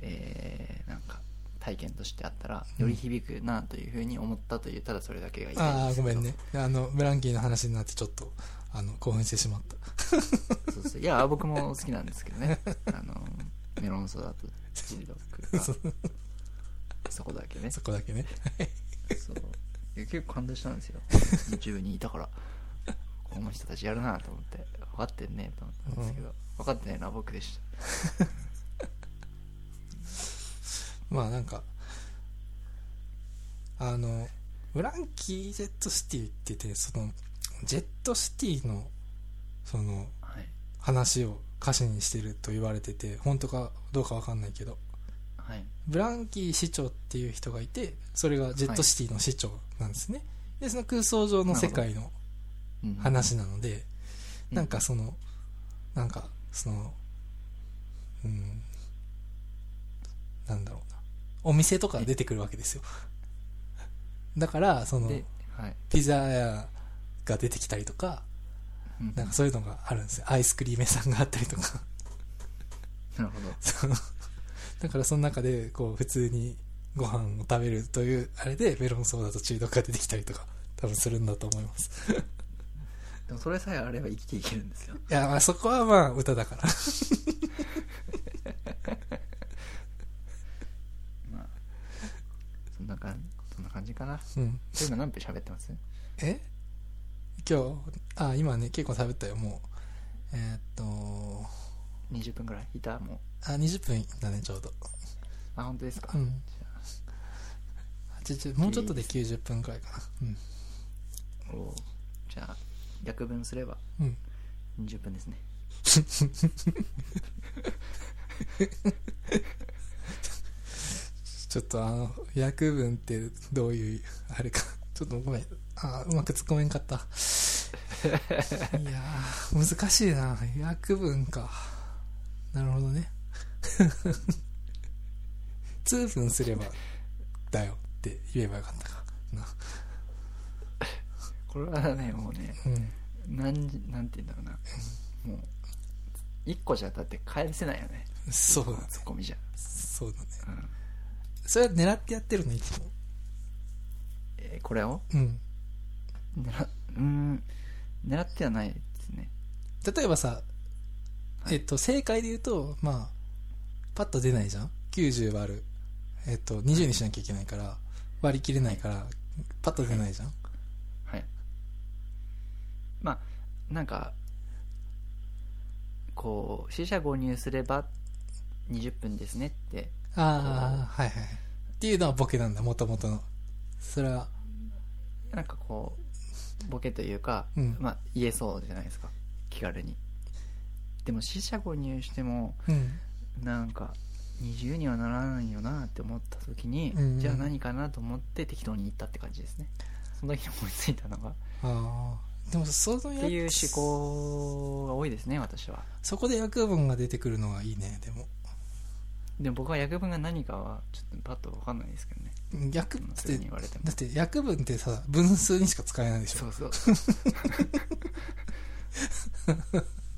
Speaker 1: えーなんか体験としてあったらより響くなというふうに思ったという、ただそれだけが言いたい
Speaker 2: ああ
Speaker 1: です
Speaker 2: ご
Speaker 1: け
Speaker 2: め
Speaker 1: ど
Speaker 2: んねあのブランキーの話になってちょっとあの興奮してしまった
Speaker 1: そうそういや僕も好きなんですけどねあのメロンソーダとチリドッグがそこだけね
Speaker 2: そこだけね
Speaker 1: そういや結構感動したんですよ YouTube にいたからこの人たちやるなと思って分かってんねと思ったんですけど、分かってないのは僕でした
Speaker 2: まあなんかあのブランキー・ジェット・シティっててそのジェット・シティのその
Speaker 1: はい
Speaker 2: 話を歌詞にしてると言われてて本当かどうかわかんないけど
Speaker 1: はい
Speaker 2: ブランキー市長っていう人がいてそれがジェット・シティの市長なんですね、でその空想上の世界の
Speaker 1: うん
Speaker 2: 話なので、
Speaker 1: うん
Speaker 2: なんかその、なんかその、うん、なんだろうな。お店とか出てくるわけですよ。 だから、その、
Speaker 1: ではい、
Speaker 2: ピザ屋が出てきたりとか、
Speaker 1: うん
Speaker 2: なんかそういうのがあるんですよ。アイスクリーム屋さんがあったりとか。
Speaker 1: なるほど
Speaker 2: その だからその中で、こう、普通にご飯を食べるという、あれで、メロンソーダと中毒が出てきたりとか、多分するんだと思います。
Speaker 1: でもそれさえあれば生きていけるんですよ
Speaker 2: いや、まあそこはまあ、歌 だから。
Speaker 1: まあそんな感じそんな感じかな
Speaker 2: うん。
Speaker 1: 今何分喋ってます
Speaker 2: え今日あ今ね結構喋ったよもうえーっと、
Speaker 1: 20分ぐらいいたもう。
Speaker 2: あ、20分だね、ちょうど。
Speaker 1: あ、本当ですか。
Speaker 2: うん
Speaker 1: じゃあ。
Speaker 2: 80もうちょっとで90分くらいかな。
Speaker 1: おーじゃあ、約分すれば
Speaker 2: うん。うん。
Speaker 1: 20分ですね。
Speaker 2: ちょっとあの、訳文ってどういう、あれか。 ちょっとごめん。あーうまく突っ込めんかった。いやー、難しいな。訳文か。なるほどね。 通分すれば、だよって言えばよかったかな。
Speaker 1: これはね、もうね、
Speaker 2: うん。
Speaker 1: なんじ、なんて言うんだろうな。もう、1個じゃだって返せないよね。
Speaker 2: そうだね。
Speaker 1: ツッコミじゃ。
Speaker 2: そうだね。
Speaker 1: うん。
Speaker 2: それは狙ってやってるの、いつも。
Speaker 1: えーこれを
Speaker 2: うん。
Speaker 1: 狙、うーん、狙ってはないですね。
Speaker 2: 例えばさ、
Speaker 1: はい
Speaker 2: えっと、正解で言うと、まあ、パッと出ないじゃん ?90 割る。えっと、20にしなきゃいけないから、割り切れないから、パッと出ないじゃん、
Speaker 1: はい。まあ、なんか、こう、死者購入すれば20分ですねって、
Speaker 2: ああ、はいはい。っていうのはボケなんだ、もともとの。それは、
Speaker 1: なんかこう、ボケというか、
Speaker 2: うん
Speaker 1: まあ、言えそうじゃないですか。気軽に。でも死者購入しても、
Speaker 2: うん。
Speaker 1: なんか、20にはならないよなって思った時に、
Speaker 2: うん
Speaker 1: じゃあ何かなと思って適当に言ったって感じですね。その時に思いついたのが。
Speaker 2: ああ。でも、その
Speaker 1: っていう
Speaker 2: や
Speaker 1: 思
Speaker 2: つ
Speaker 1: 考が多いですね、私は。
Speaker 2: そこで役分が出てくるのはいいね、でも。
Speaker 1: でも僕は訳文が何かはちょっとパッと分かんないですけどね
Speaker 2: 役っ
Speaker 1: 今すぐ
Speaker 2: て、
Speaker 1: に言
Speaker 2: だ
Speaker 1: われても
Speaker 2: って役分ってさ、分数にしか使えないでし
Speaker 1: そ
Speaker 2: ょ。
Speaker 1: うそう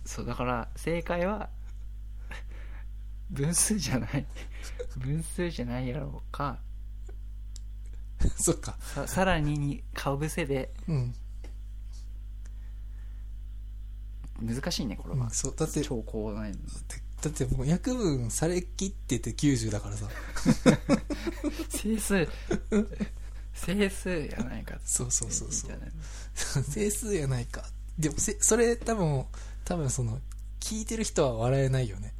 Speaker 1: そうだから正解は分数じゃない分数じゃないやろうか
Speaker 2: そっか。
Speaker 1: ささらににかぶせで
Speaker 2: うん。
Speaker 1: 難しいねこれ
Speaker 2: う
Speaker 1: は
Speaker 2: ん、、そう。だって、
Speaker 1: 超高難易度
Speaker 2: だってもう約分されきってて90だからさ
Speaker 1: 整数整数じゃないか
Speaker 2: そうそうそうそう
Speaker 1: いいんじゃない
Speaker 2: 整数やないかでもせそれ多分多分その聞いてる人は笑えないよね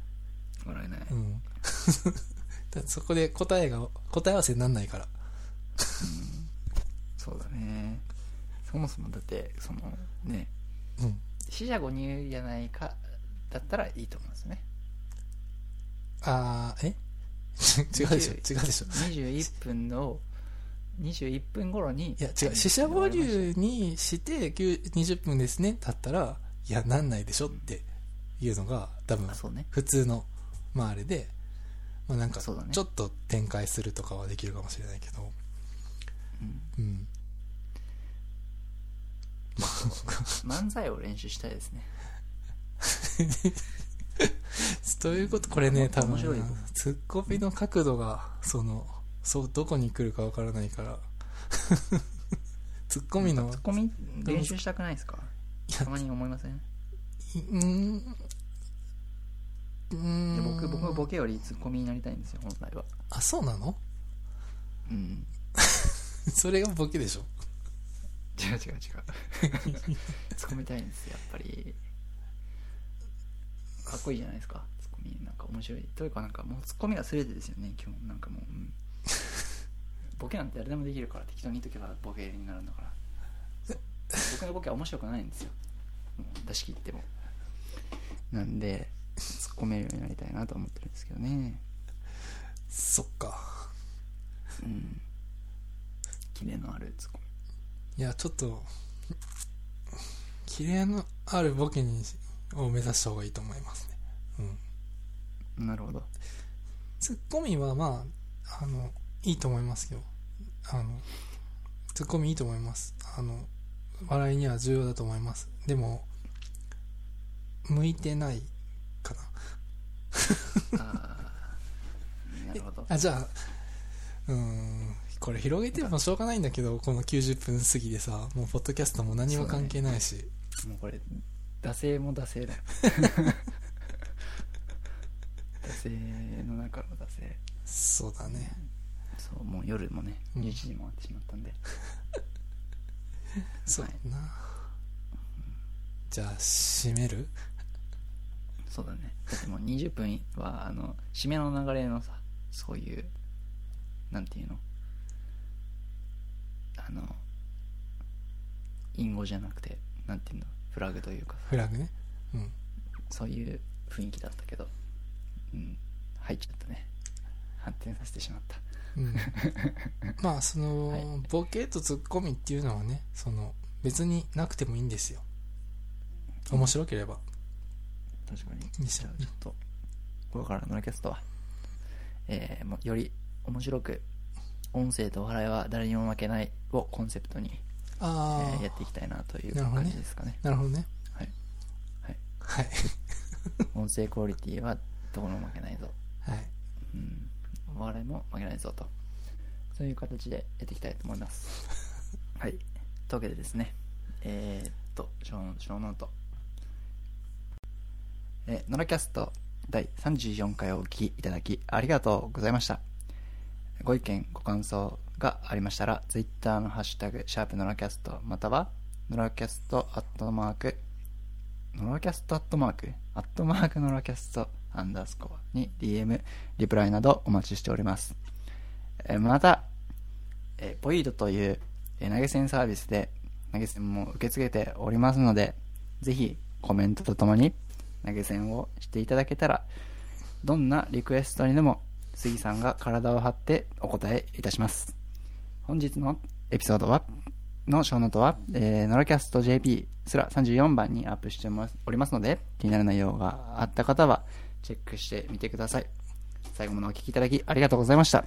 Speaker 1: 笑えない、
Speaker 2: うん だってそこで答えが答え合わせになんないから
Speaker 1: そうだねそもそもだってそのね
Speaker 2: うん
Speaker 1: 死者誤入じゃないかだったらいいと思うんですね
Speaker 2: あーえ 違うでしょ違うでしょ
Speaker 1: 21分の21分頃に
Speaker 2: いや違う死者合流にして9 20分ですねだったらいやなんないでしょっていうのが多分
Speaker 1: あそうね
Speaker 2: 普通の、まあ、あれで、まあ、なんかち
Speaker 1: そうだね
Speaker 2: ょっと展開するとかはできるかもしれないけど
Speaker 1: うん
Speaker 2: うん
Speaker 1: 漫才を練習したいですね
Speaker 2: ということこれね多分
Speaker 1: 面白いよ
Speaker 2: ツッコミの角度がそのそうどこに来るかわからないからツッコミの
Speaker 1: ツッコミ練習したくないですかたまに思いません
Speaker 2: うーんうー
Speaker 1: いや
Speaker 2: ん
Speaker 1: 僕僕はボケよりツッコミになりたいんですよ本来は
Speaker 2: あそうなの
Speaker 1: うん
Speaker 2: それがボケでしょ
Speaker 1: 違う違う違う ツッコみたいんですよやっぱりかっこいいじゃないですかツッコミなんか面白いというかなんかもうツッコミが全てですよね基本なんかもう、うんボケなんて誰でもできるから適当に言っとけばボケになるんだからそう僕のボケは面白くないんですよもう出し切ってもなんでツッコめるようになりたいなと思ってるんですけどね
Speaker 2: そっか
Speaker 1: うんキレのあるツッコミ
Speaker 2: いやちょっと綺麗のあるボケにを目指した方がいいと思いますねうん
Speaker 1: なるほど
Speaker 2: ツッコミはまああのいいと思いますけどあのツッコミいいと思いますあの笑いには重要だと思いますでも向いてないかな
Speaker 1: ああなるほど
Speaker 2: あじゃあうーんこれ広げてもしょうがないんだけどこの90分過ぎでさもうポッドキャストも何も関係ないし、
Speaker 1: もうこれ惰性も惰性だよ 惰性の中の惰性
Speaker 2: そうだね
Speaker 1: そうもう夜もね
Speaker 2: うん
Speaker 1: 11時も終わってしまったんで、
Speaker 2: そう
Speaker 1: はい
Speaker 2: だな、じゃあ締める
Speaker 1: そうだねだってもう20分はあの締めの流れのさそういうなんていうのあの隠語じゃなくてなんていうのフラグというか
Speaker 2: フラグね。うん。
Speaker 1: そういう雰囲気だったけどうん入っちゃったね反転させてしまった
Speaker 2: うん、まあその、
Speaker 1: はい
Speaker 2: ボケとツッコミっていうのはねその別になくてもいいんですよ面白ければ、
Speaker 1: 確かに
Speaker 2: いいっす
Speaker 1: じゃ
Speaker 2: よ
Speaker 1: あちょっとこれからのノラキャストは、えーもうより面白く音声とお笑いは誰にも負けないをコンセプトに、え
Speaker 2: ああ、
Speaker 1: ーやっていきたいなという
Speaker 2: なるほど
Speaker 1: 感
Speaker 2: ね
Speaker 1: じですかね
Speaker 2: なるほどね
Speaker 1: はい、はい、
Speaker 2: はい
Speaker 1: 音声クオリティはどこにも負けないぞ、
Speaker 2: はい
Speaker 1: うん、お笑いも負けないぞとそういう形でやっていきたいと思いますはいというわけでですねえー、っと小小ノートえー、ノラキャスト第34回をお聞きいただきありがとうございましたご意見ご感想がありましたら Twitter のハッシュタグシャープノラキャストまたはノラキャストアットマークノラキャストアットマークアットマークノラキャストアンダースコアに DM リプライなどお待ちしておりますえーまたえーポイードというえー投げ銭サービスで投げ銭も受け付けておりますのでぜひコメントとともに投げ銭をしていただけたらどんなリクエストにでも杉さんが体を張ってお答えいたします本日のエピソードはの小ノートは、えー、ノラキャスト JP すら34番にアップしてますおりますので気になる内容があった方はチェックしてみてください最後までお聞きいただきありがとうございました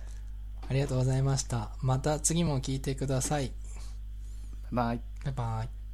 Speaker 2: ありがとうございましたまた次も聞いてください
Speaker 1: バイバイ
Speaker 2: バイバイ